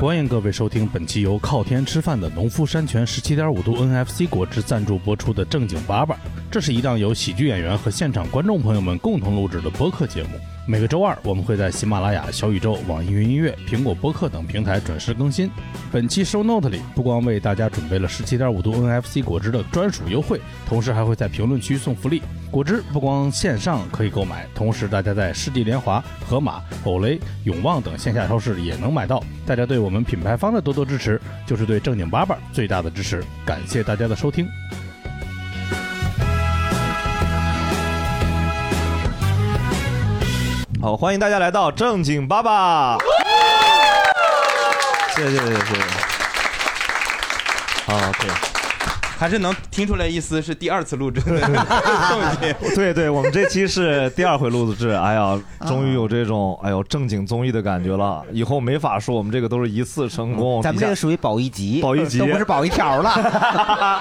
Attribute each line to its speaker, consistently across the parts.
Speaker 1: 欢迎各位收听本期由靠天吃饭的农夫山泉十七点五度 NFC 果汁赞助播出的《正经八百》，这是一档由喜剧演员和现场观众朋友们共同录制的播客节目。每个周二，我们会在喜马拉雅、小宇宙、网易云音乐、苹果播客等平台准时更新。本期 Show Note 里不光为大家准备了十七点五度 NFC 果汁的专属优惠，同时还会在评论区送福利。果汁不光线上可以购买，同时大家在世纪联华、盒马、欧莱、永旺等线下超市也能买到。大家对我们品牌方的多多支持，就是对正经八百最大的支持。感谢大家的收听。
Speaker 2: 好，欢迎大家来到正经爸爸。谢谢谢谢谢谢。好，可以。
Speaker 3: 还是能听出来一丝是第二次录制 的动静。
Speaker 2: 对对，我们这期是第二回录制， 哎呀，终于有这种哎呦正经综艺的感觉了。以后没法说我们这个都是一次成功，
Speaker 4: 嗯咱们这个属于保一级，
Speaker 2: 保一级
Speaker 4: 呃都不是保一条 了。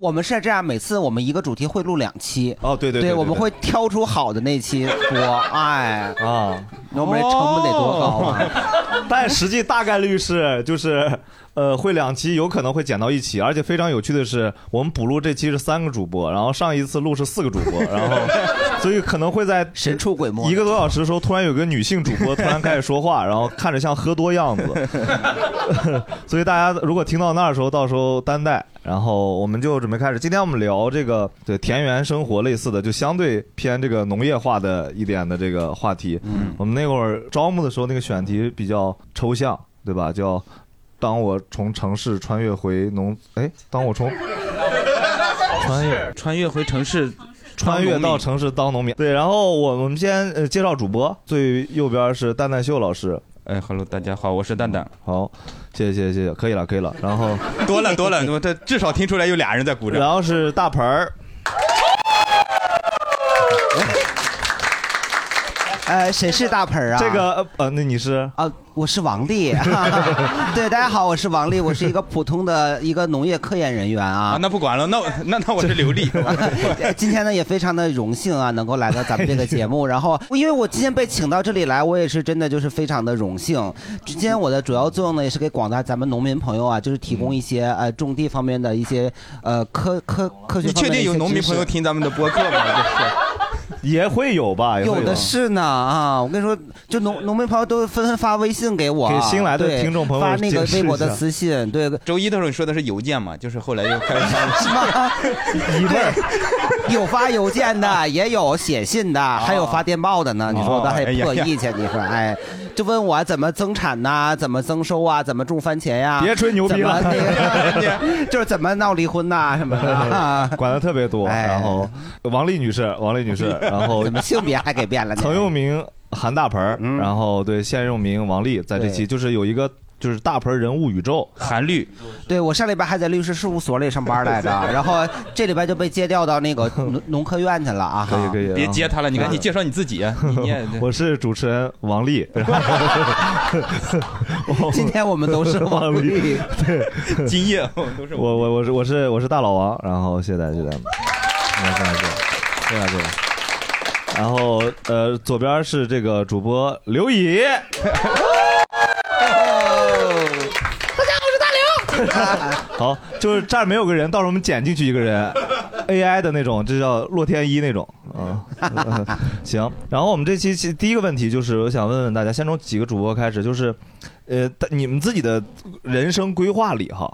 Speaker 4: 我们是这样，每次我们一个主题会录两期。
Speaker 2: 哦，对对
Speaker 4: 对
Speaker 2: 对对
Speaker 4: 我们
Speaker 2: 对
Speaker 4: 会挑出好的那期播。哎，
Speaker 2: 啊，哦
Speaker 4: 那我们这成本得多高啊！
Speaker 2: 但实际大概率是就是。呃，会两期有可能会剪到一起，而且非常有趣的是，我们补录这期是三个主播，然后上一次录是四个主播，然后 所以可能会在
Speaker 4: 神出鬼没
Speaker 2: 一。个多小时的时候，突然有个女性主播突然开始说话，然后看着像喝多样子， 所以大家如果听到那儿的时候，到时候担待。然后我们就准备开始，今天我们聊这个对田园生活类似的，就相对偏这个农业化的一点的这个话题。嗯，我们那会儿招募的时候，那个选题比较抽象，对吧？叫当我从城市穿越回农，哎，当我从穿越
Speaker 3: 穿越回城市，
Speaker 2: 穿越到城市当农民。对，然后我我们先呃介绍主播，最右边是蛋蛋秀老师。
Speaker 3: 哎，hello，大家好，我是蛋蛋。
Speaker 2: 好，谢谢谢谢谢谢，可以了可以了。然后
Speaker 3: 多了多了，那么这至少听出来有俩人在鼓掌。
Speaker 2: 然后是大盆儿，
Speaker 4: 呃，谁是大盆儿啊？
Speaker 2: 这个呃呃那你是
Speaker 4: 啊，我是王丽。 对，大家好，我是王丽，我是一个普通的一个农业科研人员
Speaker 3: 啊，
Speaker 4: 啊。
Speaker 3: 那不管了， 那我那那我是刘丽。
Speaker 4: 今天呢也非常的荣幸啊，能够来到咱们这个节 目。然后，因为我今天被请到这里来，我也是真的就是非常的荣幸。今天我的主要作用呢，也是给广大咱们农民朋友啊，就是提供一些
Speaker 2: 嗯
Speaker 4: 呃种地方面的一些呃科科科学
Speaker 3: 你
Speaker 4: 方
Speaker 3: 确
Speaker 4: 面的
Speaker 3: 定
Speaker 4: 一些
Speaker 3: 有农民
Speaker 4: 知识
Speaker 3: 朋友听咱们的播客吗？
Speaker 2: 也会有吧？也会
Speaker 4: 有的。是呢啊！我跟你说，就 农农民朋友都纷纷发微信给我，啊
Speaker 2: 给新来的
Speaker 4: 对
Speaker 2: 听众朋友
Speaker 4: 发那个
Speaker 2: 解释一
Speaker 4: 微博的
Speaker 2: 下
Speaker 4: 私信，对，
Speaker 3: 这周一的时候你说的是邮件嘛，就是后来又开始
Speaker 4: 什么啊？对，有发邮件的，也有写信的，还有发电报的
Speaker 2: 哦
Speaker 4: 呢。你说我还
Speaker 3: 哎呀
Speaker 4: 破译去，你说哎，就问我怎么增产呐、怎么增收啊，怎么种番茄呀、
Speaker 2: 别吹牛逼了，
Speaker 4: 怎么
Speaker 3: 哎
Speaker 4: 那个就是怎么闹离婚呐、什么的、啊
Speaker 2: 管的特别多，
Speaker 4: 哎
Speaker 2: 然后王丽女士，王丽女 士，然后
Speaker 4: 怎么性别还给变了呢？嗯
Speaker 2: 曾用名韩大盆儿，然后对现用名王丽，在这期
Speaker 4: 对
Speaker 2: 就是有一个就是大盆儿人物宇宙，
Speaker 3: 韩律
Speaker 4: 对我上礼拜还在律师事务所里上班来着，然后这礼拜就被借调到那个农农科院去了啊！
Speaker 2: 可以可以，
Speaker 3: 别
Speaker 2: 然后
Speaker 3: 接他了，你赶紧介绍你自己啊，你你也
Speaker 2: 我是主持人王丽，
Speaker 4: 今天我们都是王丽，
Speaker 3: 今夜我嗯们都是
Speaker 2: 我我我是我是我是大老王，然后谢谢大家谢谢大家，来过来过来，过来过来。然后呃，左边是这个主播刘 乙， 好，就是这儿没有个人，到时候我们剪进去一个人，AI 的那种，这叫洛天依那种啊、行，然后我们这期其第一个问题就是，我想问问大家，先从几个主播开始，就是呃，大你们自己的人生规划里哈，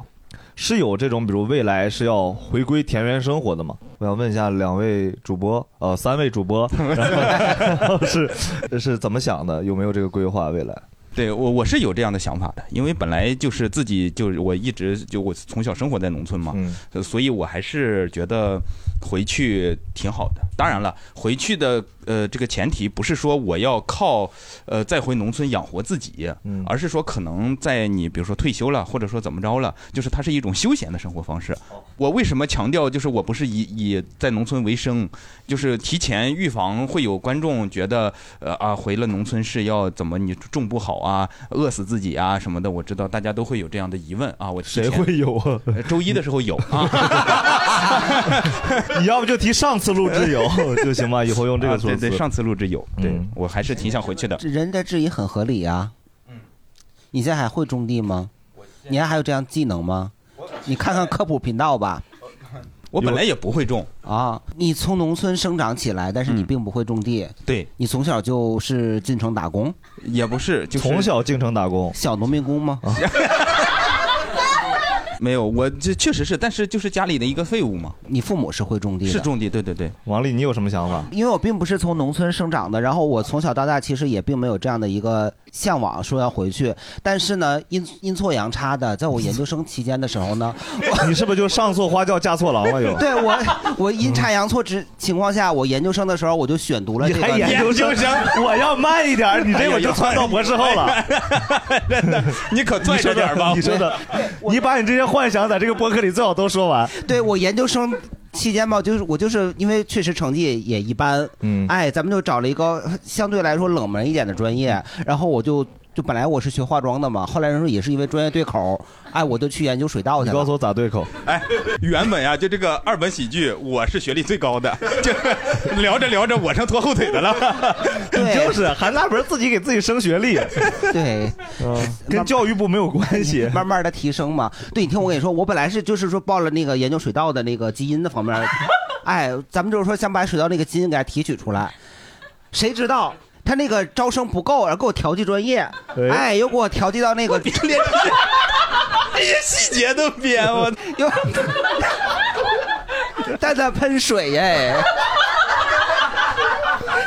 Speaker 2: 是有这种比如未来是要回归田园生活的吗？我想问一下两位主播，呃，三位主播，然后是是怎么想的？有没有这个规划未来？
Speaker 3: 对我我是有这样的想法的，因为本来就是自己就是我一直就我从小生活在农村嘛，
Speaker 2: 嗯，
Speaker 3: 呃所以我还是觉得回去挺好的。当然了，回去的呃这个前提不是说我要靠呃再回农村养活自己
Speaker 2: 嗯，
Speaker 3: 而是说可能在你比如说退休了，或者说怎么着了，就是它是一种休闲的生活方式。我为什么强调就是我不是以以在农村为生，就是提前预防会有观众觉得呃啊回了农村是要怎么你种不好啊，饿死自己啊什么的。我知道大家都会有这样的疑问啊，我提
Speaker 2: 谁
Speaker 3: 前
Speaker 2: 会有 啊？
Speaker 3: 呃周一的时候有啊。
Speaker 2: 你要不就提上次录制 有就行吧，以后用这个
Speaker 3: 啊
Speaker 2: 措
Speaker 3: 对
Speaker 2: 辞。
Speaker 3: 对，上次录制有，对
Speaker 2: 嗯
Speaker 3: 我还是挺想回去的。
Speaker 4: 人的质疑很合理啊。你现在还会种地吗？你还有这样技能吗？你看看科普频道吧。
Speaker 3: 我本来也不会种嗯
Speaker 4: 啊，你从农村生长起来，但是你并不会种地。
Speaker 3: 对，
Speaker 4: 你从小就是进城打工，
Speaker 3: 也不是，就是
Speaker 2: 从小进城打工，
Speaker 4: 小农民工 吗？
Speaker 3: 没有，我这确实是，但是就是家里的一个废物嘛。
Speaker 4: 你父母是会种地的，
Speaker 3: 是种地，对对对。
Speaker 2: 王丽，你有什么想法？
Speaker 4: 因为我并不是从农村生长的，然后我从小到大其实也并没有这样的一个向往，说要回去。但是呢，阴阴错阳差的，在我研究生期间的时候 呢，
Speaker 2: 你是不是就上错花轿嫁错郎了？又
Speaker 4: 对我我阴差阳错之情况下，我研究生的时候我就选读了这个。
Speaker 2: 你还研究生 我要慢一点，你这我就窜到博士后
Speaker 4: 哎
Speaker 2: 了。
Speaker 3: 你可拽着点吧
Speaker 2: 你说的， 你把你这些幻想在这个播客里最好都说完。
Speaker 4: 对我研究生期间吧，就是我就是因为确实成绩也一般，
Speaker 2: 嗯，
Speaker 4: 哎，咱们就找了一个相对来说冷门一点的专业，
Speaker 2: 嗯
Speaker 4: 然后我就就本来我是学化妆的嘛，后来人说也是因为专业对口，哎，我就去研究水稻去
Speaker 2: 你
Speaker 4: 了。
Speaker 2: 告诉我咋对口？
Speaker 3: 哎，原本啊，就这个二本喜剧，我是学历最高的， 就聊着聊着我成拖后腿的了。
Speaker 2: 你就是韩 大文自己给自己升学历， 嗯
Speaker 4: 对，嗯
Speaker 2: 跟教育部没有关系，
Speaker 4: 慢慢的提升嘛。对，你听我跟你说，我本来是就是说报了那个研究水稻的那个基因的方 面，哎，咱们就是说想把水稻那个基因给它提取出来，谁知道他那个招生不够，然后给我调剂专业，哎，又给我调剂到那个
Speaker 2: 哎
Speaker 3: 这些细节都编，我
Speaker 4: 又 蛋蛋喷水哎耶。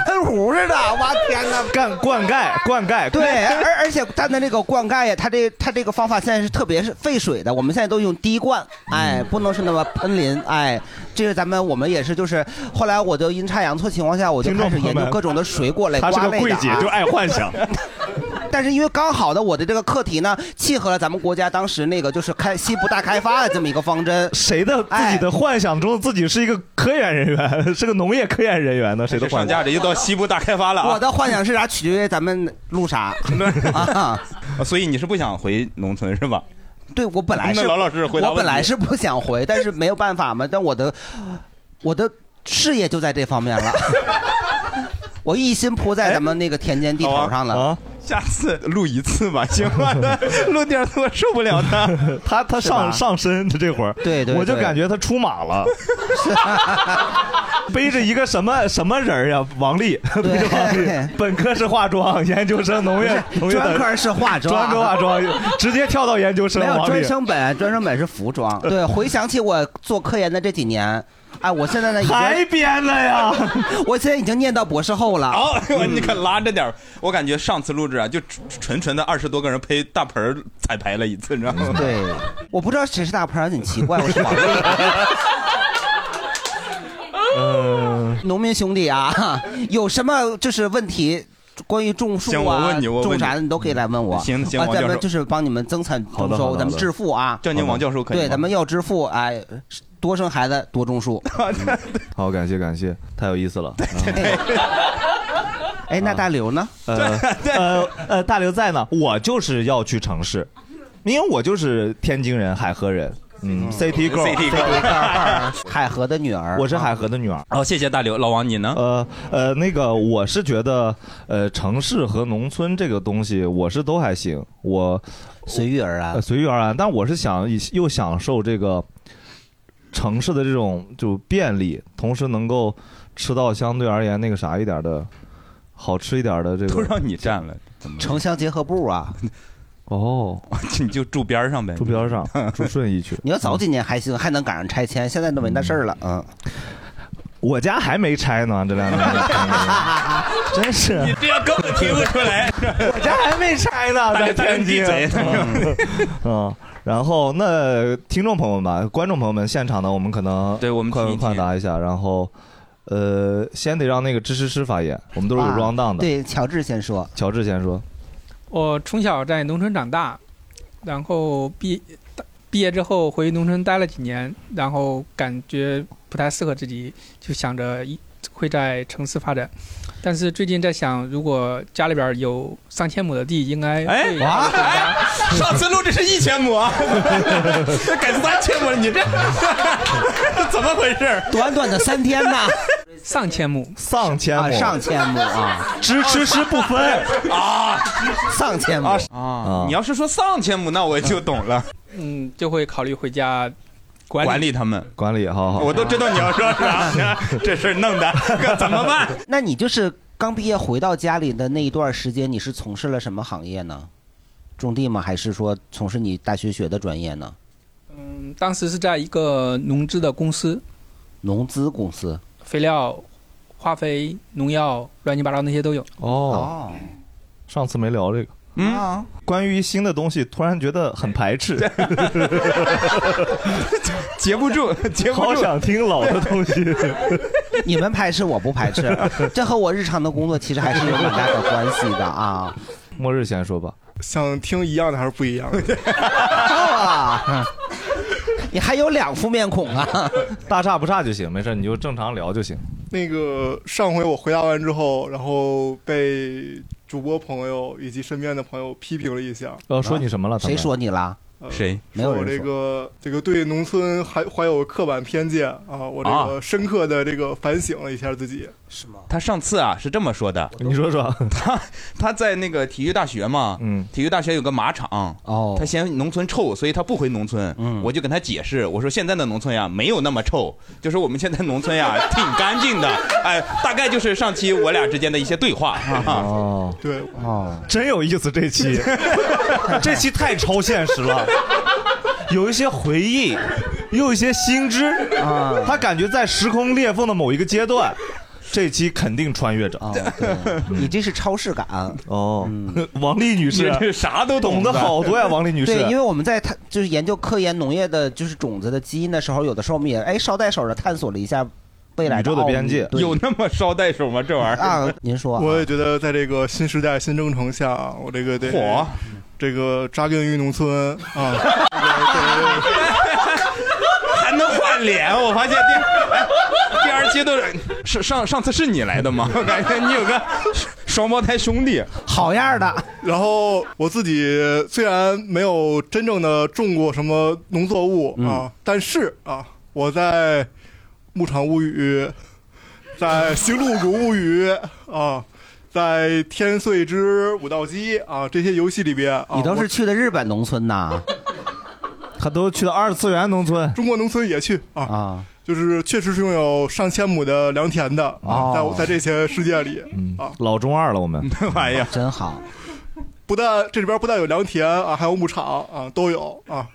Speaker 4: 喷壶似的，我天哪！
Speaker 2: 干灌溉，灌溉，
Speaker 4: 对，而而且蛋蛋这个灌溉呀，它这它这个方法现在是特别是费水的，我们现在都用滴灌，
Speaker 2: 嗯
Speaker 4: 哎，不能是那么喷淋，哎，这是咱们我们也是就是，后来我就阴差阳错情况下，我就
Speaker 2: 听众
Speaker 4: 开始
Speaker 2: 朋友
Speaker 4: 研究
Speaker 2: 们
Speaker 4: 各种的水果类、
Speaker 2: 她是
Speaker 4: 瓜
Speaker 2: 个
Speaker 4: 类
Speaker 2: 柜
Speaker 4: 的、
Speaker 2: 姐，
Speaker 4: 啊，
Speaker 2: 就爱幻想。
Speaker 4: 但是因为刚好的我的这个课题呢，契合了咱们国家当时那个就是开西部大开发的这么一个方针，
Speaker 2: 谁的自
Speaker 4: 哎
Speaker 2: 己的幻想中自己是一个科研人员，是个农业科研人员呢？谁的幻
Speaker 3: 上
Speaker 2: 想？
Speaker 3: 架着又到西部大开发了啊！
Speaker 4: 我的幻想是啥？取决于咱们录 啥啊。
Speaker 3: 所以你是不想回农村是吧？
Speaker 4: 对我本来是
Speaker 3: 那老老师回答
Speaker 4: 我
Speaker 3: 问
Speaker 4: 本
Speaker 3: 题
Speaker 4: 来是不想回，但是没有办法嘛。但 我的我的事业就在这方面 了，我一心扑在咱们那个田间地头上了。
Speaker 2: 啊，
Speaker 3: 下次录一次吧，行 吗？录第二次我受不了他。
Speaker 2: 他他上上身，他这会儿，
Speaker 4: 对对
Speaker 2: 我就
Speaker 4: 对
Speaker 2: 感觉他出马了，
Speaker 3: 啊
Speaker 2: 背着一个什么什么人儿呀？王丽，背着 王丽
Speaker 4: 对，
Speaker 2: 本科是化妆，研究生农业农业的
Speaker 4: 专科是化妆，
Speaker 2: 专科化妆，直接跳到研究生
Speaker 4: 没有
Speaker 2: 王
Speaker 4: 专
Speaker 2: 丽。
Speaker 4: 升本，专升本是服 装。对，回想起我做科研的这几年，哎，我现在呢已
Speaker 2: 还
Speaker 4: 经，
Speaker 2: 编了呀！
Speaker 4: 我现在已经念到博士后了。
Speaker 3: 好，你可拉着点儿。我感觉上次录制啊，就纯纯纯的二十多个人陪大盆儿彩排了一次，你知道吗？
Speaker 4: 对，我不知道谁是大盆儿，很奇怪，我是王丽。农民兄弟啊，有什么就是问题？关于种树啊，
Speaker 3: 行我问你我问你
Speaker 4: 种啥的，你都可以来问我。
Speaker 3: 行行
Speaker 4: 啊
Speaker 3: 王教授
Speaker 4: 咱们就是帮你们增产
Speaker 2: 好
Speaker 4: 增
Speaker 2: 的好的好
Speaker 4: 收，
Speaker 2: 的
Speaker 4: 咱们致富啊。
Speaker 3: 正经王教授可以吗
Speaker 4: 对，咱们要致富，哎，多生孩子，多种 树。
Speaker 2: 好，感谢感谢，太有意思了。啊
Speaker 4: 哎，那大刘 呢？
Speaker 2: 呃呃呃，大刘在呢，我就是要去城市，因为我就是天津人，海河人，嗯，CT
Speaker 3: CT
Speaker 2: girl，
Speaker 4: 海河的女儿，
Speaker 2: 我是海河的女儿。
Speaker 3: 好，谢谢大刘，老王你呢？
Speaker 2: 呃呃，那个我是觉得，呃，城市和农村这个东西，我是都还行，我
Speaker 4: 随遇而
Speaker 2: 呃
Speaker 4: 安。
Speaker 2: 随遇而安，但我是想以又享受这个城市的这种就便利，同时能够吃到相对而言那个啥一点的。好吃一点的这
Speaker 3: 都
Speaker 2: 个
Speaker 3: 让你占了，怎么了？
Speaker 4: 城乡结合部啊，
Speaker 2: 哦，
Speaker 3: 你就住边儿上呗。
Speaker 2: 住边上，住顺义区。
Speaker 4: 你要早几年还行，还能赶上拆迁，现在都没那事儿了。嗯，
Speaker 2: 我家还没拆呢，这两天，真是
Speaker 3: 你这样根本听不出来。
Speaker 2: 我家还没拆呢，在天津。 嗯，然后那听众朋友们吧，观众朋友们，现场的我们可能
Speaker 3: 对我们
Speaker 2: 快
Speaker 3: 听一听
Speaker 2: 快答一下，然后呃，先得让那个知识师发言，我们都是有
Speaker 4: 啊
Speaker 2: round down 的。，
Speaker 4: 对，乔治先说。
Speaker 2: 乔治先说，
Speaker 5: 我从小在农村长大，然后毕毕业之后回农村待了几年，然后感觉不太适合自己，就想着一会在城市发展。但是最近在想，如果家里边有上千亩的地，应该
Speaker 3: 哎
Speaker 5: 会
Speaker 3: 哇哎，上次录制是一千亩，哎 改三千亩了，你这这怎么回事？
Speaker 4: 短短的三天呐，
Speaker 5: 上千亩，
Speaker 2: 上千
Speaker 5: 啊
Speaker 2: 亩，
Speaker 5: 上
Speaker 4: 千亩 啊，
Speaker 2: 吃吃吃不分
Speaker 3: 啊，
Speaker 4: 上千亩
Speaker 3: 啊！你要是说上千亩，那我就懂了，
Speaker 5: 嗯，就会考虑回家管理
Speaker 3: 管理他们。
Speaker 2: 管理，好
Speaker 4: 哦
Speaker 2: 好。
Speaker 3: 我都知道你要说啥， 这事儿弄的可 怎么办？
Speaker 4: 那你就是刚毕业回到家里的那一段时间，你是从事了什么行业呢？种地吗？还是说从事你大学学的专业呢？
Speaker 5: 嗯，当时是在一个农资的公司，
Speaker 4: 农资公司
Speaker 5: 肥料、化肥、农药，乱七八糟那些都有。
Speaker 2: 哦，上次没聊这个。
Speaker 4: 啊
Speaker 3: 嗯，
Speaker 2: 关于新的东西，突然觉得很排斥，
Speaker 3: 截不住，截不
Speaker 2: 好
Speaker 3: 住。
Speaker 2: 想听老的东西。
Speaker 4: 你们排斥，我不排斥， 这和我日常的工作其实还是有很大的关系的啊。
Speaker 2: 末日先说吧，
Speaker 6: 想听一样的还是不一样 的？
Speaker 4: 啊，你还有两副面孔啊？
Speaker 2: 大差不差就行，没事，你就正常聊就行。
Speaker 6: 那个上回我回答完之后，然后被主播朋友以及身边的朋友批评了一下。
Speaker 2: 呃，说你什么了？他
Speaker 4: 谁
Speaker 2: 们？
Speaker 4: 说你了？
Speaker 6: 呃、
Speaker 3: 谁？
Speaker 4: 没有
Speaker 6: 说我
Speaker 4: 人
Speaker 6: 这个这个对农村还怀有刻板偏见啊！我这个深刻的这个反省了一下自己。
Speaker 4: 是吗？
Speaker 3: 他上次啊是这么说的，
Speaker 2: 你说说。
Speaker 3: 他在那个体育大学嘛，
Speaker 2: 嗯，
Speaker 3: 体育大学有个马场，
Speaker 4: 哦
Speaker 3: 他，嫌农村臭，所以他不回农村。
Speaker 4: 嗯
Speaker 3: 我就跟他解释，我说现在的农村呀没有那么臭，就是我们现在农 村呀挺干净的。哎，大概就是上期我俩之间的一些对话。哈哈
Speaker 2: 哦，
Speaker 6: 对，
Speaker 4: 哦，
Speaker 2: 真有意思这 期，这期太超现实了，有一些回忆，又有一些新知
Speaker 4: 啊
Speaker 2: 他感觉在时空裂缝的某一个阶段，这期肯定穿越着。
Speaker 4: 哦，对你这是超市感。嗯
Speaker 2: 哦， 王丽女士啊
Speaker 3: 这这啥都
Speaker 2: 懂得
Speaker 3: 的。
Speaker 2: 好多呀，王丽女士
Speaker 4: 对，。因为我们在探就是研究科研农业的，就是种子的基因的时候，有的时候我们也哎捎带手的探索了一下未来
Speaker 2: 宇宙的
Speaker 4: 奥秘
Speaker 2: 边界
Speaker 4: 对
Speaker 3: 有那么捎带手吗？这玩意儿
Speaker 4: 啊，您说啊，
Speaker 6: 我也觉得在这个新时代新征程下啊，我这个得
Speaker 3: 火，
Speaker 6: 这个扎根于农村啊，
Speaker 3: 还能换脸，我发现第、哎、 第二期都是是上上次是你来的吗？我感觉你有 个双胞胎兄弟，
Speaker 4: 好样儿的，
Speaker 6: 然后我自己虽然没有真正的种过什么农作物
Speaker 2: 嗯
Speaker 6: 啊，但是啊，我在《牧场物语》、 在《星露谷物语》啊，在《天穗之武道姬》啊这些游戏里边，啊、
Speaker 2: 哦
Speaker 4: 你都是
Speaker 6: 我
Speaker 4: 去的日本农村呐
Speaker 2: 他都去了二次元农村，
Speaker 6: 中国农村也去啊，
Speaker 4: 啊，
Speaker 6: 就是确实是拥有上千亩的良田的啊，
Speaker 4: 哦
Speaker 6: 在在这些世界里，
Speaker 2: 嗯
Speaker 3: 啊
Speaker 2: 老中二了，我们。
Speaker 3: 这玩意儿
Speaker 4: 真 好，
Speaker 6: 不但这里边不但有良田啊，还有牧场啊，都有啊，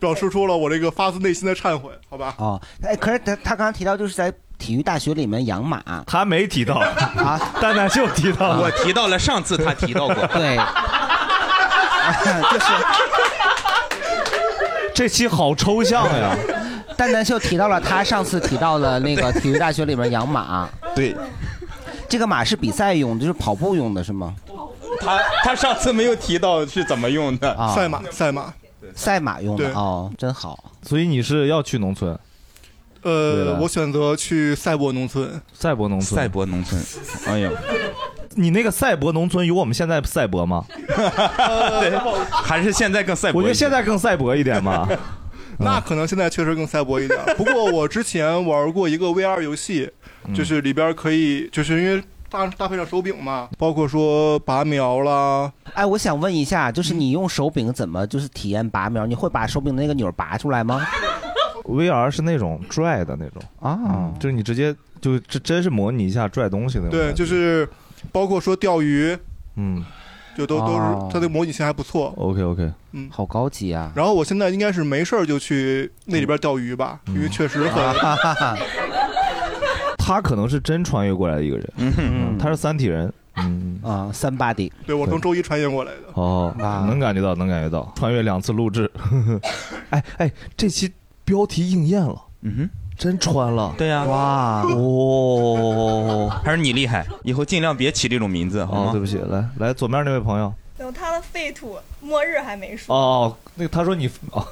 Speaker 6: 表示出了我这个发自内心的忏悔，好吧？
Speaker 4: 哦，哎，可是他他刚刚提到就是在体育大学里面养马啊，
Speaker 2: 他没提 到，蛋蛋就提到
Speaker 3: 我
Speaker 2: 了。
Speaker 3: 啊提到了上次他 提到过，
Speaker 4: 对，就是
Speaker 2: 这期好抽象呀，
Speaker 4: 蛋蛋秀提到了他上次提到了那个体育大学里面养马，
Speaker 3: 对
Speaker 4: 这个马是比赛用，就是跑步用的是吗？
Speaker 3: 他他上次没有提到是怎么用的。
Speaker 4: 啊，
Speaker 6: 赛马，赛马，
Speaker 4: 赛马用的
Speaker 6: 对
Speaker 4: 哦，真好，
Speaker 2: 所以你是要去农村，对
Speaker 6: 呃
Speaker 2: 了，
Speaker 6: 我选择去赛博农村，
Speaker 2: 赛博农
Speaker 3: 赛
Speaker 2: 村。
Speaker 3: 博农村，哎呀，
Speaker 2: 你那个赛博农村有我们现在赛博吗？
Speaker 3: 还是现在更赛博
Speaker 2: 我
Speaker 3: 一些。
Speaker 2: 觉得现在更赛博一点嘛。
Speaker 6: 那可能现在确实更赛博一点。不过我之前玩过一个 VR 游戏，就是里边可以，就是因为搭搭配上手柄嘛，包括说拔苗啦，嗯
Speaker 4: 哎，我想问一下，就是你用手柄怎么就是体验拔苗？你会把手柄的那个钮拔出来吗？
Speaker 2: VR 是那种拽的那种，嗯
Speaker 4: 啊，
Speaker 2: 就是你直接就这真是模拟一下拽东西的那种
Speaker 6: 对，
Speaker 2: 感觉。
Speaker 6: 就是包括说钓鱼，
Speaker 2: 嗯
Speaker 6: 就都都
Speaker 4: 哦
Speaker 6: 是它的模拟性还不错。
Speaker 2: ，OK OK，
Speaker 3: 嗯
Speaker 4: 好高级啊！
Speaker 6: 然后我现在应该是没事儿就去那里边钓鱼吧，因为确实很
Speaker 7: 嗯
Speaker 2: 他可能是真穿越过来的一个人，嗯他是三体人。嗯，
Speaker 4: 啊，三八的
Speaker 6: 对我从周一传运过来的。
Speaker 2: 哦，
Speaker 4: 啊
Speaker 2: 能感觉到，能感觉到，穿越两次录制。 哎哎，这期标题应验了，
Speaker 3: 嗯哼，
Speaker 2: 真穿了。
Speaker 3: 对呀、
Speaker 2: 哇哦
Speaker 3: 啊还是你厉害，以后尽量别起这种名字，好
Speaker 2: 哦，
Speaker 3: 吗？
Speaker 2: 对不起，来来，左面那位朋友。
Speaker 8: 等他的废土末日还没说，
Speaker 2: 哦，那个他说你哦，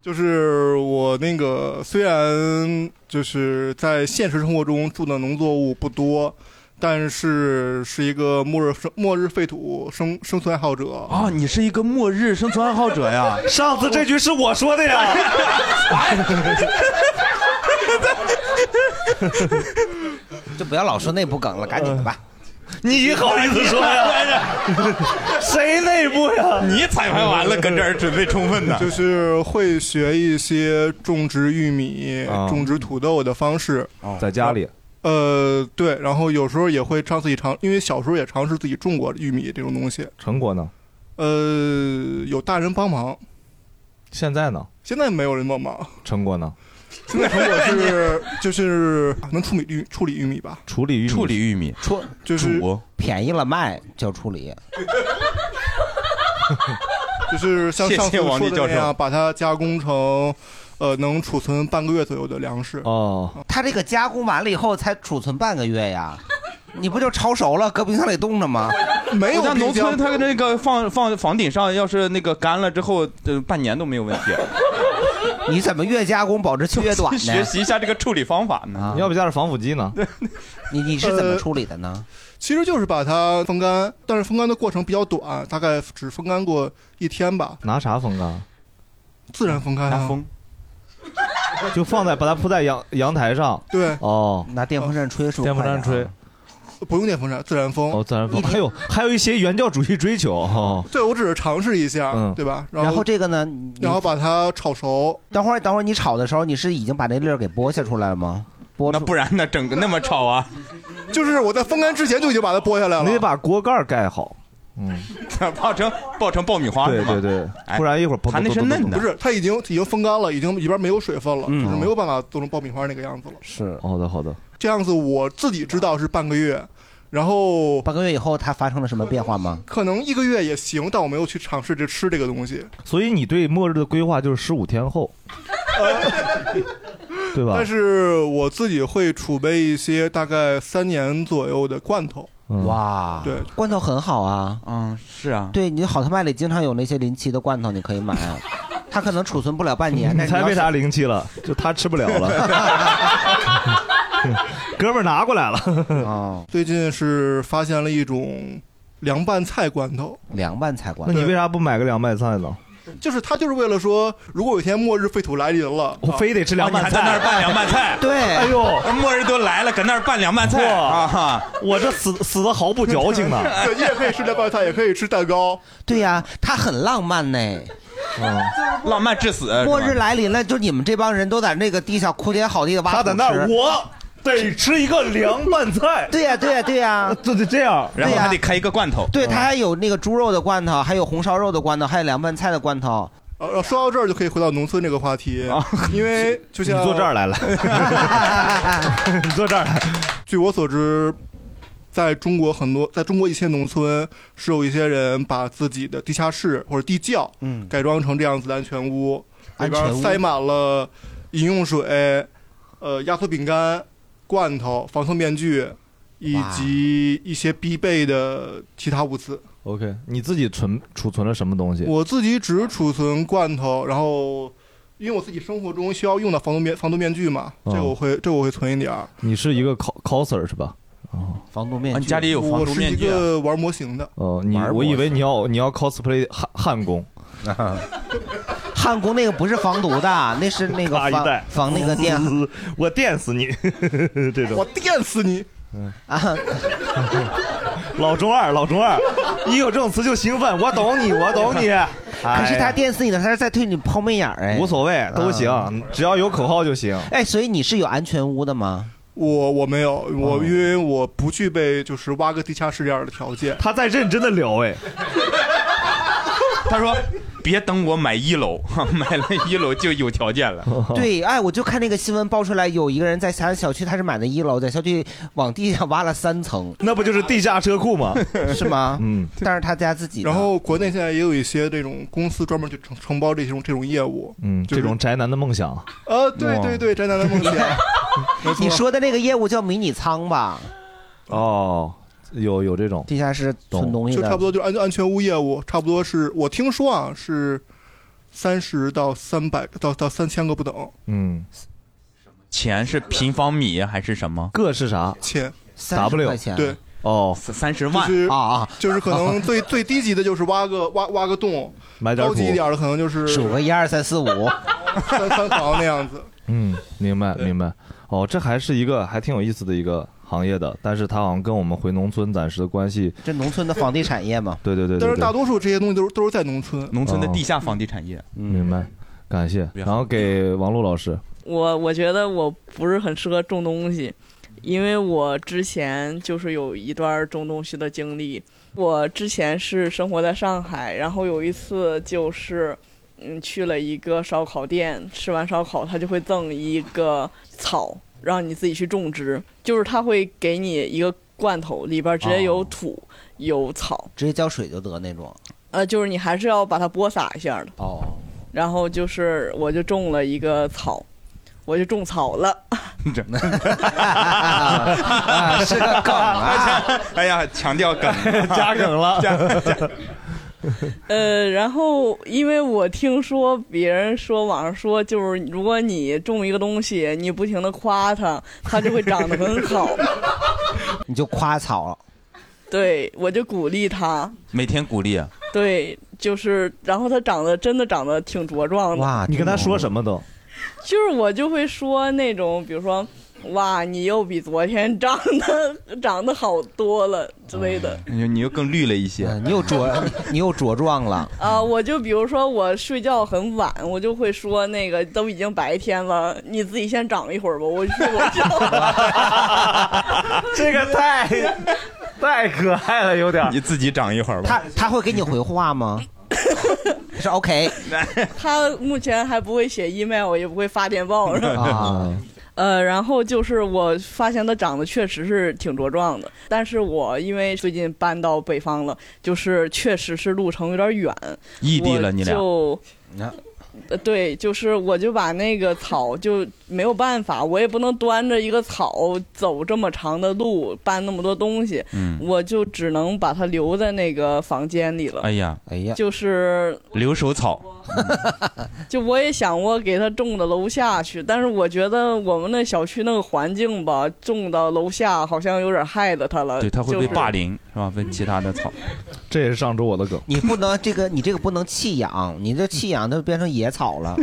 Speaker 6: 就是我那个虽然就是在现实生活中种的农作物不多，但是是一个末日生末日废土生生存爱好者
Speaker 3: 啊、你是一个末日生存爱好者呀！
Speaker 2: 上次这句是我说的呀。
Speaker 4: 就不要老说内部梗了，赶紧的吧。
Speaker 6: 呃
Speaker 2: 你好意思说呀？谁内部呀？
Speaker 3: 你彩排完了，跟这儿准备充分呢。
Speaker 6: 就是会学一些种植玉米、
Speaker 2: 啊
Speaker 6: 种植土豆的方式。
Speaker 3: 哦
Speaker 2: 在家里，
Speaker 6: 呃，对，然后有时候也会尝自己尝，因为小时候也尝试自己种过玉米这种东西。
Speaker 2: 成果呢？
Speaker 6: 呃，有大人帮忙，
Speaker 2: 现在呢？
Speaker 6: 现在没有人帮忙。
Speaker 2: 成果呢？
Speaker 6: 现在成果是 就是能处理玉处理玉米吧？
Speaker 2: 处理玉米，
Speaker 3: 处理玉米，
Speaker 4: 处
Speaker 6: 就是
Speaker 4: 便宜了卖叫处理，
Speaker 6: 就是像
Speaker 4: 谢谢
Speaker 6: 上次说
Speaker 4: 王
Speaker 6: 的
Speaker 4: 立教
Speaker 6: 那
Speaker 4: 授
Speaker 6: 样，把它加工成呃能储存半个月左右的粮食。
Speaker 2: 哦，
Speaker 4: 它这个加工完了以后才储存半个月呀， 你不就超熟了，搁冰箱里冻着吗？
Speaker 6: 没
Speaker 3: 我在农村，他那个放放房顶上，要是那个干了之后，呃，半年都没有问 题。
Speaker 4: 你怎么越加工保质期越短呢？
Speaker 3: 学习一下这个处理方法呢？
Speaker 2: 要不加点防腐剂呢？
Speaker 4: 啊你你是怎么处理的呢？
Speaker 6: 其实就是把它风干，但是风干的过程比较短，大概只风干过一天吧，
Speaker 2: 拿啥啊风干？
Speaker 6: 自然风干、啊。
Speaker 3: 风
Speaker 2: 就放在把它铺在阳阳台上。
Speaker 6: 对
Speaker 2: 哦，
Speaker 4: 拿电风扇吹是啊
Speaker 2: 电风扇吹。
Speaker 6: 不用电风扇，自然风。
Speaker 2: 哦，自然风。
Speaker 6: 一天
Speaker 2: 还有 还有一些原教旨主义追求哦。
Speaker 6: 对，我只是尝试一下，
Speaker 2: 嗯
Speaker 6: 对吧？
Speaker 4: 然
Speaker 6: 后
Speaker 4: 后这个呢，
Speaker 6: 然后把它炒熟。
Speaker 4: 等会儿等会儿你炒的时候，你是已经把那粒儿给剥下出来了吗？剥
Speaker 3: 那不然呢？整个那么 吵啊？
Speaker 6: 就是我在风干之前就已经把它剥下来了。
Speaker 2: 你得把锅盖盖好，
Speaker 3: 爆成爆成爆米
Speaker 6: 啊
Speaker 3: 花
Speaker 2: 对
Speaker 3: 是吗？
Speaker 2: 对对
Speaker 3: 哎，
Speaker 2: 不然一会儿砰
Speaker 3: 它那是嫩的嗯
Speaker 6: 不。是，它已经已经风干了，已经里边没有水分了，就是没有办法做成爆米花那个样子了。
Speaker 4: 是
Speaker 2: 好的好的，
Speaker 6: 这样子我自己知道是半个月，然后
Speaker 4: 半个月以后它发生了什么变化吗？
Speaker 6: 可能一个月也行，但我没有去尝试着吃这个东西。
Speaker 2: 所以你对末日的规划就是十五天 后，对吧
Speaker 6: 但？是我自己会储备一些大概三年左右的罐头。
Speaker 2: 嗯
Speaker 4: 哇，
Speaker 6: 对，
Speaker 4: 罐头很好啊。
Speaker 3: 嗯，是啊。
Speaker 4: 对你好特卖里经常有那些临期的罐头，你可以买，它可能储存不了半 年。
Speaker 2: 你
Speaker 4: 但是
Speaker 2: 猜
Speaker 4: 要
Speaker 2: 为
Speaker 4: 是
Speaker 2: 啥零七了？就他吃不了了。哥们儿拿过来了。 啊
Speaker 4: 哦，
Speaker 6: 最近是发现了一种凉拌菜罐头，
Speaker 4: 凉拌菜哦罐
Speaker 2: 那
Speaker 4: 头，
Speaker 2: 你为啥不买个凉拌菜呢？
Speaker 6: 就是它就是为了说，如果有一天末日废土来临了，
Speaker 2: 我非得吃凉拌
Speaker 3: 在那儿
Speaker 2: 菜。
Speaker 3: 拌凉拌菜
Speaker 4: 对，
Speaker 2: 哎呦，
Speaker 3: 末日都来了，搁那儿拌凉拌菜
Speaker 2: 哇
Speaker 3: 啊哈！
Speaker 2: 我这死死的毫不矫情呢。
Speaker 6: 对，你也可以吃凉拌菜，也可以吃 蛋糕。
Speaker 4: 对呀、 它很浪漫呢。
Speaker 3: 浪漫至死。
Speaker 4: 末日
Speaker 3: 是吧，
Speaker 4: 来临了，就你们这帮人都在那个地下哭天好地的挖
Speaker 2: 他
Speaker 4: 土
Speaker 2: 在那儿，
Speaker 4: 吃。
Speaker 2: 我得吃一个凉拌菜。
Speaker 4: 对呀、对呀、对呀、
Speaker 2: 就得这样。嗯
Speaker 3: 然后
Speaker 4: 对呀
Speaker 3: 还得开一个罐头。
Speaker 4: 对，它还有那个猪肉的罐头，还有红烧肉的罐头，还有凉拌菜的罐头。啊
Speaker 6: 呃，说到这儿就可以回到农村这个话题，因为就
Speaker 2: 你
Speaker 6: 像
Speaker 2: 坐这儿来了， 你坐这儿来。
Speaker 6: 据我所知，在中国很多，在中国一些农村是有一些人把自己的地下室或者地窖，
Speaker 4: 嗯
Speaker 6: 改装成这样子的安全屋，里
Speaker 4: 安全屋
Speaker 6: 边塞满了饮用水、呃压缩饼干、罐头、防冻面具，以
Speaker 4: 哇
Speaker 6: 及一些必备的其他物资。
Speaker 2: OK，你自己存储存了什么东西？
Speaker 6: 我自己只储存罐头，然后。因为我自己生活中需要用到防毒面防毒面具嘛，这个
Speaker 2: 哦
Speaker 6: 我会这个我会存一点儿。
Speaker 2: 你是一个 cos- coser 是吧？
Speaker 4: 防毒
Speaker 3: 啊
Speaker 4: 面
Speaker 3: 你
Speaker 4: 具，
Speaker 3: 家里有防
Speaker 6: 我
Speaker 3: 毒
Speaker 6: 是一
Speaker 3: 面具啊？
Speaker 6: 个玩模型的，
Speaker 2: 哦，你我以为你要你要 cosplay 焊 焊工，
Speaker 4: 焊工那个不是防毒 的，啊那是那个
Speaker 2: 咔一带
Speaker 4: 防防那个电
Speaker 2: 我电死你 这种嗯
Speaker 6: 我电死你！
Speaker 4: 啊。
Speaker 2: 老中二老中二，一有这种词就兴奋，我懂 你我懂你。
Speaker 4: 可
Speaker 2: 可
Speaker 4: 是他电死你的，他是在对你抛媚眼儿哎。嗯
Speaker 2: 无所谓都行，只要有口号就行。
Speaker 4: 哎，所以你是有安全屋的吗？
Speaker 6: 我我没有，
Speaker 2: 哦
Speaker 6: 我因为我不具备就是挖个地下室这样的条件。
Speaker 2: 他在认真的聊哎，，
Speaker 3: 他说：“别等我买一楼，买了一楼就有条件了。
Speaker 4: 对，哎，我就看那个新闻爆出来，有一个人在咱小区，他是买的一楼，在小区往地下挖了三层
Speaker 2: 那不就是地下车库吗？
Speaker 4: 是吗？
Speaker 2: 嗯，
Speaker 4: 但是他家自己的。
Speaker 6: 然后国内现在也有一些这种公司专门去承承包这种这种业务。
Speaker 2: 嗯，
Speaker 6: 就是
Speaker 2: 这种宅男的梦想，
Speaker 4: 哦
Speaker 6: 呃，对
Speaker 3: 哇
Speaker 6: 对对，宅男的 梦想，没错
Speaker 4: 你说的那个业务叫迷你仓吧？
Speaker 2: 哦，有有这种，
Speaker 4: 地下室存东西
Speaker 6: 就
Speaker 4: 的，
Speaker 6: 差不多就是安安全屋业务，差不多是我听说啊是三十到三百到到三千个不等
Speaker 2: 嗯，”
Speaker 3: 钱是平方米还是什么？
Speaker 2: 个是啥？
Speaker 6: 钱，
Speaker 4: 三十
Speaker 2: W
Speaker 4: 块钱。
Speaker 6: 对，
Speaker 2: 哦，
Speaker 3: 三三十
Speaker 6: 就
Speaker 3: 万，
Speaker 6: 是
Speaker 4: 啊啊，
Speaker 6: 就是可能 最最低级的就是挖个挖挖个洞，
Speaker 2: 买点
Speaker 6: 高
Speaker 2: 土
Speaker 6: 级一点的可能就是
Speaker 4: 数个一二三四五，
Speaker 6: 三三房那样子。
Speaker 2: 嗯，明白明白。哦，这还是一个还挺有意思的一个行业的，但是它好像跟我们回农村暂时的关系，
Speaker 4: 这农村的房地产业嘛，
Speaker 2: 对对对对
Speaker 6: 但是
Speaker 2: 对
Speaker 6: 大多数这些东西都是都是在农村，
Speaker 3: 农村的地下房地产
Speaker 4: 哦
Speaker 3: 业，
Speaker 4: 嗯
Speaker 2: 明白，感谢。然后给王璐老师，
Speaker 9: 我我觉得我不是很适合种东西，因为我之前就是有一段种东西的经历。我之前是生活在上海，然后有一次就是，嗯，去了一个烧烤店，吃完烧烤他就会赠一个草，让你自己去种植，就是他会给你一个罐头，里边直接有土、有草，
Speaker 4: 直接浇水就得那种。
Speaker 9: 呃，就是你还是要把它播撒一下的。
Speaker 4: 哦，
Speaker 9: 然后就是我就种了一个草，我就种草了。
Speaker 4: 啊， 是个梗啊！
Speaker 3: 哎呀，强 调梗，
Speaker 2: 加梗了，
Speaker 9: 呃，然后因为我听说别人说网上说，就是如果你种一个东西，你不停的夸它，它就会长得很好。
Speaker 4: 你就夸草，
Speaker 9: 对，我就鼓励它，
Speaker 3: 每天鼓励，
Speaker 9: 对，就是然后它长得真的长得挺茁壮的。
Speaker 4: 哇！
Speaker 2: 你跟他说
Speaker 4: 么？
Speaker 2: 什么都？
Speaker 9: 就是我就会说那种，比如说，哇，你又比昨天长得长得好多了之类
Speaker 2: 嗯
Speaker 9: 的。
Speaker 3: 你你又更绿了一些。
Speaker 4: 嗯你又茁，你又茁壮了。
Speaker 9: 啊、我就比如说我睡觉很晚，我就会说那个都已经白天了，你自己先长一会儿吧，我去睡会儿觉。
Speaker 2: 这个太太可爱了，哎有点儿
Speaker 3: 你自己长一会儿吧。
Speaker 4: 他他会给你回话 吗？他说 OK
Speaker 9: 他目前还不会写 email，也不会发电报，是吧
Speaker 4: 啊，
Speaker 9: 呃，然后就是我发现它长得确实是挺茁壮的，但是我因为最近搬到北方了，就是确实是路程有点远，
Speaker 3: 异地了，你俩
Speaker 9: 我就
Speaker 4: 啊。
Speaker 9: 呃对，就是我就把那个草就没有办法，我也不能端着一个草走这么长的路搬那么多东西，
Speaker 3: 嗯，
Speaker 9: 我就只能把它留在那个房间里了。
Speaker 3: 哎呀，
Speaker 4: 哎呀，
Speaker 9: 就是，
Speaker 3: 留守草，
Speaker 9: 就我也想过给它种到楼下去，但是我觉得我们那小区那个环境吧，种到楼下好像有点害了它 了。
Speaker 3: 对，它会
Speaker 9: 就
Speaker 3: 被
Speaker 9: 是
Speaker 3: 霸凌是吧？跟其他的草，
Speaker 2: 这也是上周我的梗。
Speaker 4: 你不能这个，你这个不能弃养，你这弃养都变成野草了。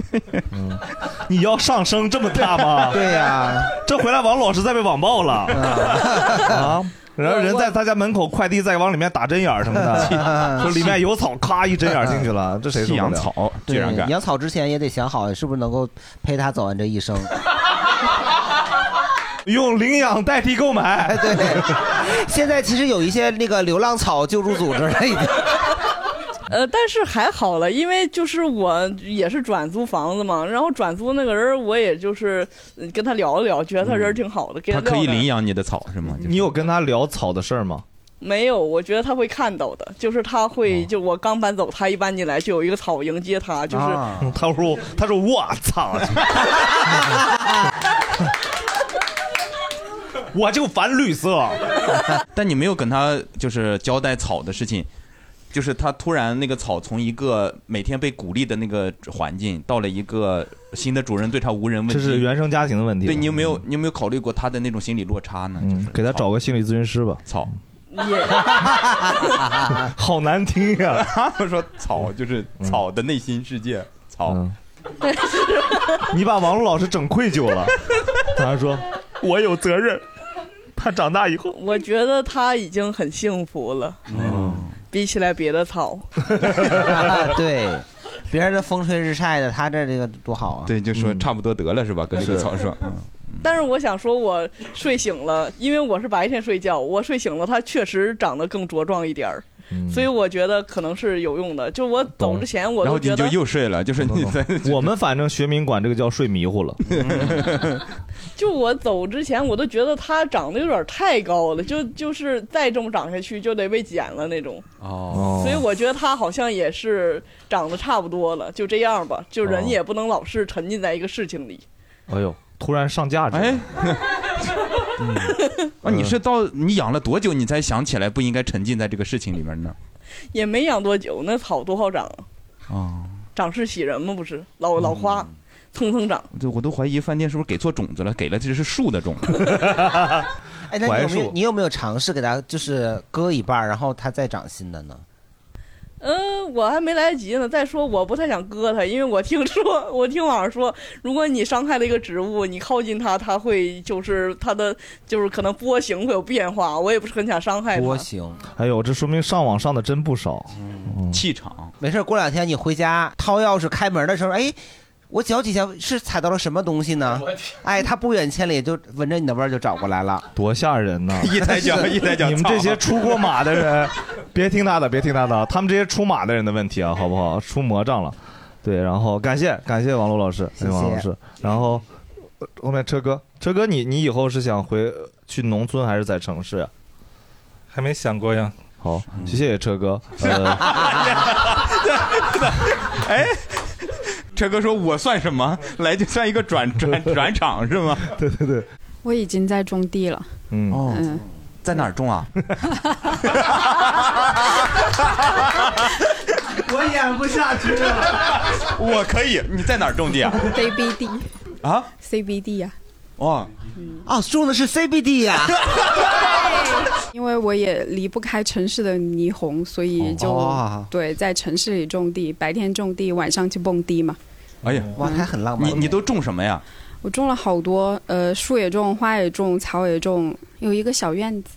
Speaker 2: 你要上升这么大吗？
Speaker 4: 对呀，
Speaker 2: 这回来王老师再被网暴了 啊！然后人在他家门口，快递再往里面打针眼儿什 么的，说里面有草，咔一针眼儿进去了，这谁受
Speaker 3: 弃
Speaker 2: 不
Speaker 3: 养
Speaker 2: 了？
Speaker 3: 草居
Speaker 4: 对
Speaker 3: 然敢，
Speaker 4: 养嗯草之前也得想好，是不是能够陪他走完这一生。
Speaker 2: 用领养代替购买，
Speaker 4: 哎对，现在其实有一些那个流浪草救助组织了，已经。
Speaker 9: 呃，但是还好了，因为就是我也是转租房子嘛，然后转租那个人儿，我也就是呃跟他聊了聊，觉得他人儿挺好的，给
Speaker 3: 它可
Speaker 9: 聊
Speaker 3: 以
Speaker 9: 聊
Speaker 3: 领养你的草是吗？就是
Speaker 2: 你有跟他聊草的事儿吗？
Speaker 9: 没有，我觉得他会看到的，就是他会，就我刚搬走，他一搬进来就有一个草迎接他，就是、
Speaker 4: 啊
Speaker 2: 嗯他说，他说我操，我就烦绿色。
Speaker 3: 但你没有跟他就是交代草的事情，就是他突然那个草从一个每天被鼓励的那个环境，到了一个新的主人对他无人问
Speaker 2: 这是
Speaker 3: 津。
Speaker 2: 原生家庭的问题。
Speaker 3: 对你有没有你有没有考虑过他的那种心理落 差呢？就是
Speaker 2: 嗯，给他找个心理咨询师吧。
Speaker 3: 草，
Speaker 9: 也
Speaker 2: 好难听呀、
Speaker 3: 他们说草就是草的内心世界，草
Speaker 2: 嗯，你把王璐老师整愧疚 了。他说：“我有责 任，他长大以后。
Speaker 9: 我觉得他已经很幸福了，比起来别 的草，
Speaker 4: 对，别人的风吹日晒的，他这这个多好啊！
Speaker 3: 对，就说差不多得了是吧？跟那个草说，嗯
Speaker 9: 但是我想说，我睡醒了，因为我是白天睡觉，我睡醒了，它确实长得更茁壮一点儿，
Speaker 2: 嗯
Speaker 9: 所以我觉得可能是有用的。就我走之前，我
Speaker 3: 然后
Speaker 9: 都
Speaker 3: 你
Speaker 9: 觉
Speaker 3: 就
Speaker 9: 得，
Speaker 3: 又睡了，就是你在
Speaker 2: 我们反正学民管这个叫睡迷糊 了，
Speaker 9: 就我走之前，我都觉得它长得有点太高了，就就是再这么长下去就得被剪了那种。
Speaker 3: 哦，
Speaker 9: 所以我觉得它好像也是长得差不多了，就这样吧。就人也不能老是沉浸在一个事情里。
Speaker 2: 哎呦，突然上嗯价值了，
Speaker 3: 哎。 啊，你是到你养了多久，你才想起来不应该沉浸在这个事情里面呢？
Speaker 9: 也没养多久，那草多好长啊，
Speaker 3: 啊，
Speaker 9: 长势喜人嘛，不是老老花，蹭蹭长。
Speaker 3: 对，我都怀疑饭店是不是给错种子了，给了这是树的种 子。
Speaker 4: 哎，那你有没
Speaker 2: 槐树
Speaker 4: 有你有没有尝试给他就是割一半儿，然后它再长新的呢？
Speaker 9: 嗯，我还没来得及呢。再说，我不太想割它，因为我听说，我听网上说，如果你伤害了一个植物，你靠近它，它会就是它的就是可能波形会有变化。我也不是很想伤害 它。
Speaker 4: 形，
Speaker 2: 哎呦，这说明上网上的真不少。
Speaker 3: 嗯
Speaker 2: 嗯
Speaker 3: 气场，
Speaker 4: 没事，过两天你回家掏钥匙开门的时候，哎，我脚底下是踩到了什么东西呢？哎，它不远千里就闻着你的味儿就找过来了，
Speaker 2: 多吓人 呐！
Speaker 4: 一抬 脚一抬脚
Speaker 2: 你们这些出过马的人，别听他的，别听他的，他们这些出马的人的问题啊，好不好？出魔障了，对，然后感谢感谢王璐老师，感谢王璐老师，然后呃后面车哥，车哥你你以后是想回去农村还是在城市呀、
Speaker 10: 还没想过呀。
Speaker 2: 好，谢谢车哥。呃
Speaker 3: 哎，车哥说：“我算什么？来就算一个转转转场是吗？”
Speaker 2: 对对对，
Speaker 11: 我已经在种地了，
Speaker 2: 嗯
Speaker 3: 哦
Speaker 11: 嗯，
Speaker 3: 在哪儿种啊？
Speaker 4: 我演不下去了。
Speaker 3: 我可以，你在哪儿种地啊？
Speaker 11: CBD
Speaker 3: 啊，
Speaker 11: CBD 呀、
Speaker 3: 哦，
Speaker 4: 哦，种的是 CBD 呀、
Speaker 11: 因为我也离不开城市的霓虹，所以就、
Speaker 4: 哦
Speaker 11: 对在城市里种地，白天种地，晚上去蹦迪嘛。
Speaker 3: 哎呀，
Speaker 4: 哇，还很浪
Speaker 3: 漫。你你都种什么呀？
Speaker 11: 我种了好多，呃，树也种，花也种，草也种，有一个小院子。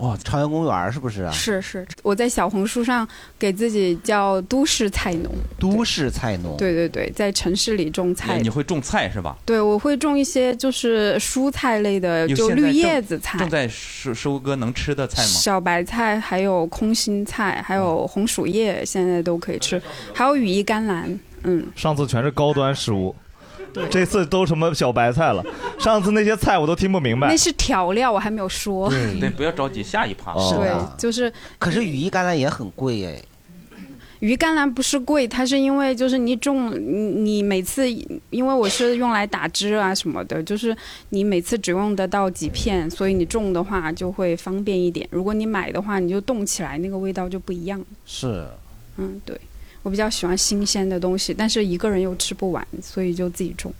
Speaker 4: 哇，朝阳公园是不是啊？
Speaker 11: 是是，我在小红书上给自己叫都市菜农。
Speaker 4: 都市菜农。
Speaker 11: 对对对，在城市里种菜
Speaker 3: 你。你会种菜是吧？
Speaker 11: 对，我会种一些就是蔬菜类的，
Speaker 3: 有
Speaker 11: 就
Speaker 3: 现
Speaker 11: 绿
Speaker 3: 在正
Speaker 11: 叶子菜
Speaker 3: 正、在收收割能吃的菜吗？
Speaker 11: 小白菜，还有空心菜，还有红薯叶，现在都可以吃，还有羽衣甘蓝。嗯，
Speaker 2: 上次全是高端食物，这次都什么小白菜了？上次那些菜我都听不明白
Speaker 11: 那。是调料，我还没有说。
Speaker 3: 对，不要着急，下一
Speaker 2: 哦
Speaker 3: 趴。
Speaker 11: 对，就是
Speaker 4: 可是羽衣甘蓝也很贵哎。
Speaker 11: 鱼甘蓝不是贵，它是因为就是你种你你每次因为我是用来打汁啊什么的，就是你每次只用得到几片，所以你种的话就会方便一点。如果你买的话，你就冻起来，那个味道就不一样。
Speaker 4: 是，
Speaker 11: 嗯，对，我比较喜欢新鲜的东西，但是一个人又吃不完，所以就自己种。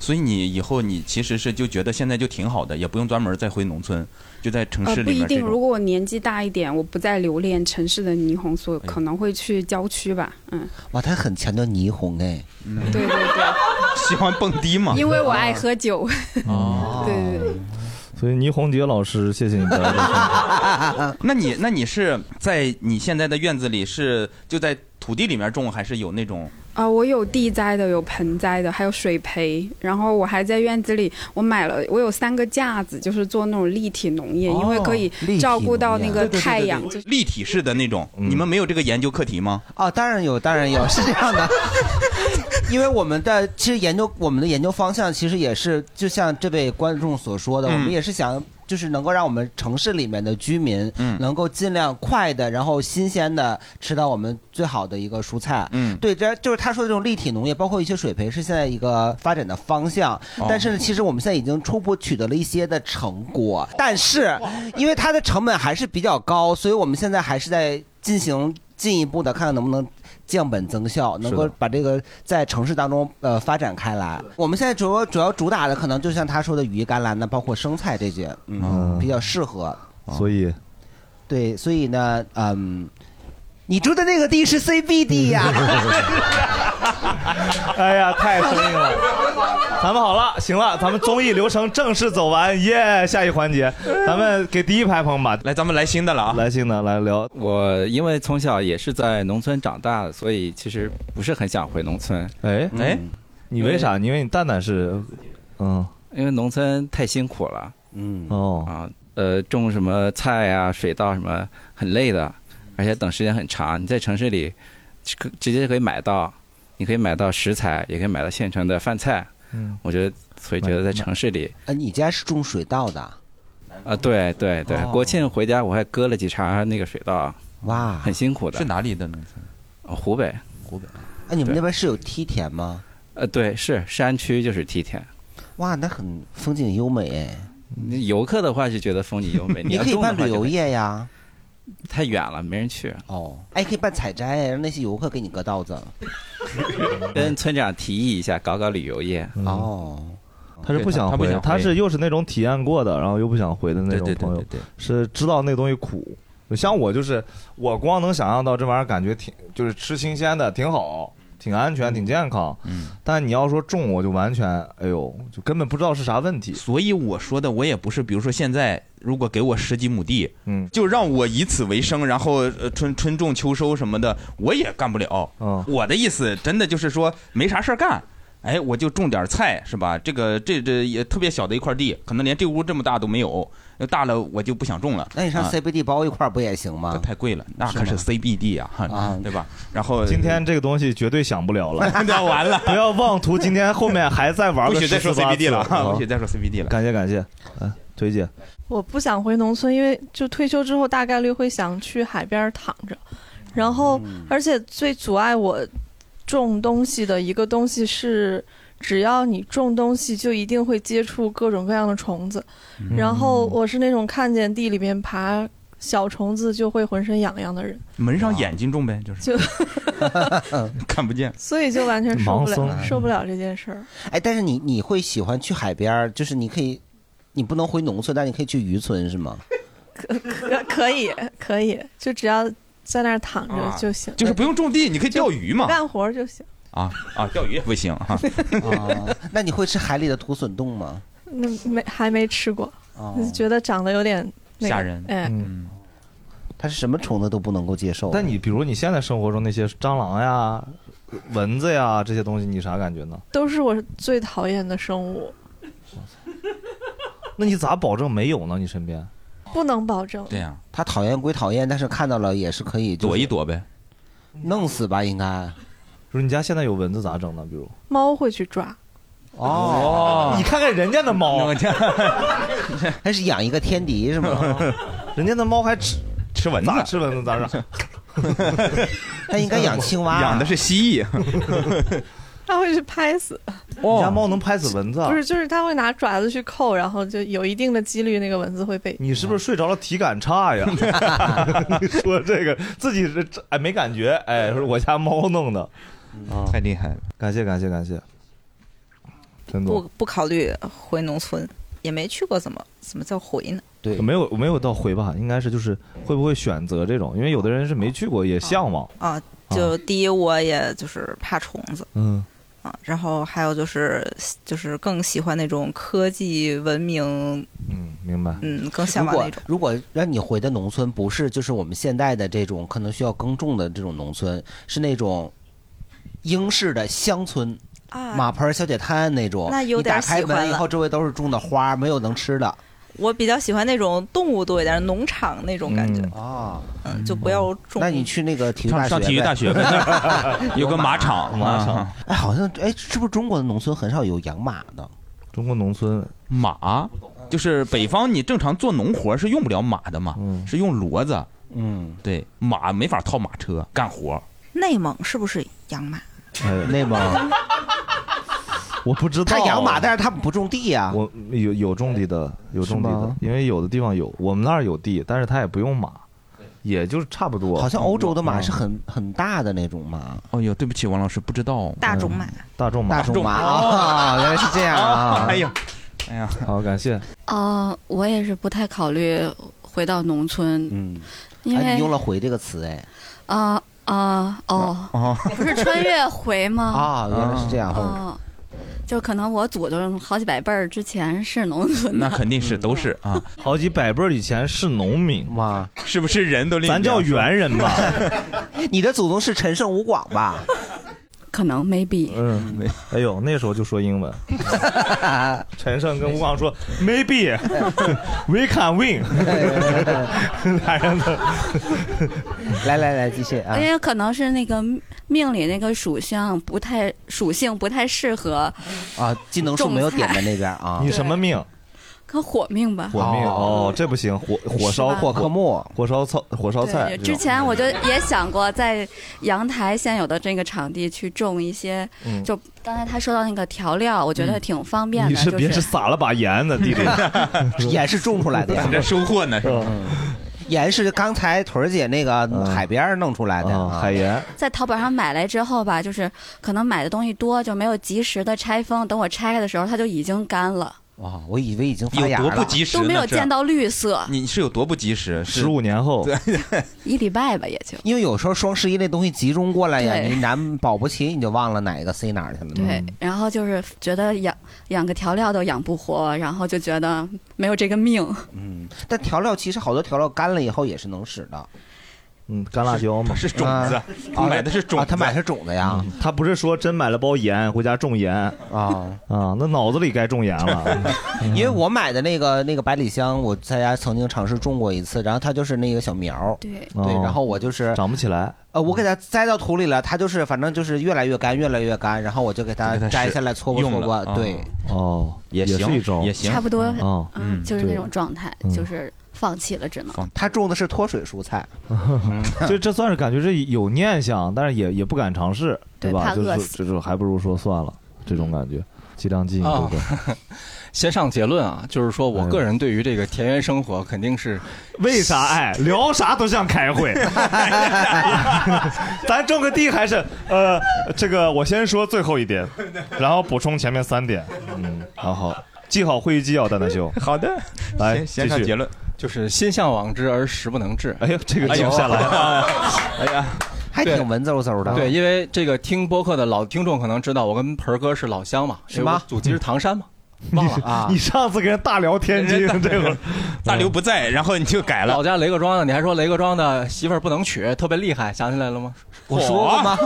Speaker 3: 所以你以后你其实是就觉得现在就挺好的，也不用专门再回农村，就在城
Speaker 11: 呃，
Speaker 3: 市
Speaker 11: 不
Speaker 3: 里
Speaker 11: 一
Speaker 3: 面这
Speaker 11: 定。如
Speaker 3: 种。
Speaker 11: 果我年纪大一点，我不再留恋城市的霓虹，所以可能会去郊区吧。嗯，
Speaker 4: 哇，他很强调霓虹哎。
Speaker 11: 对对对，
Speaker 3: 喜欢蹦迪吗？
Speaker 11: 因为我爱喝酒。
Speaker 2: 哦，
Speaker 11: 对对对。
Speaker 2: 所以倪虹洁老师，谢谢你的。
Speaker 3: 呃那你那你是在你现在的院子里是就在土地里面种，还是有那种
Speaker 11: 啊、我有地栽的，有盆栽的，还有水培。然后我还在院子里，我买了，我有三个架子，就是做那种立体农业，
Speaker 3: 哦
Speaker 11: 因为可以照顾到那个太阳。
Speaker 3: 对对对对
Speaker 11: 就是
Speaker 3: 立体式的那种？你们没有这个研究课题吗？
Speaker 4: 哦，当然有，当然有，是这样的。因为我们的其实研究我们的研究方向，其实也是就像这位观众所说的，
Speaker 3: 嗯
Speaker 4: 我们也是想就是能够让我们城市里面的居民，
Speaker 3: 嗯
Speaker 4: 能够尽量快的，然后新鲜的吃到我们最好的一个蔬菜。
Speaker 3: 嗯
Speaker 4: 对，这就是他说的这种立体农业，包括一些水培，是现在一个发展的方向
Speaker 3: 哦。
Speaker 4: 但是呢，其实我们现在已经初步取得了一些的成果，但是因为它的成本还是比较高，所以我们现在还是在进行进一步的看看能不能。降本增效，能够把这个在城市当中呃发展开来。我们现在主要主要主打的可能就像他说的羽衣甘蓝呢，包括生菜这些，嗯，比较适合。
Speaker 2: 所以
Speaker 4: 对，所以呢，嗯，你住的那个地是 CBD 呀、
Speaker 2: 哎呀，太生硬了。咱们好了，行了，咱们综艺流程正式走完，耶、下一环节，咱们给第一排朋友们吧，
Speaker 3: 来，咱们来新的了啊！
Speaker 2: 来新的来聊。
Speaker 12: 我因为从小也是在农村长大的，所以其实不是很想回农村。
Speaker 2: 哎
Speaker 3: 哎，
Speaker 2: 你为
Speaker 12: 嗯
Speaker 2: 啥？因为你蛋蛋是，嗯，
Speaker 12: 因为农村太辛苦了
Speaker 4: 嗯，
Speaker 2: 哦，
Speaker 12: 啊，呃，种什么菜啊、水稻什么很累的，而且等时间很长。你在城市里可直接可以买到，你可以买到食材，也可以买到现成的饭菜。
Speaker 2: 嗯，
Speaker 12: 我觉得，所以觉得在城市里
Speaker 4: 呃，你家是种水稻的，
Speaker 12: 啊，对对对，
Speaker 4: 哦
Speaker 12: 国庆回家我还割了几茬那个水稻，
Speaker 4: 哇，
Speaker 12: 很辛苦的呃
Speaker 3: 是。哪里的农村？
Speaker 12: 湖北，
Speaker 4: 那、哎你们那边是有梯田吗？
Speaker 12: 呃，对，是山区就是梯田。
Speaker 4: 哇，那很风景优美哎，
Speaker 12: 你游客的话是觉得风景优 美，
Speaker 4: 你
Speaker 12: 要
Speaker 4: 可以
Speaker 12: 种的
Speaker 4: 办
Speaker 12: 话
Speaker 4: 旅
Speaker 12: 就
Speaker 4: 游
Speaker 12: 很
Speaker 4: 业呀。
Speaker 12: 太远了，没人去。
Speaker 4: 哦，哎，可以办采摘哎，让那些游客给你割稻子。
Speaker 12: 跟村长提议一下，搞搞旅游业。
Speaker 4: 哦，
Speaker 2: 他是不想
Speaker 3: 他不
Speaker 2: 回，
Speaker 3: 想回
Speaker 2: 他是又是那种体验过的，然后又不想回的那
Speaker 3: 对
Speaker 2: 种
Speaker 3: 对对
Speaker 2: 朋友
Speaker 3: 对，对，
Speaker 2: 是知道那东西苦，像我就是，我光能想象到这玩意儿，感觉挺就是吃新鲜的挺好，挺安全，挺健康。
Speaker 3: 嗯，
Speaker 2: 但你要说重，我就完全，哎呦，就根本不知道是啥问题。
Speaker 3: 所以我说的，我也不是，比如说现在如果给我十几亩地，
Speaker 2: 嗯，
Speaker 3: 就让我以此为生，然后呃春春种秋收什么的，我也干不了。
Speaker 2: 嗯，
Speaker 3: 我的意思真的就是说没啥事儿干。哎，我就种点菜是吧？这个这这也特别小的一块地，可能连这屋这么大都没有，要大了我就不想种了。
Speaker 4: 那你上
Speaker 3: 啊
Speaker 4: CBD 包一块儿不也行吗？
Speaker 3: 太贵了，那可
Speaker 4: 是
Speaker 3: 是
Speaker 4: 吗
Speaker 3: CBD 啊，哈，对吧？然后
Speaker 2: 今天这个东西 绝对想不了了，
Speaker 3: 那完了，
Speaker 2: 不要妄图今天后面还在玩。
Speaker 3: 不许再说 CBD 了啊
Speaker 2: 哈，
Speaker 3: 不许再说 CBD 了。
Speaker 2: 感谢感谢，嗯，啊推荐。
Speaker 13: 我不想回农村，因为就退休之后大概率会想去海边儿躺着，然后、
Speaker 3: 嗯
Speaker 13: 而且最阻碍我种东西的一个东西是，只要你种东西就一定会接触各种各样的虫子，
Speaker 14: 嗯
Speaker 13: 然后我是那种看见地里面爬小虫子就会浑身痒痒的人，
Speaker 3: 门上眼睛种呗，就是
Speaker 13: 就
Speaker 3: 看不见。
Speaker 13: 所以就完全受不
Speaker 4: 盲
Speaker 13: 了
Speaker 4: 僧
Speaker 13: 受不了这件事儿。
Speaker 4: 哎，但是你你会喜欢去海边儿，就是你可以，你不能回农村，但你可以去渔村， 是吗？
Speaker 13: 可可以可以，就只要在那儿躺着就行，
Speaker 3: 啊就是不用种地，你可以钓鱼嘛。
Speaker 13: 干活儿就行。
Speaker 3: 啊啊，钓鱼也不行 哈。
Speaker 4: 哦那你会吃海里的土笋冻吗？
Speaker 13: 那没还没吃过，
Speaker 4: 哦
Speaker 13: 觉得长得有点、那个、
Speaker 4: 吓人嗯
Speaker 13: 哎，
Speaker 3: 嗯
Speaker 4: 它是什么虫子都不能够接
Speaker 3: 哦
Speaker 4: 受。
Speaker 2: 但你比如你现在生活中那些蟑螂呀、蚊子呀这些东西，你啥感觉呢？
Speaker 13: 都是我最讨厌的生物，
Speaker 2: 那你咋保证没有呢？你身边？
Speaker 13: 不能保证。
Speaker 3: 对呀、
Speaker 4: 他讨厌归讨厌，但是看到了也是可以、
Speaker 3: 躲一躲呗，
Speaker 4: 弄死吧应该。
Speaker 2: 不是你家现在有蚊子咋整呢？比如
Speaker 13: 猫会去抓，
Speaker 2: 哦，你看看人家的 猫，
Speaker 4: 还是养一个天敌是吗？
Speaker 2: 人家的猫还吃
Speaker 3: 吃蚊
Speaker 2: 子，咋吃蚊子咋 整？
Speaker 4: 它应该养青蛙
Speaker 3: 养的是蜥蜴。
Speaker 13: 它会去拍死，
Speaker 2: 你家猫能拍死蚊子啊？
Speaker 13: 不是，就是它会拿爪子去扣，然后就有一定的几率那个蚊子会被。
Speaker 2: 你是不是睡着了体感差呀？ 你说这个自己是哎没感觉，哎是我家猫弄的，啊，
Speaker 3: 太厉害了！
Speaker 2: 感谢感谢感谢，真
Speaker 14: 不
Speaker 2: 的
Speaker 14: 不考虑回农村，也没去过，怎么怎么叫回呢？
Speaker 4: 对，
Speaker 2: 没有没有到回吧，应该是就是会不会选择这种？因为有的人是没去过也向往，
Speaker 14: 啊，就第一，我也就是怕虫子
Speaker 2: 嗯，
Speaker 14: 啊，然后还有就是就是更喜欢那种科技文明，
Speaker 2: 明白。
Speaker 14: 嗯，更向往那种。
Speaker 4: 如果如果让你回的农村，不是就是我们现代的这种可能需要耕种的这种农村，是那种英式的乡村。
Speaker 14: 啊
Speaker 4: 马盆小姐摊那种，
Speaker 14: 那有点
Speaker 4: 你打开
Speaker 14: 喜欢
Speaker 4: 门以
Speaker 14: 了
Speaker 4: 后，周围都是种的花，没有能吃的。
Speaker 14: 我比较喜欢那种动物多一点，农场
Speaker 3: 嗯
Speaker 14: 那种感觉
Speaker 4: 啊，
Speaker 14: 嗯，就不要种。
Speaker 4: 那你去那个体育大学
Speaker 3: 上上体育
Speaker 4: 呗
Speaker 3: 大学 有个马场，啊
Speaker 4: 马
Speaker 3: 场
Speaker 4: 哎，好像哎，是不是中国的农村很少有养马的？
Speaker 2: 中国农村
Speaker 3: 马，就是北方你正常做农活是用不了马的嘛，是用骡子。
Speaker 4: 嗯，
Speaker 3: 对，马没法套马车干活。
Speaker 14: 内蒙是不是养 马？
Speaker 4: 内蒙，
Speaker 2: 我不知道
Speaker 4: 他养马，但是他不种地啊呀。
Speaker 2: 我有有种地的，有种地
Speaker 4: 是
Speaker 2: 的
Speaker 4: 吗，
Speaker 2: 因为有的地方有，我们那儿有地，但是他也不用马，也就是差不多。
Speaker 4: 好像欧洲的马
Speaker 2: 嗯
Speaker 4: 是很很大的那种马。
Speaker 3: 哦呦，对不起，王老师不知道
Speaker 14: 大种马，
Speaker 2: 嗯大众
Speaker 4: 大众马啊，原来是这样啊！
Speaker 3: 哎呀，哎呀，
Speaker 2: 好感谢。
Speaker 15: 哦、我也是不太考虑回到农村，
Speaker 4: 嗯，
Speaker 15: 因为
Speaker 4: 哎，你用了“回”这个词，哎，
Speaker 15: 啊啊、哦，
Speaker 3: 哦
Speaker 4: 嗯
Speaker 15: 不是穿越回吗？
Speaker 4: 啊，原来是这样。
Speaker 15: 哦、就可能我祖宗好几百辈儿之前是农村的，
Speaker 3: 那肯定是都是啊，
Speaker 2: 嗯 好几百辈儿以前是农民
Speaker 4: 哇，
Speaker 3: 是不是人都
Speaker 2: 咱叫猿人吧？
Speaker 4: 你的祖宗是陈胜吴广吧？
Speaker 15: 可能 maybe。
Speaker 2: 嗯，没，哎呦，那时候就说 英文。陈胜跟吴广说，Maybe we can win，俩 人的。
Speaker 4: 来来来，继续啊
Speaker 15: 因！为可能是那个命里那个属相不太属性不太适合，
Speaker 4: 啊，技能树没有点在那边啊。
Speaker 2: 你什么命？
Speaker 15: 可火命吧。
Speaker 2: 火命哦，这不行，火火烧
Speaker 15: 是吧火
Speaker 4: 克木，
Speaker 2: 火烧菜，火烧菜
Speaker 15: 对，。之前我就也想过在阳台现有的这个场地去种一些，
Speaker 2: 嗯
Speaker 15: 就刚才他说到那个调料，我觉得挺方便的。
Speaker 2: 你是别
Speaker 15: 啊就是
Speaker 2: 撒了把盐 呢，弟弟，
Speaker 4: 盐是种出来的呀
Speaker 3: 你这收获呢是吧？
Speaker 4: 嗯盐是刚才屯儿姐那个嗯海边儿弄出来的
Speaker 3: 哦
Speaker 4: 啊，
Speaker 2: 海盐。
Speaker 15: 在淘宝上买来之后吧，就是可能买的东西多，就没有及时的拆封。等我拆开的时候，它就已经干了。
Speaker 4: 哇，我以为已经发
Speaker 3: 有
Speaker 4: 芽
Speaker 3: 多
Speaker 4: 了，
Speaker 3: 不及时
Speaker 15: 都没有
Speaker 3: 呢这
Speaker 15: 见到绿色，
Speaker 3: 你是有多不及时？
Speaker 2: 15年后
Speaker 3: 对，
Speaker 15: 一礼拜吧也就。
Speaker 4: 因为有时候双十一那东西集中过来呀，
Speaker 15: 对
Speaker 4: 你难保不齐你就忘了哪一个塞哪儿去了呢。
Speaker 15: 对，然后就是觉得养养个调料都养不活，然后就觉得没有这个命。
Speaker 4: 嗯，但调料其实好多调料干了以后也是能使的。
Speaker 2: 嗯，干辣 椒嘛，
Speaker 3: 是
Speaker 4: 种子啊他买的是种子啊他买的是种子呀。
Speaker 2: 嗯他不是说真买了包盐回家种盐啊啊，那脑子里该种盐了。
Speaker 4: 因为我买的那个那个百里香，我在家曾经尝试种过一次，然后它就是那个小苗儿
Speaker 15: 对
Speaker 4: 对，
Speaker 2: 哦
Speaker 4: 然后我就是
Speaker 2: 长不起来。
Speaker 4: 呃，我给它栽到土里了，它就是反正就是越来越干，越来越干，然后我就给它
Speaker 2: 给它
Speaker 4: 摘
Speaker 2: 使
Speaker 4: 下来搓吧
Speaker 2: 用
Speaker 4: 搓吧
Speaker 2: 了，啊
Speaker 4: 对，
Speaker 2: 哦，
Speaker 3: 也
Speaker 2: 是
Speaker 3: 行
Speaker 2: 一种，
Speaker 3: 也行
Speaker 15: 差不多，
Speaker 2: 哦，
Speaker 15: 嗯，就是那
Speaker 2: 对
Speaker 15: 种状态，
Speaker 2: 嗯
Speaker 15: 就是放弃了，只能。
Speaker 4: 他种的是脱水蔬菜，嗯
Speaker 2: 就这算是感觉是有念想，但是也也不敢尝试，
Speaker 15: 对
Speaker 2: 吧？
Speaker 15: 怕
Speaker 2: 就
Speaker 15: 饿
Speaker 2: 是
Speaker 15: 死
Speaker 2: 就是还不如说算了，这种感觉，鸡张鸡，对
Speaker 16: 啊
Speaker 2: 不对？
Speaker 16: 先上结论啊，就是说我个人对于这个田园生活肯定 是
Speaker 2: 为啥哎聊啥都像开会， 咱种个地还是呃，这个我先说最后一点，然后补充前面三点，嗯，好好记好会议纪要，蛋蛋修。
Speaker 16: 好的，
Speaker 2: 来继续，
Speaker 3: 论，
Speaker 16: 就是心向往之而实不能至。
Speaker 2: 哎呦，这个记不下来
Speaker 16: 哎呀，
Speaker 4: 还挺文绉绉的。啊
Speaker 16: 对，因为这个听播客的老听众可能知道，我跟盆儿哥是老乡嘛，
Speaker 4: 是
Speaker 16: 因为
Speaker 4: 吗嗯
Speaker 16: 我祖籍是唐山嘛，忘了啊。
Speaker 2: 你上次跟人大聊天津， 这会儿
Speaker 16: 大刘不在，然后你就改了。老家雷各庄的，你还说雷各庄的媳妇儿不能娶，特别厉害，想起来了吗？
Speaker 3: 我说
Speaker 16: 啊
Speaker 3: 过吗？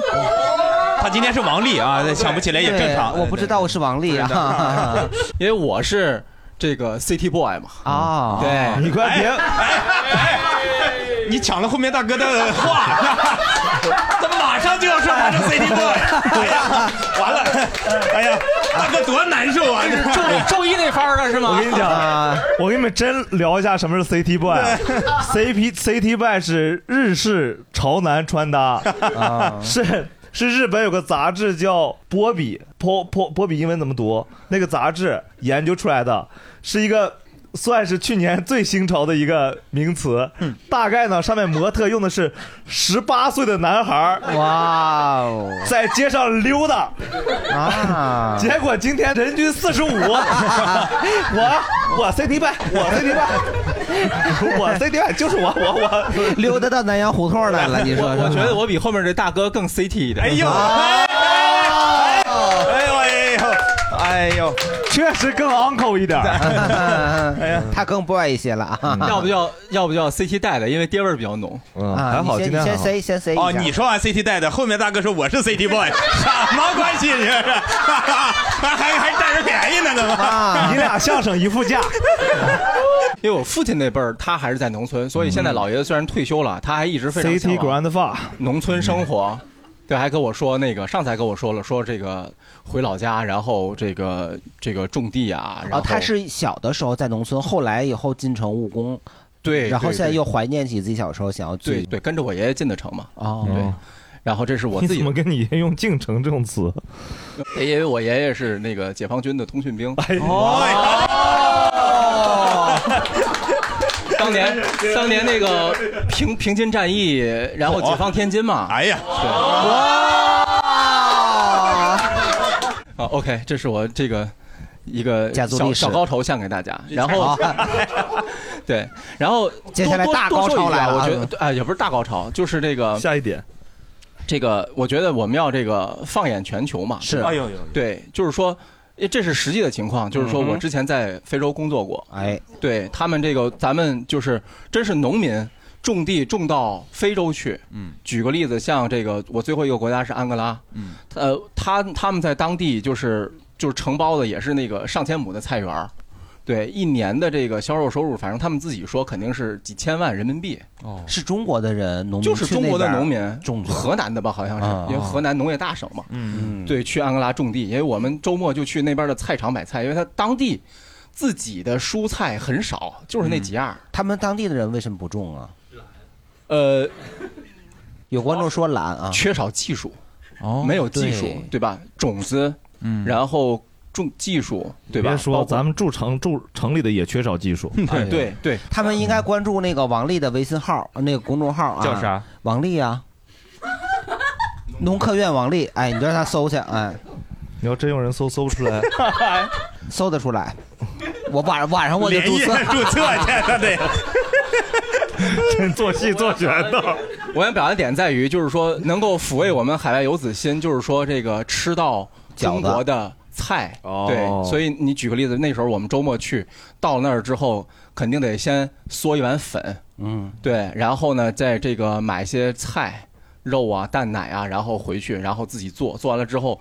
Speaker 3: 他今天是王丽啊，想不起来也正常。
Speaker 4: 对我不知道我是王丽啊，
Speaker 16: 因为我是这个 City Boy 嘛。
Speaker 4: 啊，
Speaker 16: 对，哎
Speaker 2: 你快别，
Speaker 3: 你抢了后面大哥的话， 他马上就要说他是 City Boy，哎呀， 完了，哎呀，大哥多难受 啊！
Speaker 16: 周周一那番儿的是吗
Speaker 2: 我跟你讲，
Speaker 4: 啊
Speaker 2: 我跟你们真聊一下什么是 CT boy，CP CT boy 是日式潮男穿搭
Speaker 4: 啊，
Speaker 2: 是是日本有个杂志叫波比，波波波比英文怎么读？那个杂志研究出来的，是一个。算是去年最新潮的一个名词，
Speaker 4: 嗯
Speaker 2: 大概呢，上面模特用的是十八岁的男孩儿
Speaker 4: 哇哦，
Speaker 2: 在街上溜达，
Speaker 4: 啊，
Speaker 2: 结果今天人均 四十五，我我 CT 拜，我 CT 拜，我 CT 拜就是我我我
Speaker 4: 溜达到南洋胡同来了，你说
Speaker 16: 我
Speaker 4: 说
Speaker 16: 觉得我比后面这大哥更 CT 一点。哎
Speaker 3: 呦哎呦哎呦哎呦，
Speaker 2: 确实更 uncle 一点。
Speaker 4: 哎呀，他更 boy 一些了
Speaker 3: 嗯
Speaker 4: 啊，
Speaker 16: 要不叫要不叫 CT 带的，因为爹味儿比较浓。
Speaker 2: 嗯
Speaker 4: 啊还好你先今天还好你先 say- 先 say 一下
Speaker 3: 哦，你说完 CT 带的，后面大哥说我是 CT boy，什么关系？你这是，还还占人便宜呢，怎么？
Speaker 2: 你俩相声一副架。
Speaker 16: 因为我父亲那辈儿，他还是在农村，所以现
Speaker 2: 嗯
Speaker 16: 在老爷子虽然退休了，他还一直非常
Speaker 2: CT
Speaker 16: 向往
Speaker 2: grand 发，
Speaker 16: 农村生活。对，还跟我说那个，上次还跟我说了，说这个回老家，然后这个这个种地啊，然
Speaker 4: 啊，
Speaker 16: 后
Speaker 4: 他是小的时候在农村，后来以后进城务工，
Speaker 16: 对
Speaker 4: 然后
Speaker 16: 对
Speaker 4: 现在
Speaker 16: 对
Speaker 4: 又怀念起自己小时候想要
Speaker 16: 对
Speaker 4: 去，
Speaker 16: 对跟着我爷爷进的城嘛。
Speaker 4: 哦
Speaker 16: 对，然后这是我
Speaker 2: 你
Speaker 16: 自
Speaker 2: 怎
Speaker 16: 己哎
Speaker 2: 么，跟你用进城这种词？
Speaker 16: 因为我爷爷是那个解放军的通讯兵。
Speaker 2: 哎
Speaker 4: 哦
Speaker 16: 当年 当年那个平平津战役，然后解放天津嘛。
Speaker 3: 哎呀，
Speaker 16: 啊，OK，这是我这个一个
Speaker 4: 家族历
Speaker 16: 小
Speaker 4: 史
Speaker 16: 小高潮献给大家。然后
Speaker 4: 好，
Speaker 16: 对，然后
Speaker 4: 接下来
Speaker 16: 多多
Speaker 4: 大
Speaker 16: 多
Speaker 4: 高
Speaker 16: 说一
Speaker 4: 潮
Speaker 16: 下
Speaker 4: 来了
Speaker 16: 我
Speaker 4: 啊
Speaker 16: 觉得哎，也不是大高潮，就是这个
Speaker 2: 下一点。
Speaker 16: 这个我觉得我们要这个放眼全球嘛，
Speaker 4: 是
Speaker 16: 对吧
Speaker 4: 哎呦呦呦
Speaker 16: 对，就是说。诶这是实际的情况，就是说
Speaker 4: 嗯哼
Speaker 16: 我之前在非洲工作过，
Speaker 4: 哎，
Speaker 16: 对他们这个，咱们就是真是农民种地种到非洲去。
Speaker 3: 嗯
Speaker 16: 举个例子，像这个我最后一个国家是安哥拉，
Speaker 3: 嗯，
Speaker 16: 呃，他他们在当地就是就是承包的也是那个上千亩的菜园儿，对，一年的这个销售收入，反正他们自己说肯定是几千万人民币。
Speaker 3: 哦，
Speaker 4: 是中国的人，农民
Speaker 16: 就是
Speaker 4: 去
Speaker 16: 中国的
Speaker 4: 那边
Speaker 16: 农民
Speaker 4: 种的
Speaker 16: 河南的吧，好像是
Speaker 4: 啊，
Speaker 16: 因为河南农业大省嘛。
Speaker 3: 嗯
Speaker 16: 对，去安哥拉种地，因为我们周末就去那边的菜场买菜，因为他当地自己的蔬菜很少，就是那几样儿。
Speaker 4: 嗯他们当地的人为什么不种啊？
Speaker 16: 呃，
Speaker 4: 有观众说懒啊，
Speaker 16: 缺少技术，
Speaker 4: 哦
Speaker 16: 没有技术，对吧？种子，嗯，然后种技术，对吧？包
Speaker 2: 别说
Speaker 16: 括
Speaker 2: 咱们住城住城里的也缺少技术。
Speaker 16: 哎 对对，
Speaker 4: 他们应该关注那个王丽的微信号，那个公众号啊，
Speaker 2: 叫啥？
Speaker 4: 王 丽啊，农科院王丽，哎，你就让他搜去，哎，
Speaker 2: 你要真有人搜搜不出来，
Speaker 4: 搜得出来。我晚晚上我就注册
Speaker 2: 他得。 做戏做全的。
Speaker 16: 我想表达的点在于，就是说能够抚慰我们海外游子心，就是说这个吃到中国的菜。
Speaker 12: 哦
Speaker 3: 哦
Speaker 16: 对，所以你举个例子，那时候我们周末去，到了那儿之后，肯定得先嗦一碗粉，
Speaker 4: 嗯，
Speaker 16: 对，然后呢，在这个买一些菜、肉啊、蛋奶啊，然后回去，然后自己做，做完了之后，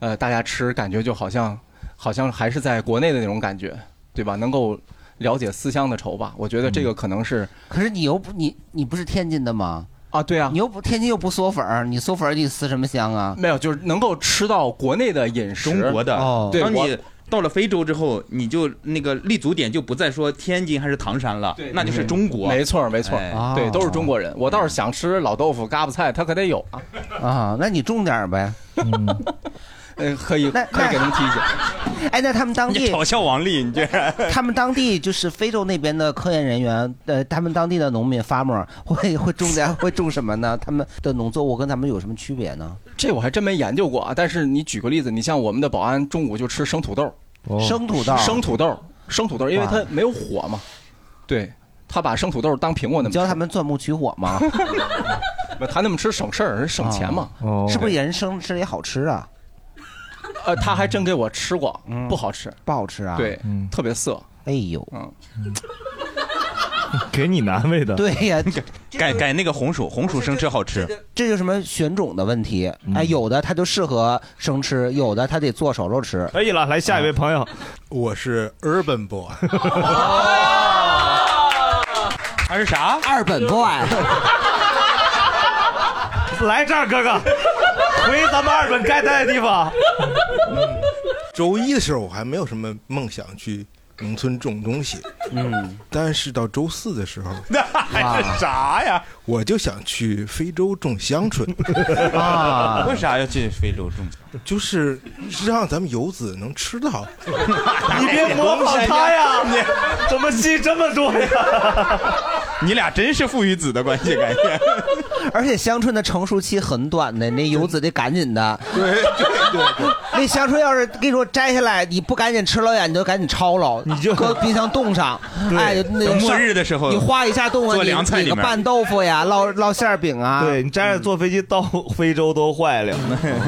Speaker 16: 呃，大家吃，感觉就好像好像还是在国内的那种感觉，对吧？能够了解思乡的愁吧？我觉得
Speaker 3: 嗯
Speaker 16: 这个可能是，
Speaker 4: 可是你又不你你不是天津的吗？
Speaker 16: 啊，对啊，
Speaker 4: 你又不天津又不嗦粉儿，你嗦粉儿你撕什么香啊？
Speaker 16: 没有，就是能够吃到国内的饮食，
Speaker 3: 中国的。
Speaker 4: 哦
Speaker 16: 对，
Speaker 3: 当
Speaker 16: 我
Speaker 3: 你到了非洲之后，你就那个立足点就不再说天津还是唐山了，那
Speaker 2: 嗯
Speaker 3: 就是中国。
Speaker 16: 没错没错
Speaker 3: 哎，
Speaker 16: 对，都是中国人。我倒是想吃老豆腐、嘎巴菜，他可得有啊。
Speaker 4: 啊，那你种点儿呗。
Speaker 16: 呃，可以，
Speaker 4: 那
Speaker 16: 可以给他们提意见。
Speaker 4: 哎，那他们当地
Speaker 3: 笑王丽，你居然
Speaker 4: 他们当地就是非洲那边的科研人员，呃，他们当地的农民 farmer 会会种 点会种什么呢？他们的农作物跟咱们有什么区别呢？
Speaker 16: 这我还真没研究过啊。但是你举个例子，你像我们的保安中午就吃生土豆，
Speaker 4: 生土豆
Speaker 16: 生土豆，生土豆，因为它没有火嘛。对，他把生土豆当苹果那么
Speaker 4: 教他们钻木取火吗？
Speaker 16: 不他那么吃省事儿，省钱嘛。
Speaker 2: 哦
Speaker 4: 是不是人生吃也好吃啊？
Speaker 16: 呃，他还真给我吃过，不好吃，
Speaker 4: 嗯不好吃啊。
Speaker 16: 对，
Speaker 2: 嗯
Speaker 16: 特别涩。
Speaker 4: 哎呦，
Speaker 16: 嗯，
Speaker 2: 给你难为的。
Speaker 4: 对 呀，
Speaker 3: 改改那个 红薯，红薯生吃好吃。
Speaker 4: 哦这就什么选种的问题。
Speaker 2: 嗯
Speaker 4: 哎，有的它就适合生吃，有的它得做熟了吃。
Speaker 2: 可以了，来下一位朋友，
Speaker 7: 啊我是 Urban Boy，
Speaker 3: 还是啥？
Speaker 4: 二本 boy，
Speaker 2: 来这儿，哥哥，回咱们二本该待的地 方。
Speaker 7: 周一的时候我还没有什么梦想去农村种东西，嗯，但是到周四的时候，
Speaker 3: 那还是啥呀？
Speaker 7: 我就想去非洲种香椿
Speaker 3: 啊 为啥要去非洲种？
Speaker 7: 就是让咱们游子能吃到。
Speaker 2: 你别模仿他呀，你怎么戏这么多 呀？
Speaker 3: 你俩真是父与子的关系，感觉。
Speaker 4: 而且香椿的成熟期很短的，那游子得赶紧的。
Speaker 7: 对对对，
Speaker 4: 那香椿要是跟你说摘下来，你不赶紧吃了呀，你就赶紧焯了，你就搁冰箱冻上。
Speaker 2: 对
Speaker 4: 哎，那
Speaker 2: 等末日的时候
Speaker 4: 你化一下冻啊，
Speaker 2: 做
Speaker 4: 你
Speaker 2: 凉菜
Speaker 4: 你
Speaker 2: 里
Speaker 4: 个
Speaker 2: 面
Speaker 4: 拌豆腐呀，烙烙馅儿饼啊。
Speaker 2: 对你摘着坐飞机到非洲都坏了，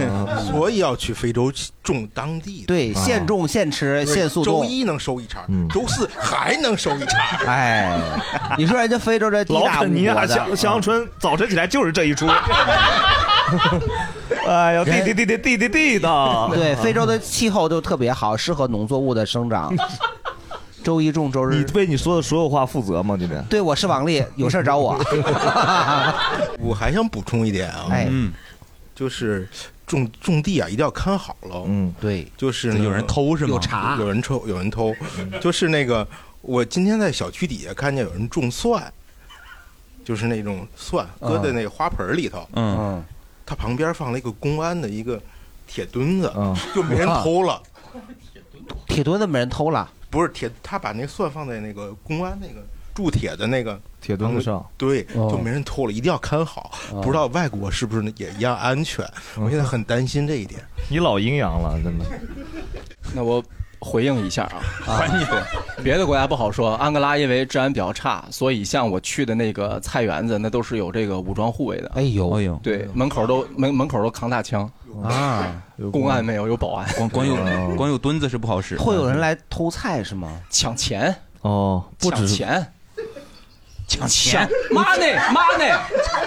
Speaker 7: 所以要去非洲种当地的，
Speaker 4: 对，哎现种现吃，现哎速冻。
Speaker 7: 周一能收一茬，周四还能收一茬。
Speaker 4: 哎，你说人家非洲这地
Speaker 2: 老
Speaker 4: 大物
Speaker 2: 肯尼
Speaker 4: 博
Speaker 2: 亚
Speaker 4: 的，
Speaker 2: 香香椿早晨起来就是这一 出。哎呀，地地地地地地地的。
Speaker 4: 对，非洲的气候就特别好，适合农作物的生 长。周一种，周日
Speaker 2: 你为你说的所有话负责吗？你这
Speaker 4: 对，我是王丽，有事儿找 我。
Speaker 7: 我还想补充一点啊，
Speaker 4: 哎
Speaker 7: 嗯，就是种种地啊，一定要看好了。
Speaker 2: 嗯，
Speaker 4: 对，
Speaker 7: 就是呢
Speaker 3: 有人偷是吗有查
Speaker 7: 有人偷，有人偷，就是那个，我今天在小区底下看见有人种蒜，就是那种蒜搁在那个花盆里头，
Speaker 3: 嗯，
Speaker 7: 它旁边放了一个公安的一个铁墩子，就没人偷了。
Speaker 4: 铁墩子没人偷了，
Speaker 7: 不是铁，他把那蒜放在那个公安那个铸铁的那个
Speaker 2: 铁墩子上
Speaker 7: 对，
Speaker 2: 哦
Speaker 7: 就没人偷了，一定要看好，
Speaker 2: 哦
Speaker 7: 不知道外国是不是也一样安全？我现在很担心这一点。
Speaker 2: 你老阴阳了，真的。
Speaker 16: 那我回应一下啊，对， 别的国家不好说，安哥拉因为治安比较差，所以像我去的那个菜园子，那都是有这个武装护卫的。
Speaker 4: 哎呦，
Speaker 3: 哎呦，
Speaker 16: 对，门口都门门口都扛大枪
Speaker 4: 啊，
Speaker 16: 公安没有，有保安，
Speaker 3: 光光有光有墩子是不好使。
Speaker 4: 会有人来偷菜是吗？
Speaker 16: 抢钱
Speaker 2: 哦，
Speaker 16: 不止抢钱，抢
Speaker 4: 钱
Speaker 16: 妈呢妈呢，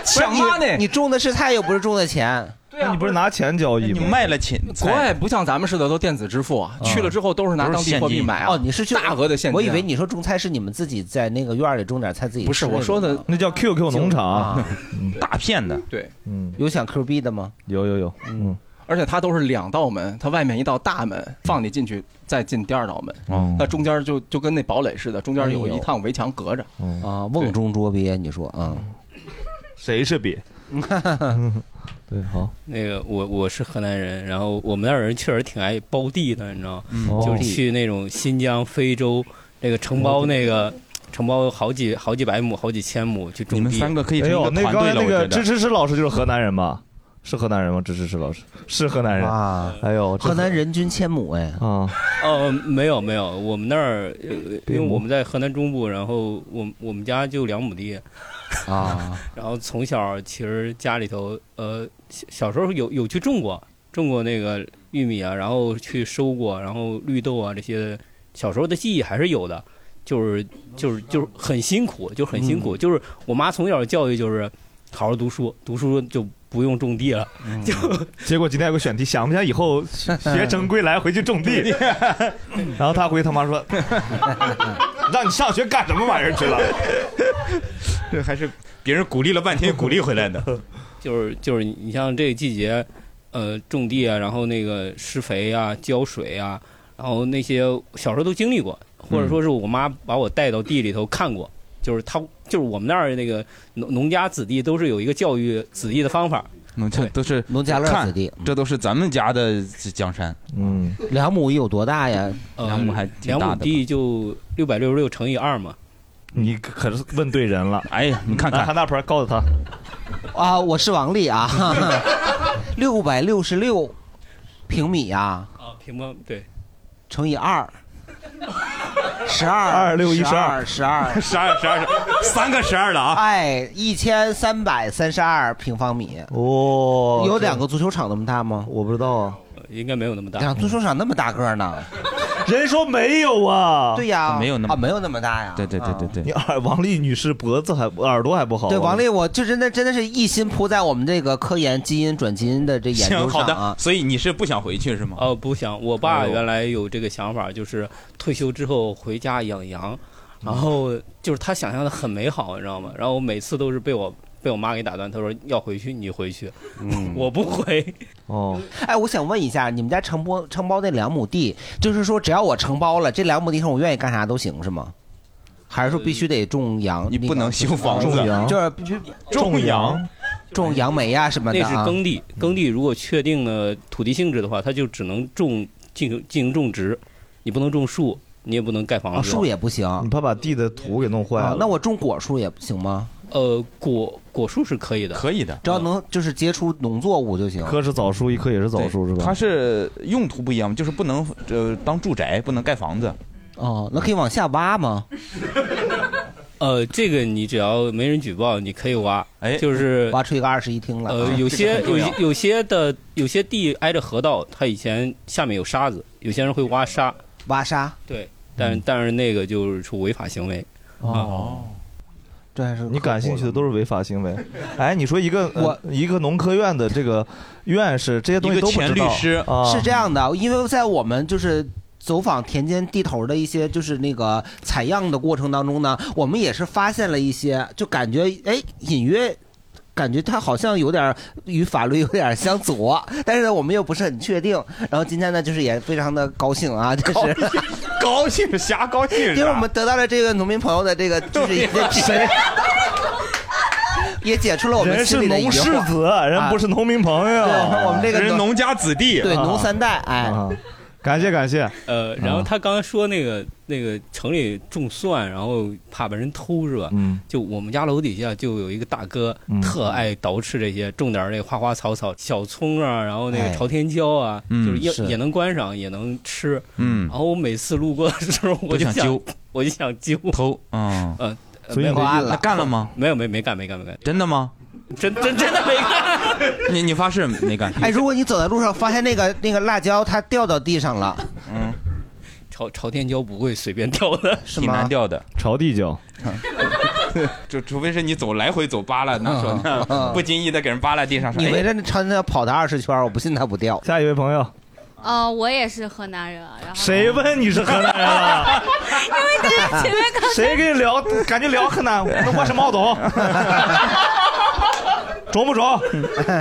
Speaker 16: 抢妈呢
Speaker 4: 不是你？你种的是 菜，又不是种的钱。
Speaker 16: 对啊，
Speaker 2: 你不是拿钱交易吗？
Speaker 3: 卖了钱，
Speaker 16: 国外不像咱们似的都电子支付啊，去了之后都是拿当地货币买啊。
Speaker 4: 哦，你是去
Speaker 16: 大额的现金啊？
Speaker 4: 我以为你说种菜是你们自己在那个院儿里种点菜自己吃。
Speaker 16: 不是我说的，
Speaker 2: 那叫 QQ 农场，啊
Speaker 7: 嗯
Speaker 3: 大片的。
Speaker 16: 对，
Speaker 2: 嗯，
Speaker 4: 有想 Q 币的吗？
Speaker 2: 有有有，嗯，
Speaker 16: 而且它都是两道门，它外面一道大门放你进去，再进第二道门。
Speaker 4: 啊嗯
Speaker 2: 哦
Speaker 16: 那中间就就跟那堡垒似的，中间有一趟围墙隔着。
Speaker 2: 嗯
Speaker 4: 啊，瓮中捉鳖，你说啊？
Speaker 2: 谁是比？嗯对，好，
Speaker 17: 那个我我是河南人，然后我们那儿人确实挺爱包地的，你知道吗？
Speaker 2: 嗯
Speaker 17: 就是去那种新疆、非洲那个承包那个承包好几好几百亩、好几千亩去种地。
Speaker 2: 哎呦，那刚才那个支持师老师就是河南人吧？是河南人吗？支持石老师是河南人
Speaker 4: 啊！
Speaker 2: 哎呦，
Speaker 4: 河南人均千亩哎
Speaker 2: 啊！
Speaker 17: 哦，没有没有，我们那儿，呃因为我们在河南中部，然后我我们家就两亩地，
Speaker 16: 啊，
Speaker 17: 然后从小其实家里头，呃，小小时候有有去种过，种过那个玉米啊，然后去收过，然后绿豆啊这些，小时候的记忆还是有的，就是就是就是很辛苦，就很辛苦，
Speaker 16: 嗯
Speaker 17: 就是我妈从小教育就是好好读书，读书就不用种地了，就
Speaker 2: 嗯结果今天有个选题，想不想以后
Speaker 4: 嗯
Speaker 2: 学成归来回去种 地？然后他回他妈说：“让你上学干什么玩意儿去了？”
Speaker 3: 这还是别人鼓励了半天鼓励回来的。
Speaker 17: 就是就是你像这个季节，呃，种地啊，然后那个施肥啊、浇水啊，然后那些小时候都经历过，或
Speaker 3: 嗯
Speaker 17: 者说是我妈把我带到地里头看过，就是她就是我们那儿那个农农家子弟都是有一个教育子弟的方法，
Speaker 3: 农家都是
Speaker 4: 农家乐
Speaker 3: 看
Speaker 4: 子弟，
Speaker 3: 这都是咱们家的江山。
Speaker 2: 嗯，
Speaker 4: 两亩有多大呀？
Speaker 17: 呃
Speaker 3: 两亩还挺
Speaker 17: 两
Speaker 3: 大
Speaker 17: 亩
Speaker 3: 的吧
Speaker 17: 地就六百六十六乘以二嘛。
Speaker 2: 你可是问对人了。
Speaker 3: 哎呀，你看看
Speaker 2: 韩大婆告诉他，
Speaker 4: 啊，我是王丽 啊，六百六十六平米啊，
Speaker 17: 啊，平方对，
Speaker 4: 乘以二，十二
Speaker 2: 二六一
Speaker 4: 十
Speaker 2: 十
Speaker 4: 二
Speaker 2: 二
Speaker 4: 十二
Speaker 3: 十二十二三个十二了啊！
Speaker 4: 哎，一千三百三十二平方米，
Speaker 2: 哦
Speaker 4: 有两个足球场那么大吗？
Speaker 2: 我不知道啊，
Speaker 17: 应该没有那么大。
Speaker 4: 两个足球场那么大个儿呢？
Speaker 2: 人说没有啊，
Speaker 4: 对呀，
Speaker 2: 没有那么
Speaker 4: 啊，没有那么大呀。啊
Speaker 3: 对对对对对，
Speaker 2: 你耳王丽女士脖子还耳朵还不好啊，
Speaker 4: 对，王丽，我就真的真的是一心扑在我们这个科研基因转基因的这研究
Speaker 3: 行，好
Speaker 4: 上
Speaker 3: 的
Speaker 4: 啊。，
Speaker 3: 所以你是不想回去是吗？
Speaker 17: 哦，不想，我爸原来有这个想法，就是退休之后回家养羊，然后就是他想象的很美好，你知道吗？然后我每次都是被我被我妈给打断，她说要回去你回去，
Speaker 3: 嗯
Speaker 17: 我不回。
Speaker 2: 哦，
Speaker 4: 哎，我想问一下，你们家承包承包那两亩地，就是说只要我承包了这两亩地上，我愿意干啥都行是吗？还是说必须得种羊？你
Speaker 3: 呃不能修房子种羊
Speaker 4: 就是必须
Speaker 3: 种羊、
Speaker 4: 种杨梅呀、什么的
Speaker 17: 那
Speaker 4: 啊。
Speaker 17: 是耕地，耕地如果确定了土地性质的话，它就只能种进行进行种植，你不能种树，你也不能盖房子，
Speaker 4: 啊哦不行，
Speaker 2: 你怕把地的土给弄坏
Speaker 4: 啊
Speaker 2: 了。
Speaker 4: 那我种果树也不行吗？
Speaker 17: 呃，果果树是可以的，
Speaker 3: 可以的，
Speaker 4: 只要能就是接触农作物就行。
Speaker 2: 棵是枣树，一棵也是枣树是吧？
Speaker 3: 它是用途不一样，就是不能呃当住宅，不能盖房子。
Speaker 4: 哦，那可以往下挖吗？
Speaker 17: 呃，这个你只要没人举报，你可以挖，
Speaker 3: 哎
Speaker 17: 就是
Speaker 4: 挖出一个二室一厅来。
Speaker 17: 呃
Speaker 4: 啊，
Speaker 17: 有
Speaker 4: 这个
Speaker 17: 些
Speaker 4: 很
Speaker 17: 有
Speaker 4: 重要
Speaker 17: 些有些的有些地挨着河道，它以前下面有沙子，有些人会挖沙，
Speaker 4: 嗯挖沙，嗯
Speaker 17: 对，但但是那个就是属违法行为。
Speaker 2: 哦，
Speaker 4: 这还是
Speaker 2: 你感兴趣的都是违法行为。哎，你说一个
Speaker 4: 我
Speaker 2: 我一个农科院的这个院士，这些东西都不知道啊，
Speaker 4: 是这样的，因为在我们就是。走访田间地头的一些就是那个采样的过程当中呢，我们也是发现了一些，就感觉哎隐约。感觉它好像有点儿与法律有点儿相左，但是呢，我们又不是很确定。然后今天呢，就是也非常的高兴啊，就是
Speaker 3: 高兴瞎高兴
Speaker 4: 因为我们得到了这个农民朋友的这个就是一些
Speaker 2: 谁
Speaker 4: 也解除了我们
Speaker 2: 人
Speaker 4: 心
Speaker 2: 是
Speaker 4: 里的疑
Speaker 2: 农世
Speaker 4: 惑
Speaker 2: 子，人不是农民朋友，
Speaker 4: 啊对我们这个人农农
Speaker 3: 家子弟
Speaker 4: 对农三代哎
Speaker 2: 啊感谢感谢。
Speaker 17: 呃，然
Speaker 4: 啊
Speaker 17: 后他刚刚说那个那个城里种蒜，然后怕被人偷是吧？
Speaker 2: 嗯，
Speaker 17: 就我们家楼底下就有一个大哥，
Speaker 2: 嗯
Speaker 17: 特爱捯饬这些，种点儿那花花草草、小葱啊，然后那
Speaker 3: 哎
Speaker 17: 个朝天椒啊，
Speaker 3: 嗯
Speaker 17: 就是也
Speaker 3: 是
Speaker 17: 也能观赏，也能吃。
Speaker 3: 嗯
Speaker 17: 然后我每次路过的时候，我就
Speaker 3: 想揪，
Speaker 17: 我就想揪
Speaker 3: 偷，嗯
Speaker 17: 呃，
Speaker 3: 所
Speaker 17: 没
Speaker 3: 以
Speaker 17: 有
Speaker 3: 你就那干了吗？
Speaker 17: 没有，没没干，没干，没干，
Speaker 3: 真的吗？
Speaker 17: 真真真的没干。
Speaker 3: 你你发誓没干？
Speaker 4: 哎，如果你走在路上发现那个那个辣椒它掉到地上了，
Speaker 3: 嗯，
Speaker 17: 朝朝天椒不会随便掉的，
Speaker 4: 是
Speaker 3: 挺难掉的，
Speaker 2: 朝地 椒。
Speaker 3: 就除非是你走来回走扒拉，那 说那不经意的给人扒拉地上说，
Speaker 4: 啊你围
Speaker 3: 哎
Speaker 4: 着那长江跑它二十圈儿，我不信它不掉。
Speaker 2: 下一位朋友，
Speaker 18: 哦，我也是河南人，然后
Speaker 2: 谁问 你是河南人了？
Speaker 18: 因为这前面刚才
Speaker 2: 谁跟你聊？感觉聊河南，我是毛总， 中 不中？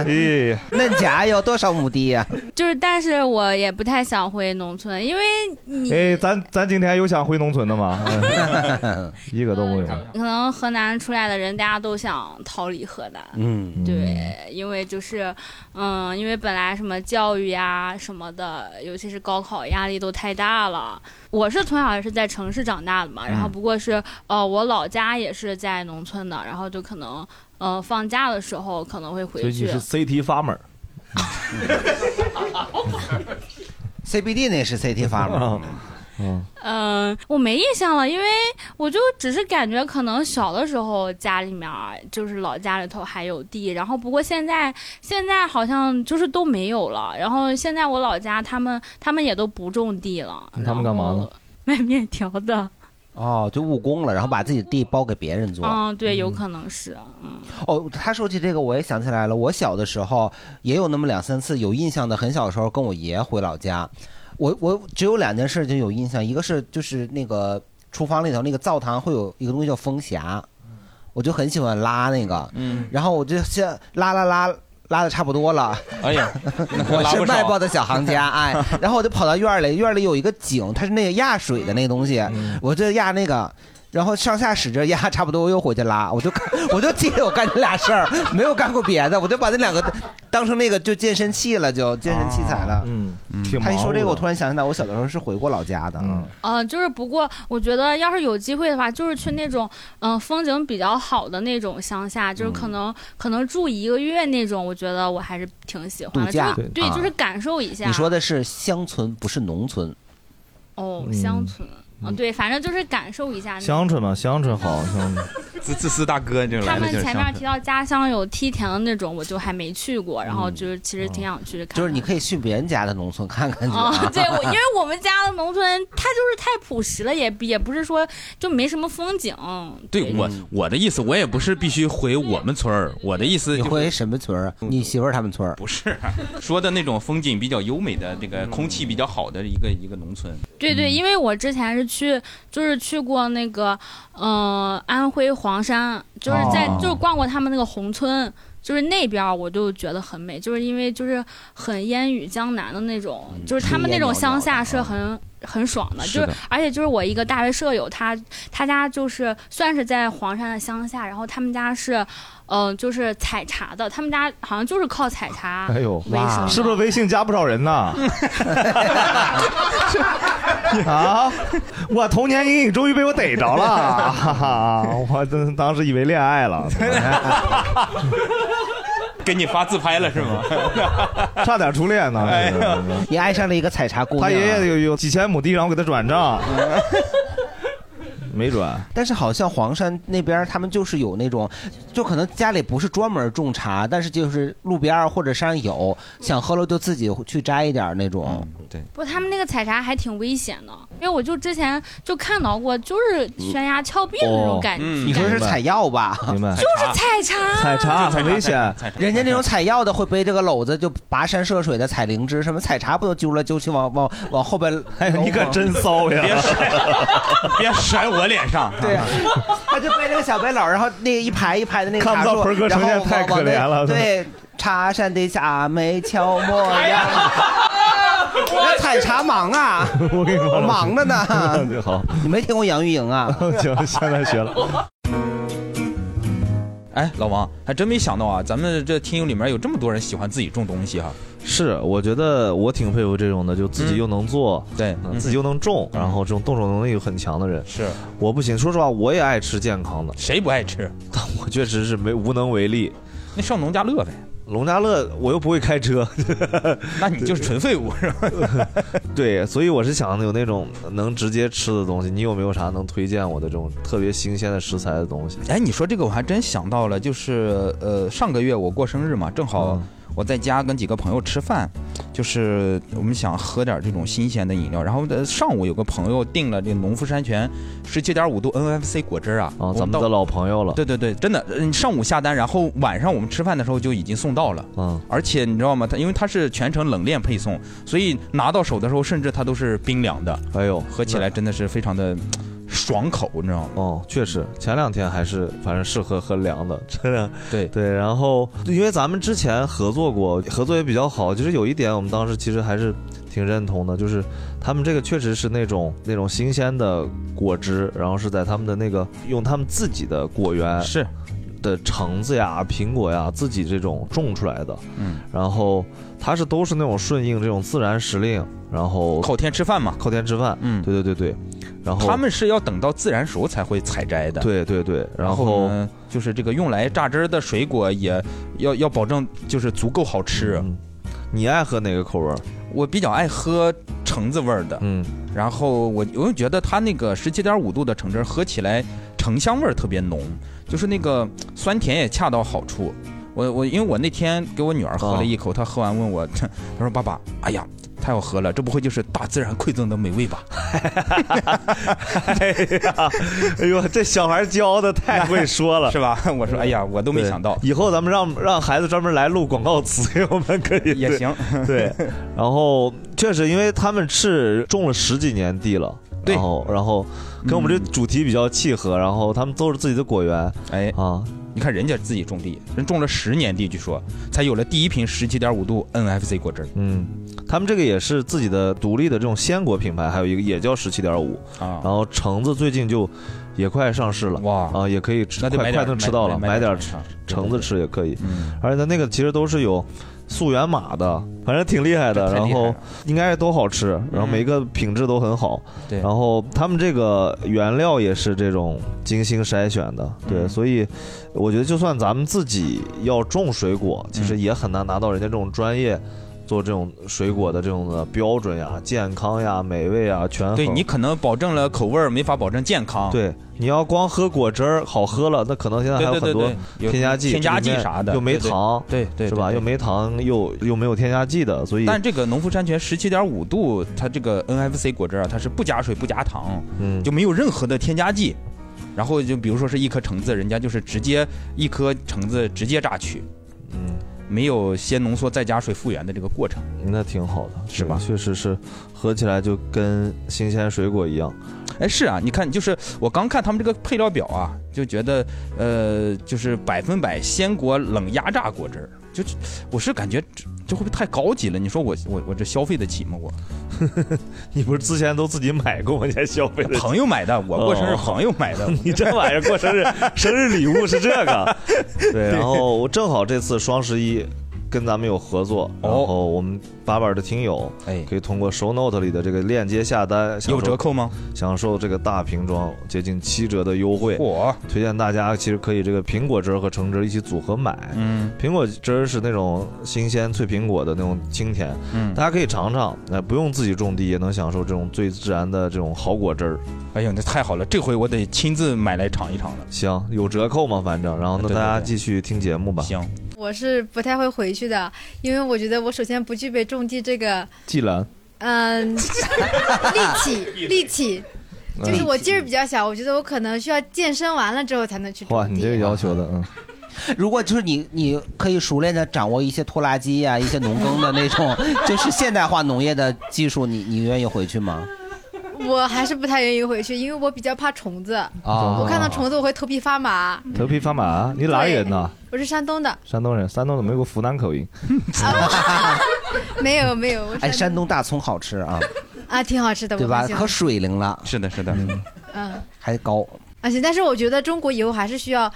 Speaker 2: 咦，
Speaker 4: 恁家有多少亩地呀？
Speaker 18: 就是，但是我也不太想回农村，因为你
Speaker 2: 哎，咱咱今天有想回农村的 吗？嗯一个都没有。
Speaker 18: 可能河南出来的人，大家都想逃离河南。
Speaker 2: 嗯，
Speaker 18: 对，因为就是，嗯，因为本来什么教育呀什么的，尤其是高考压力都太大了。我是从小也是在城市长大的嘛，然后
Speaker 19: 嗯
Speaker 18: 不过是呃，我老家也是在农村的，然后就可能呃放假的时候可能会
Speaker 2: 所
Speaker 18: 回
Speaker 2: 以你
Speaker 18: 去。啊
Speaker 2: 是 CT farmer，
Speaker 4: CBD 那是 CT 发吗？
Speaker 2: 嗯，
Speaker 18: 嗯、我没印象了，因为我就只是感觉可能小的时候家里面儿就是老家里头还有地，然后不过现在现在好像就是都没有了，然后现在我老家他们他们也都不种地了，
Speaker 2: 他们干嘛呢？
Speaker 18: 卖面条 的，
Speaker 4: 哦，就务工了，然后把自己地包给别人做。
Speaker 18: 嗯，对，有可能是，嗯，
Speaker 4: 哦，他说起这个，我也想起来了。我小的时候也有那么两三次有印象的，很小的时候跟我爷回老家，我我只有两件事就有印象，一个是就是那个厨房里头那个灶堂会有一个东西叫风匣，我就很喜欢拉那个，
Speaker 3: 嗯，
Speaker 4: 然后我就先拉拉拉。拉的差不多了，
Speaker 3: 哎 呀
Speaker 4: 我
Speaker 3: 拉
Speaker 4: 是
Speaker 3: 不少
Speaker 4: 卖报的小行家，哎，然后我就跑到院儿里，院儿里有一个井，它是那个压水的那个东西，我就压那个，然后上下使劲压，差不多我又回去拉， 我就干我就记得我干这俩事儿， 没有干过别的，我就把那两个当成那个就健身器了，就健身器材了。
Speaker 2: 嗯，
Speaker 4: 他一说这个，我突
Speaker 2: 然
Speaker 4: 然想起来，我小的时候是回过老家的，嗯，
Speaker 18: 嗯、就是不过我觉得要是有机会的话，就是去那种嗯、呃风景比较好的那种乡下，就是
Speaker 4: 嗯
Speaker 18: 可能、可能住一个月那种，我觉得我还是挺喜欢的，
Speaker 4: 度
Speaker 18: 就
Speaker 4: 假
Speaker 18: 是对，
Speaker 4: 啊
Speaker 18: 就是感受一下。
Speaker 4: 你说的是乡村，不是农村。
Speaker 18: 哦，
Speaker 2: 嗯
Speaker 18: 乡村，嗯、对，反正就是感受一下那种。
Speaker 2: 香椿嘛，香椿好，香椿。
Speaker 3: 自自私大哥这
Speaker 18: 他们前面提到家乡有梯田的那种，我就还没去过，然后就是其实挺想去看。
Speaker 4: 就是你可以去别人家的农村看 看去
Speaker 18: 啊、
Speaker 4: 啊。
Speaker 18: 对我，因为我们家的农村，它就是太朴实了，也也不是说就没什么风景。
Speaker 3: 对我
Speaker 4: 嗯
Speaker 3: 我的意思，我也不是必须回我们村儿，我的意思、你回
Speaker 4: 什么村儿？啊你媳妇儿他们村儿？
Speaker 3: 不是，说的那种风景比较优美的，这个空气比较好的一个一个农村。
Speaker 18: 对
Speaker 19: 嗯
Speaker 18: 对，因为我之前是去，就是去过那个，嗯、安徽黄山，就是在、
Speaker 3: 哦
Speaker 18: 就是逛过他们那个宏村，就是那边儿我就觉得很美，就是因为就是很烟雨江南的那种，
Speaker 19: 嗯
Speaker 18: 就是他们那种乡下是很。很爽的，
Speaker 19: 啊是
Speaker 18: 就是
Speaker 19: 的
Speaker 18: 而且就是我一个大学舍友，他他家就是算是在黄山的乡下，然后他们家是，嗯、就是采茶的，他们家好像就是靠采 茶
Speaker 2: 哎呦，
Speaker 18: 为生的。
Speaker 2: 是不是微信加不少 人呢？啊！我童年阴影终于被我逮着了，哈哈！我真当时以为恋 爱了，
Speaker 3: 给你发自拍了 是吗？
Speaker 2: 差点初恋呢。
Speaker 3: 哎呀
Speaker 4: 你爱上了一个采茶姑娘。啊
Speaker 2: 他爷爷有有几千亩地，然后给他转账，没转。
Speaker 4: 但是好像黄山那边儿他们就是有那种，就可能家里不是专门种茶，但是就是路边儿或者山上有，想喝了就自己去摘一点儿那种。
Speaker 2: 嗯
Speaker 3: 对，
Speaker 18: 不，他们那个采茶还挺危险的，因为我就之前就看到过，就是悬崖峭壁的那
Speaker 4: 哦
Speaker 18: 种
Speaker 2: 哦
Speaker 18: 感觉。
Speaker 4: 你说是采药吧？
Speaker 2: 明白。
Speaker 18: 就是采茶，
Speaker 2: 采茶很危险，
Speaker 4: 人家那种采药的会背这个篓子就跋山涉水的采灵芝，什么采茶不都揪来揪去往往往后边？哎
Speaker 2: 你可真骚呀！
Speaker 4: 别
Speaker 3: 别甩我脸 上。
Speaker 4: 对啊，他就背了个小背篓，然后那一排一排的那个
Speaker 2: 看不
Speaker 4: 茶
Speaker 2: 到
Speaker 4: 树，
Speaker 2: 盆儿哥
Speaker 4: 然
Speaker 2: 呈
Speaker 4: 后
Speaker 2: 现太
Speaker 4: 往
Speaker 2: 可怜
Speaker 4: 往那
Speaker 2: 了
Speaker 4: 对，茶山的夏梅悄没 哎呀，我采茶忙 啊，
Speaker 2: 我跟你说，。
Speaker 4: 忙着呢
Speaker 2: 好，
Speaker 4: 你没听过杨钰莹啊？
Speaker 2: 行，现在学了。
Speaker 3: 哎，老王，还真没想到啊，咱们这听友里面有这么多人喜欢自己种东西哈、
Speaker 2: 是，我觉得我挺佩服这种的，就自己又能做，
Speaker 3: 对
Speaker 2: 嗯自己又能种，然后这种动手能力又很强的人。
Speaker 3: 是
Speaker 2: 我不行，说实话，我也爱吃健康的，
Speaker 3: 谁不爱吃？
Speaker 2: 但我确实是没无能为力。
Speaker 3: 那上农家乐呗。
Speaker 2: 农家乐，我又不会开车，
Speaker 3: 那你就是纯废物是吧？
Speaker 2: 对，所以我是想有那种能直接吃的东西。你有没有啥能推荐我的这种特别新鲜的食材的东西？
Speaker 3: 哎，你说这个我还真想到了，就是呃，上个月我过生日嘛，正
Speaker 2: 嗯
Speaker 3: 好我在家跟几个朋友吃饭，就是我们想喝点这种新鲜的饮料，然后呃上午有个朋友订了这农夫山泉十七点五度 NFC 果汁啊，
Speaker 2: 啊，
Speaker 3: 我
Speaker 2: 咱们
Speaker 3: 到
Speaker 2: 的老朋友了。
Speaker 3: 对对对，真的，嗯，上午下单，然后晚上我们吃饭的时候就已经送到了。
Speaker 2: 嗯，
Speaker 3: 而且你知道吗？它因为它是全程冷链配送，所以拿到手的时候，甚至它都是冰凉的。
Speaker 2: 哎呦，
Speaker 3: 喝起来真的是非常 的爽口，你知道吗？
Speaker 2: 哦，确实，前两天还是反正适合喝凉的， 真的。
Speaker 3: 对
Speaker 2: 对，然后因为咱们之前合作过，合作也比较好。就是有一点，我们当时其实还是挺认同的，就是他们这个确实是那种那种新鲜的果汁，然后是在他们的那个用他们自己的果园
Speaker 3: 是
Speaker 2: 的橙子呀、苹果呀自己这种种出来的。
Speaker 3: 嗯，
Speaker 2: 然后它是都是那种顺应这种自然时令，然后
Speaker 3: 靠天吃饭嘛，
Speaker 2: 靠天吃饭。
Speaker 3: 嗯，
Speaker 2: 对对对对，然后
Speaker 3: 他们是要等到自然熟才会采摘的。
Speaker 2: 对对对，然
Speaker 3: 然后
Speaker 2: 后
Speaker 3: 呢，就是这个用来榨汁儿的水果也要要保证就是足够好吃。
Speaker 2: 嗯你爱喝哪个口味？
Speaker 3: 我比较爱喝橙子味儿的，
Speaker 2: 嗯，
Speaker 3: 然后我我又觉得它那个十七点五度的橙汁儿喝起来橙香味儿特别浓，就是那个酸甜也恰到好处。我我因为我那天给我女儿
Speaker 2: 啊
Speaker 3: 喝了一口，她喝完问我， 她说爸爸，哎呀。太好喝了，这不会就是大自然馈赠的美味吧？
Speaker 2: 哎呀，哎呦，这小孩教的太会说了，
Speaker 3: 是吧？我说，哎呀，我都没想到。
Speaker 2: 以后咱们让让孩子专门来录广告词， 我们可以
Speaker 3: 也行
Speaker 2: 对，然后确实，因为他们是种了十几年地了。然后，然后跟我们这主题比较契合，然后他们都是自己的果园，
Speaker 3: 嗯哎
Speaker 2: 啊，
Speaker 3: 你看人家自己种地，人种了十年地，据说才有了第一瓶十七点五度 NFC 果汁。
Speaker 2: 嗯，他们这个也是自己的独立的这种鲜果品牌，还有一个也叫十七点五
Speaker 3: 啊。
Speaker 2: 然后橙子最近就也快上市了，
Speaker 3: 哇
Speaker 2: 啊，也可以吃，
Speaker 3: 那得
Speaker 2: 快
Speaker 3: 买
Speaker 2: 快
Speaker 3: 点
Speaker 2: 能
Speaker 3: 买
Speaker 2: 吃到了，
Speaker 3: 买
Speaker 2: 买
Speaker 3: 买点
Speaker 2: 点
Speaker 3: 啊
Speaker 2: 橙子吃也可以。
Speaker 3: 嗯
Speaker 2: 而且它那个其实都是有溯源码的，反正挺厉害的。
Speaker 3: 这太
Speaker 2: 然
Speaker 3: 厉害
Speaker 2: 后
Speaker 3: 了
Speaker 2: 应该都好吃，然后
Speaker 3: 嗯
Speaker 2: 每个品质都很好。
Speaker 3: 对
Speaker 2: 然后他们这个原料也是这种精心筛选的，
Speaker 3: 嗯
Speaker 2: 对，所以我觉得就算咱们自己要种水
Speaker 3: 嗯
Speaker 2: 果，其实也很难拿到人家这种专业。做这种水果的这种的标准呀、健康呀、美味啊、权衡。
Speaker 3: 对你可能保证了口味儿，没法保证健康。
Speaker 2: 对，你要光喝果汁儿好喝了，那可能现在还有
Speaker 3: 对对
Speaker 2: 很多
Speaker 3: 对对有
Speaker 2: 添加剂，
Speaker 3: 添加
Speaker 2: 这
Speaker 3: 剂
Speaker 2: 里面
Speaker 3: 啥的
Speaker 2: 又没
Speaker 3: 对对
Speaker 2: 糖，
Speaker 3: 对对，
Speaker 2: 是吧？又没糖，又又没有添加剂的，所以
Speaker 3: 但这个农夫山泉十七点五度，它这个 NFC 果汁啊，它是不加水不加糖，
Speaker 2: 嗯，
Speaker 3: 就没有任何的添加剂。然后就比如说是一颗橙子，人家就是直接一颗橙子直接榨取，
Speaker 2: 嗯，
Speaker 3: 没有先浓缩再加水复原的这个过程。
Speaker 2: 那挺好的，是吧？确实是，喝起来就跟新鲜水果一样。
Speaker 3: 哎，是啊，你看，就是我刚看他们这个配料表啊，就觉得呃，就是百分百鲜果冷压榨果汁儿，就我是感觉这这会不会太高级了？你说我我我这消费得起吗？我
Speaker 2: 你不是之前都自己买过吗？你还消费得起
Speaker 3: 朋友买的，我过生日
Speaker 2: 哦
Speaker 3: 朋友买的
Speaker 2: ，你这玩意儿过生 日 生日礼物是这个？对，然后我正好这次双十一跟咱们有合作，
Speaker 3: 哦
Speaker 2: 然后我们八百的听友可以通过 Show Note 里的这个链接下单，
Speaker 3: 哎有折扣吗？
Speaker 2: 享受这个大瓶装接近七折的优惠。
Speaker 3: 嚯！
Speaker 2: 推荐大家其实可以这个苹果汁儿和橙汁儿一起组合买。
Speaker 3: 嗯，
Speaker 2: 苹果汁儿是那种新鲜脆苹果的那种清甜，
Speaker 3: 嗯
Speaker 2: 大家可以尝尝，哎，不用自己种地也能享受这种最自然的这种好果汁儿。
Speaker 3: 哎呦，那太好了，这回我得亲自买来尝一尝了。哎
Speaker 2: 行，有折扣吗？反正，然后那
Speaker 3: 对对
Speaker 2: 大家
Speaker 3: 对
Speaker 2: 继续听节目吧。
Speaker 3: 行，
Speaker 19: 我是不太会回去的，因为我觉得我首先不具备种地这个，
Speaker 2: 既然
Speaker 19: 嗯，力气，力气，
Speaker 4: 嗯
Speaker 19: 就是我劲儿比较小，我觉得我可能需要健身完了之后才能去种。
Speaker 2: 哇，啊你这个要求的，嗯，
Speaker 4: 如果就是你，你可以熟练的掌握一些拖拉机呀、啊一些农耕的那 种，就是现代化农业的技术，你你愿意回去吗？
Speaker 19: 我还是不太愿意回去，因为我比较怕虫子。
Speaker 4: 哦
Speaker 2: 啊
Speaker 19: 我看到虫子我会头皮发麻。
Speaker 2: 头皮发麻，你哪里人呢？
Speaker 19: 我是山东的，
Speaker 2: 山东人，山东怎么有个湖南口音？
Speaker 19: 没有没有，我
Speaker 4: 哎，
Speaker 19: 是
Speaker 4: 山东大葱好吃 啊，
Speaker 19: 啊，挺好吃的，
Speaker 4: 对
Speaker 19: 我
Speaker 4: 吧？
Speaker 19: 很喜欢
Speaker 4: 可水灵了，
Speaker 3: 是的，是的，
Speaker 19: 嗯，
Speaker 4: 还高。
Speaker 19: 而且但是我觉得中国以后还是需要，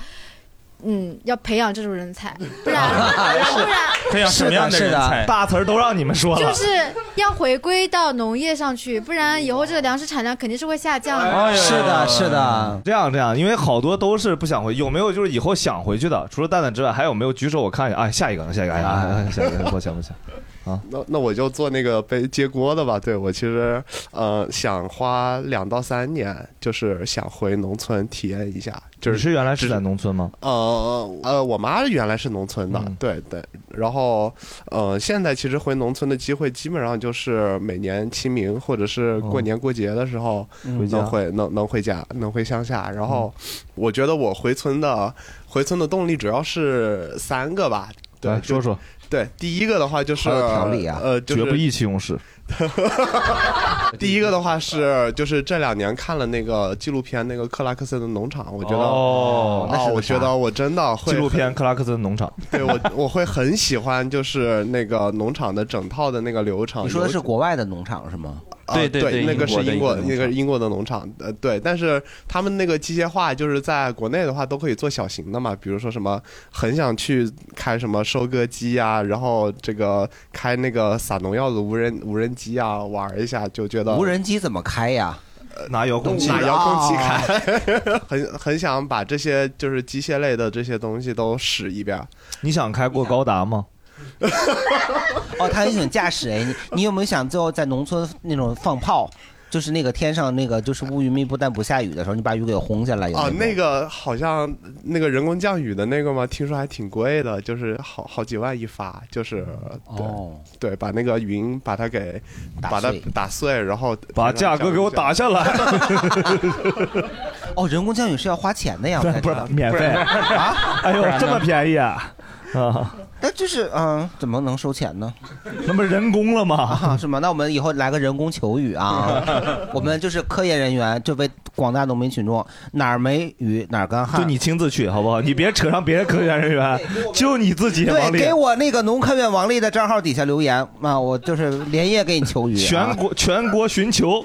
Speaker 19: 嗯，要培养这种人才，不然 不然
Speaker 3: 培养什么样的人才
Speaker 2: 大词儿都让你们说了，
Speaker 19: 就是要回归到农业上去，不然以后这个粮食产量肯定是会下降
Speaker 2: 哎
Speaker 19: 的。
Speaker 4: 是的，是的。
Speaker 2: 这样这样，因为好多都是不想回，有没有就是以后想回去的？除了蛋蛋之外，还有没有？举手我看一下。哎，下一个，下一个，哎呀，哎呀下 一个，我想不想？
Speaker 20: 那那我就做那个背接锅的吧。对我其实呃想花两到三年，就是想回农村体验一下。就是
Speaker 2: 你是原来是在农村吗？
Speaker 20: 呃呃，我妈原来是农村的，
Speaker 2: 嗯
Speaker 20: 对对。然后呃，现在其实回农村的机会基本上就是每年清明或者是过年过节的时候
Speaker 2: 哦嗯回家嗯
Speaker 20: 能回能能回家能回乡下。然后我觉得我回村的回村的动力主要是三个吧。对，
Speaker 2: 来
Speaker 20: 就
Speaker 2: 说说。
Speaker 20: 对，第一个的话就是
Speaker 2: 好有条理啊
Speaker 20: 呃，就是
Speaker 2: 绝不意气用事。
Speaker 20: 第一个的话是，就是这两年看了那个纪录片，那个克拉克森的农场，我觉得
Speaker 2: 哦那
Speaker 20: 啊
Speaker 2: 是个
Speaker 20: 我觉
Speaker 2: 啥
Speaker 20: 得我真的会
Speaker 2: 纪录
Speaker 20: 很
Speaker 2: 片《克拉克森农场》。
Speaker 20: 对我我会很喜欢，就是那个农场的整套的那个流程。
Speaker 4: 你说的
Speaker 20: 有
Speaker 4: 是国外的农场是吗？
Speaker 20: 啊对那个是英国那个英国的农场，呃，对，但是他们那个机械化就是在国内的话都可以做小型的嘛，比如说什么很想去开什么收割机啊，然后这个开那个撒农药的无人无人机啊，玩一下就觉得嗯
Speaker 4: 无人机怎么开呀？
Speaker 2: 呃拿遥控
Speaker 4: 器
Speaker 20: 拿遥控器开，很 很想把这些就是机械类的这些东西都使一遍。
Speaker 2: 你想开过高达吗？
Speaker 4: 哦，他很喜欢驾驶哎，你你有没有想最后在农村那种放炮？就是那个天上那个就是乌云密布但不下雨的时候，你把雨给轰下来有
Speaker 20: 啊，
Speaker 4: 种
Speaker 20: 那个好像那个人工降雨的那个嘛，听说还挺贵的，就是好好几万一发，就是对、对，把那个云把它给把它嗯
Speaker 4: 碎
Speaker 20: 哦打碎，然后
Speaker 2: 把价格给我打下来。
Speaker 4: 哦，人工降雨是要花钱的 呀，我看
Speaker 2: 不是
Speaker 4: 这个
Speaker 2: 免费
Speaker 4: 啊？
Speaker 2: 哎呦
Speaker 4: 不然，呢
Speaker 2: 这么便宜啊！啊，
Speaker 4: 那就是嗯、怎么能收钱呢？
Speaker 2: 那不人工了吗、
Speaker 4: 啊？ 是吗？那我们以后来个人工求雨 啊！我们就是科研人员，这为广大农民群众，哪儿没雨哪儿干旱，
Speaker 2: 就你亲自去好不好？你别扯上别的科研人员，就你自己
Speaker 4: 对，
Speaker 2: 王力
Speaker 4: 给。我那个农科院王丽的账号底下留言啊，我就是连夜给你求雨、啊
Speaker 2: 全国全国寻求，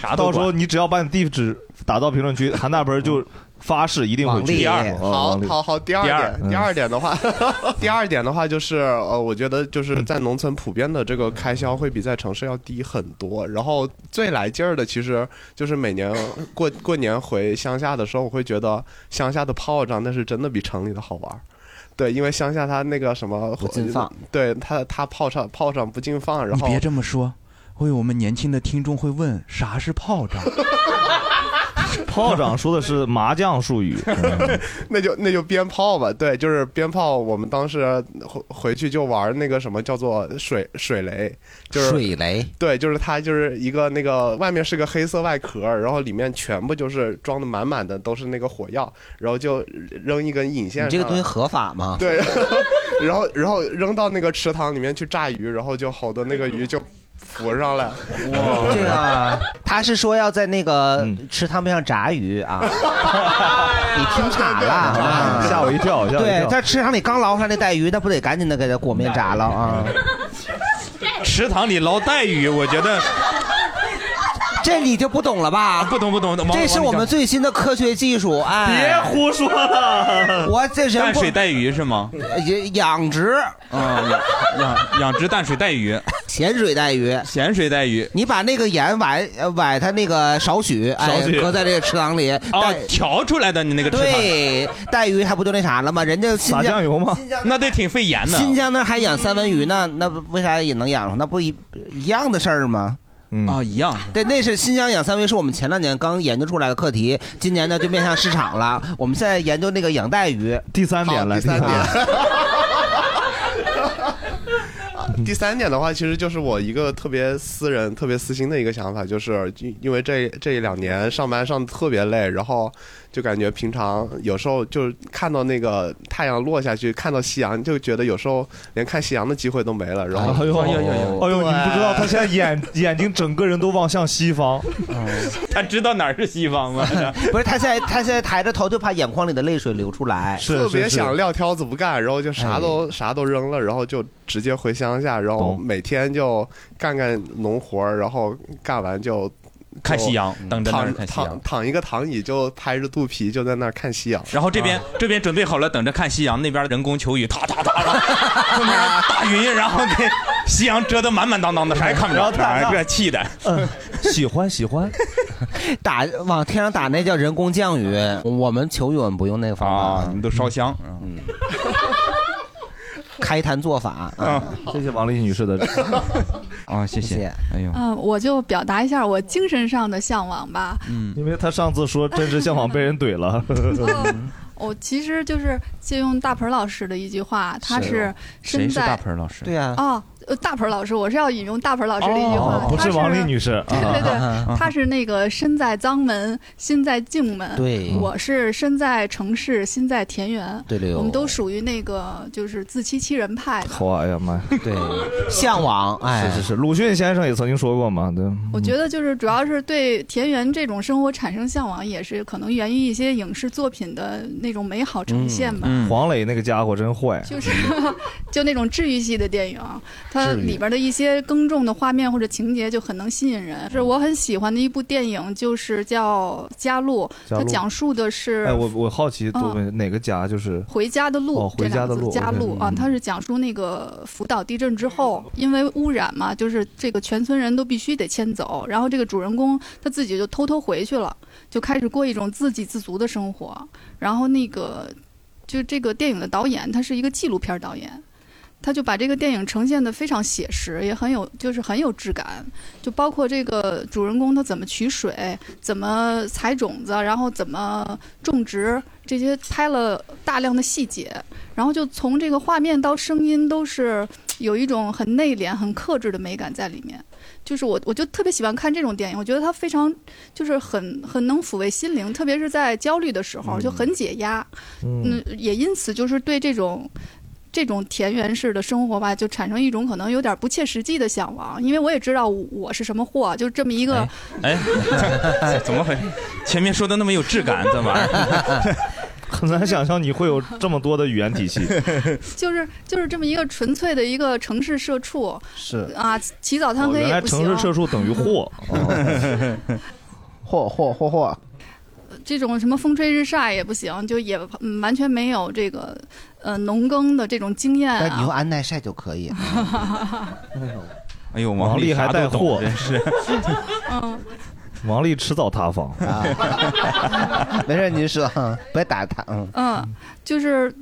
Speaker 3: 啥
Speaker 4: 都
Speaker 2: 到
Speaker 4: 管
Speaker 2: 时候你只要把你地址打到评论区，韩大盆就发誓一定会
Speaker 20: 嗯
Speaker 2: 去。
Speaker 20: 好好好，第二点，第二
Speaker 2: 点，
Speaker 20: 点的话， 第二点的话就是，呃，我觉得就是在农村普遍的这个开销会比在城市要低很多。然后最来劲儿的，其实就是每年过 过年回乡下的时候，我会觉得乡下的炮仗那是真的比城里的好玩儿。对，因为乡下它那个什么不
Speaker 4: 禁放，
Speaker 20: 对它它炮仗炮仗不禁放，然
Speaker 3: 你
Speaker 20: 后
Speaker 3: 别这么说，会我们年轻的听众会问啥是炮 仗？
Speaker 2: 炮长说的是麻将术语，
Speaker 20: 那就那就鞭炮吧，对，就是鞭炮。我们当时回回去就玩那个什么叫做水水雷，就是
Speaker 4: 水雷，
Speaker 20: 对，就是它就是一个那个外面是个黑色外壳，然后里面全部就是装的满满的都是那个火药，然后就扔一根引线
Speaker 4: 你这个
Speaker 20: 上
Speaker 4: 东
Speaker 20: 来
Speaker 4: 西合法吗？
Speaker 20: 对， 然后然后扔到那个池塘里面去炸鱼，然后就好多那个鱼就浮上来。哇
Speaker 4: 这个他是说要在那个
Speaker 2: 嗯
Speaker 4: 池塘边上炸鱼 啊，你听岔了啊，
Speaker 2: 哎吓我一跳吓我一跳
Speaker 4: 对，在池塘里刚捞上来那带鱼，那不得赶紧的给它裹面炸了啊？
Speaker 2: 哎
Speaker 21: 池塘里捞带鱼，我觉得
Speaker 4: 这你就不懂了吧？
Speaker 21: 不懂不懂，
Speaker 4: 这是我们最新的科学技术，哎，
Speaker 2: 别胡说了
Speaker 4: 我这人
Speaker 3: 淡
Speaker 4: 不
Speaker 3: 水带鱼是吗？
Speaker 4: 也养殖
Speaker 3: 啊，养养养殖淡水带鱼，
Speaker 4: 咸水带鱼，
Speaker 3: 咸水带鱼，
Speaker 4: 你把那个盐崴呃崴它那个少许，哎
Speaker 3: 少，许
Speaker 4: 搁在这个池塘里，
Speaker 3: 哦
Speaker 4: 带，
Speaker 3: 调出来的你那个吃法，
Speaker 4: 对带鱼它不就那啥了吗？人家新疆
Speaker 2: 吗？
Speaker 3: 那得挺费盐的。
Speaker 4: 新疆那儿还养三文鱼呢，那不为啥也能养上？那不一一样的事儿吗？
Speaker 3: 啊，一样。
Speaker 4: 对，那是新疆养三文鱼，是我们前两年刚研究出来的课题，今年呢就面向市场了。 我们现在研究那个养带鱼。
Speaker 2: 第三
Speaker 4: 点了，
Speaker 20: 第三点。第三点的话，其实就是我一个特别私人、特别私心的一个想法，就是因因为这这一两年上班上得特别累，然后就感觉平常有时候就是看到那个太阳落下去，看到夕阳，就觉得有时候连看夕阳的机会都没了。然后，
Speaker 2: 哎呦，哎呦，你
Speaker 20: 对
Speaker 2: 不知道他 现在 眼眼睛整个人都望向西方，嗯
Speaker 3: 他知道哪儿是西方吗？
Speaker 4: 不是他现在，他现在抬着头就怕眼眶里的泪水流出来，
Speaker 20: 哎特别想撂挑子不干，然后就啥都、
Speaker 3: 哎
Speaker 20: 啥都扔了，然后就直接回乡下，然后每天就干干农活儿，然后干完就。
Speaker 3: 看
Speaker 20: 就
Speaker 3: 夕阳嗯等着那儿
Speaker 20: 躺
Speaker 3: 看夕阳
Speaker 20: 躺躺一个躺椅，就拍着肚皮就在那儿看夕阳。
Speaker 3: 然后这边、这边准备好了，等着看夕阳，那边人工求雨，哒哒哒，然后后面大云，然后给夕阳遮得满满当当的，啥也看不着，
Speaker 2: 然
Speaker 3: 哪
Speaker 2: 后
Speaker 3: 这气的。
Speaker 2: 喜欢喜欢，
Speaker 4: 打往天上打那叫人工降雨。我们求雨我们不用那个方法，你
Speaker 3: 们都烧香，
Speaker 4: 嗯， 开坛做法
Speaker 2: 啊！谢谢王丽女士的
Speaker 20: 哦
Speaker 3: 啊，谢
Speaker 4: 谢，
Speaker 3: 哎呦
Speaker 22: 嗯，我就表达一下我精神上的向往吧。
Speaker 2: 嗯，因为他上次说真实向往被人 怼了，
Speaker 20: 嗯
Speaker 22: 我其实就是借用大盆老师的一句话，他
Speaker 20: 哦
Speaker 2: 哦
Speaker 22: 是身在
Speaker 3: 老师
Speaker 4: 对
Speaker 20: 啊
Speaker 4: 呀
Speaker 2: 啊
Speaker 22: 哦，呃大盆老师，我是要引用大盆老师的一句话，
Speaker 2: 哦不
Speaker 22: 他
Speaker 2: 是王丽女士，对
Speaker 22: 对
Speaker 20: 啊
Speaker 22: 对，他是那个身在脏门，心在静门。
Speaker 2: 对
Speaker 22: 我是身在城市，心在田园。
Speaker 2: 对了哟
Speaker 22: 我们都属于那个就是自欺欺人 派的。
Speaker 2: 好，哎呀妈，
Speaker 4: 对，向 往，哎
Speaker 2: 是是是，鲁迅先生也曾经说过嘛，对，
Speaker 22: 我觉得就是主要是对田园这种生活产生向往，也是可能源于一些影视作品的那种美好呈现吧。
Speaker 2: 嗯
Speaker 3: 嗯
Speaker 2: 黄磊那个家伙真坏，
Speaker 22: 就是 就那种治愈系的电影啊，它
Speaker 2: 治愈
Speaker 22: 里边的一些耕种的画面或者情节就很能吸引人。是我很喜欢的一部电影，就是叫《家路》，
Speaker 2: 家
Speaker 22: 它
Speaker 2: 路
Speaker 22: 讲述的是哦
Speaker 2: 哎，我我好奇多问哪个家就是
Speaker 22: 回家的路，
Speaker 2: 哦
Speaker 22: 这
Speaker 2: 回家
Speaker 22: 两
Speaker 2: 的
Speaker 22: 个字
Speaker 2: 路
Speaker 22: 家
Speaker 2: ，OK，
Speaker 22: 路啊
Speaker 2: 嗯，
Speaker 22: 它是讲述那个福岛地震之后，因为污染嘛，就是这个全村人都必须得迁走，然后这个主人公他自己就偷偷回去了，就开始过一种自给自足的生活。然后那个就这个电影的导演，他是一个纪录片导演，他就把这个电影呈现的非常写实，也很有就是很有质感，就包括这个主人公他怎么取水，怎么采种子，然后怎么种植，这些拍了大量的细节，然后就从这个画面到声音都是有一种很内敛、很克制的美感在里面。就是我，我就特别喜欢看这种电影，我觉得它非常就是很很能抚慰心灵，特别是在焦虑的时候就很解压。嗯，也因此就是对这种。这种田园式的生活吧，就产生一种可能有点不切实际的向往，因为我也知道我是什么货，就这么一个。
Speaker 3: 哎， 怎么回事？前面说的那么有质感，这玩意儿，
Speaker 2: 很难想象你会有这么多的语言体 系。
Speaker 22: 就是就是这么一个纯粹的一个城市社畜，
Speaker 2: 是
Speaker 22: 啊，起早贪
Speaker 2: 哦
Speaker 22: 黑
Speaker 2: 原
Speaker 22: 也
Speaker 2: 来
Speaker 22: 不行。
Speaker 2: 城市社畜等于哦货，
Speaker 4: 嚯嚯嚯嚯！
Speaker 22: 啊这种什么风吹日晒也不行，就也嗯完全没有这个呃农耕的这种经验
Speaker 2: 哎
Speaker 4: 但以 后
Speaker 22: 啊。
Speaker 4: 安耐晒就可以。
Speaker 3: 哎呦，
Speaker 2: 王
Speaker 3: 丽
Speaker 2: 丽还
Speaker 3: 啥都
Speaker 2: 带
Speaker 3: 懂
Speaker 2: 货，
Speaker 3: 真是。
Speaker 22: 嗯，
Speaker 2: 王丽迟早塌 房
Speaker 4: 啊！没事，您说，别打他。嗯，
Speaker 22: 嗯，就是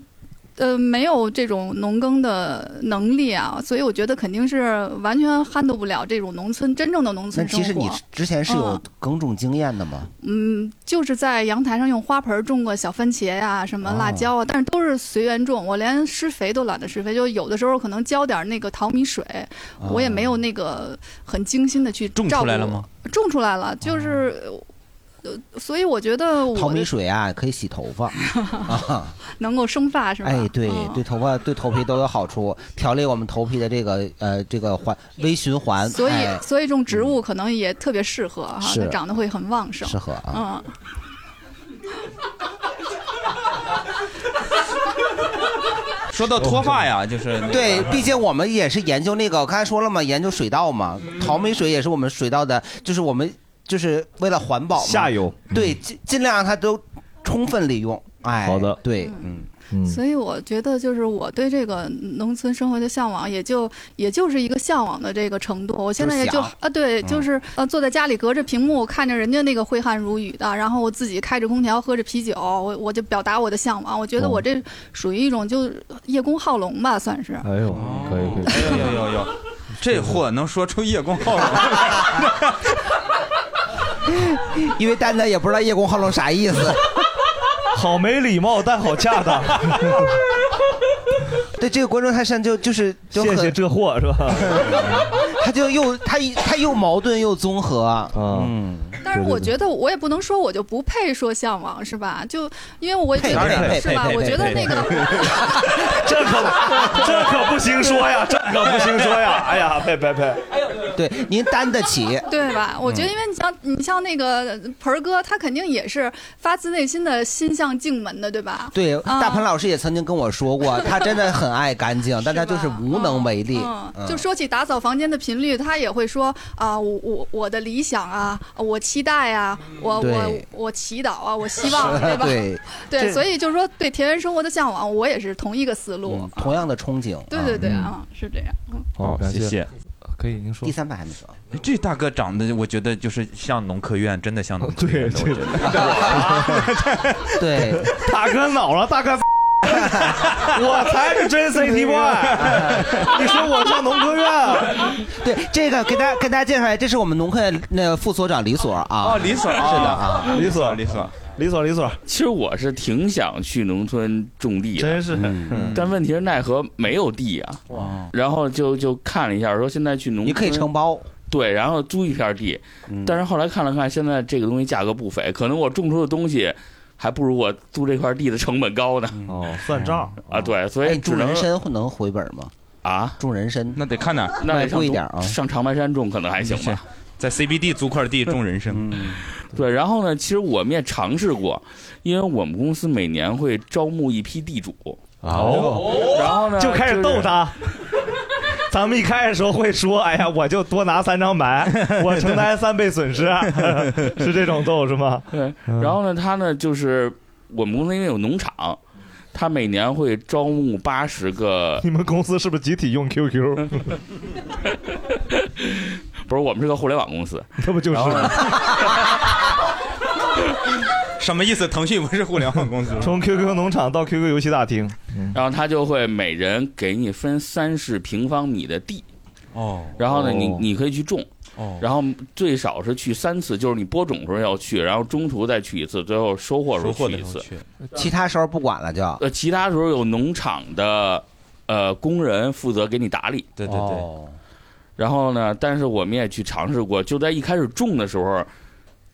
Speaker 22: 呃，没有这种农耕的能力啊，所以我觉得肯定是完全撼动不了这种农村真正的农
Speaker 4: 那
Speaker 22: 村生活。
Speaker 4: 其实你之前是
Speaker 22: 嗯
Speaker 4: 有耕种经验的吗？
Speaker 22: 嗯，嗯就是在阳台上用花盆种过小番茄呀、什么
Speaker 4: 哦
Speaker 22: 辣椒啊，但是都是随缘种，我连施肥都懒得施肥，就有的时候可能浇点那个淘米水，我也没
Speaker 4: 哦
Speaker 22: 有那个很精心的去种
Speaker 4: 出来了吗？
Speaker 22: 种出来了，就是。呃，所以我觉得我
Speaker 4: 哦淘
Speaker 22: 的
Speaker 4: 米水啊，可以洗头 发。啊
Speaker 22: 能够生发是吧？
Speaker 4: 哎，对
Speaker 22: 嗯
Speaker 4: 对，头发对头皮都有好处，调理我们头皮的这个呃这个环微循环。
Speaker 22: 所以
Speaker 4: 哎
Speaker 22: 所以这种植物可能也特别适合哈，
Speaker 4: 是
Speaker 22: 它长得会很旺盛。
Speaker 4: 适合啊
Speaker 22: 嗯，
Speaker 3: 说到脱发呀，就是那个
Speaker 4: 对，毕竟我们也是研究那个，我刚才说了嘛，研究水稻嘛，淘米水也是我们水稻的，就是我们就是为了环保嘛，
Speaker 2: 下游
Speaker 4: 对，尽尽量让它都充分利用。 哎，好的，对，嗯嗯
Speaker 22: 所以我觉得就是我对这个农村生活的向往，也就也就是一个向往的这个程度。我现在也
Speaker 4: 就
Speaker 22: 就是
Speaker 4: 想
Speaker 22: 啊，对，
Speaker 4: 嗯
Speaker 22: 就是呃，坐在家里隔着屏幕看着人家那个挥汗如雨的，然后我自己开着空调喝着啤酒，我我就表达我的向往。我觉
Speaker 4: 哦
Speaker 22: 得我这属于一种就是叶公好龙吧，算是。
Speaker 2: 哎呦，可以可
Speaker 3: 以，有有有，这货能说出叶公好龙，
Speaker 4: 因为丹丹也不知道叶公好龙啥意思。
Speaker 2: 好没礼貌，但好恰当。
Speaker 4: 对这个观众泰山就就是就
Speaker 2: 谢谢
Speaker 4: 很
Speaker 2: 这货是吧？
Speaker 4: 他就又他他又矛盾又综合，啊
Speaker 2: 嗯，
Speaker 22: 但是我觉得我也不能说我就不配说向往是吧？就因为我觉得是吧？我觉得那个
Speaker 2: 这可这可不行说呀，这可不行说呀！哎呀，呸呸呸！
Speaker 4: 对，您担得起。
Speaker 22: 对
Speaker 4: 嗯
Speaker 22: 吧？我觉得，因为你像你像那个盆儿哥，他肯定也是发自内心的心向静门的，对吧？
Speaker 4: 对，
Speaker 22: 啊
Speaker 4: 大鹏老师也曾经跟我说 过，他真的很爱干净，但他就是无能为力。
Speaker 22: 嗯，就说起打扫房间的频率，他也会说啊、我我我的理想啊，我期待啊，我我
Speaker 4: 对
Speaker 22: 我祈祷啊，我希 望，对吧？
Speaker 4: 对
Speaker 22: 对
Speaker 4: 这
Speaker 22: 所以就是说对田园生活的向往，我也是同一个思路。
Speaker 4: 嗯同样的憧憬。
Speaker 22: 对对对啊、是这样。嗯
Speaker 2: 好，
Speaker 3: 谢谢。
Speaker 2: 可以，您说。
Speaker 4: 第三排还没说，
Speaker 3: 这大哥长得，我觉得就是像农科院，真的像农科院的。我觉得
Speaker 4: 对，
Speaker 2: 大哥恼了，大哥，我才是真 CT boy。你说我上农科院？
Speaker 4: 对，这个给大家给大家介绍一下，这是我们农科院那副所长李所啊。
Speaker 3: 哦李所
Speaker 4: 是的啊，
Speaker 2: 李所
Speaker 3: 李所
Speaker 2: 李所李所。
Speaker 21: 其实我是挺想去农村种地的，
Speaker 2: 真是
Speaker 21: 嗯但问题是奈何没有地啊。然后就就看了一下，说现在去农村
Speaker 4: 你可以承包。嗯
Speaker 21: 对，然后租一片地，但是后来看了看，现在这个东西价格不菲，可能我种出的东西还不如我租这块地的成本高呢。
Speaker 2: 哦，算账
Speaker 21: 啊，对，所以
Speaker 4: 哎，
Speaker 21: 只
Speaker 4: 种
Speaker 21: 能
Speaker 4: 人参会能回本吗？
Speaker 21: 啊，
Speaker 4: 种人参
Speaker 3: 那得看哪，
Speaker 21: 那
Speaker 4: 卖
Speaker 21: 得上
Speaker 4: 贵一
Speaker 21: 中
Speaker 4: 点啊
Speaker 21: 上长白山种可能还行吧。
Speaker 3: 在 CBD 租块地种人参，
Speaker 4: 嗯
Speaker 21: 对，然后呢，其实我们也尝试过，因为我们公司每年会招募一批地主。
Speaker 2: 哦，
Speaker 21: 然后呢
Speaker 2: 就开始逗他。咱们一开始时候会说，哎呀，我就多拿三张白，我承担三倍损失，啊 是这种逗是吗？
Speaker 21: 对，
Speaker 4: 嗯
Speaker 21: 然后呢，他呢就是我们公司因为有农场，他每年会招募八 十个
Speaker 2: 你们公司是不是集体用 QQ？
Speaker 21: 不是，我们是个互联网公司，
Speaker 2: 这不就是
Speaker 21: 然后呢？
Speaker 3: 什么意思？腾讯不是互联网公司吗？
Speaker 2: 从 QQ 农场到 QQ 游戏大厅，
Speaker 4: 嗯
Speaker 21: 然后他就会每人给你分三十平方米的地，
Speaker 3: 哦，
Speaker 21: 然后呢，你
Speaker 3: 哦
Speaker 21: 你可以去种，
Speaker 3: 哦
Speaker 21: 然后最少是去三次，就是你播种时候要去，然后中途再去一次，最后收获时
Speaker 4: 收获
Speaker 21: 候
Speaker 4: 的
Speaker 21: 一
Speaker 4: 时候
Speaker 21: 次。
Speaker 4: 其他时候不管了就。
Speaker 21: 呃，其他时候有农场的呃工人负责给你打理。对
Speaker 4: 对对哦
Speaker 21: 然后呢，但是我们也去尝试过，就在一开始种的时候。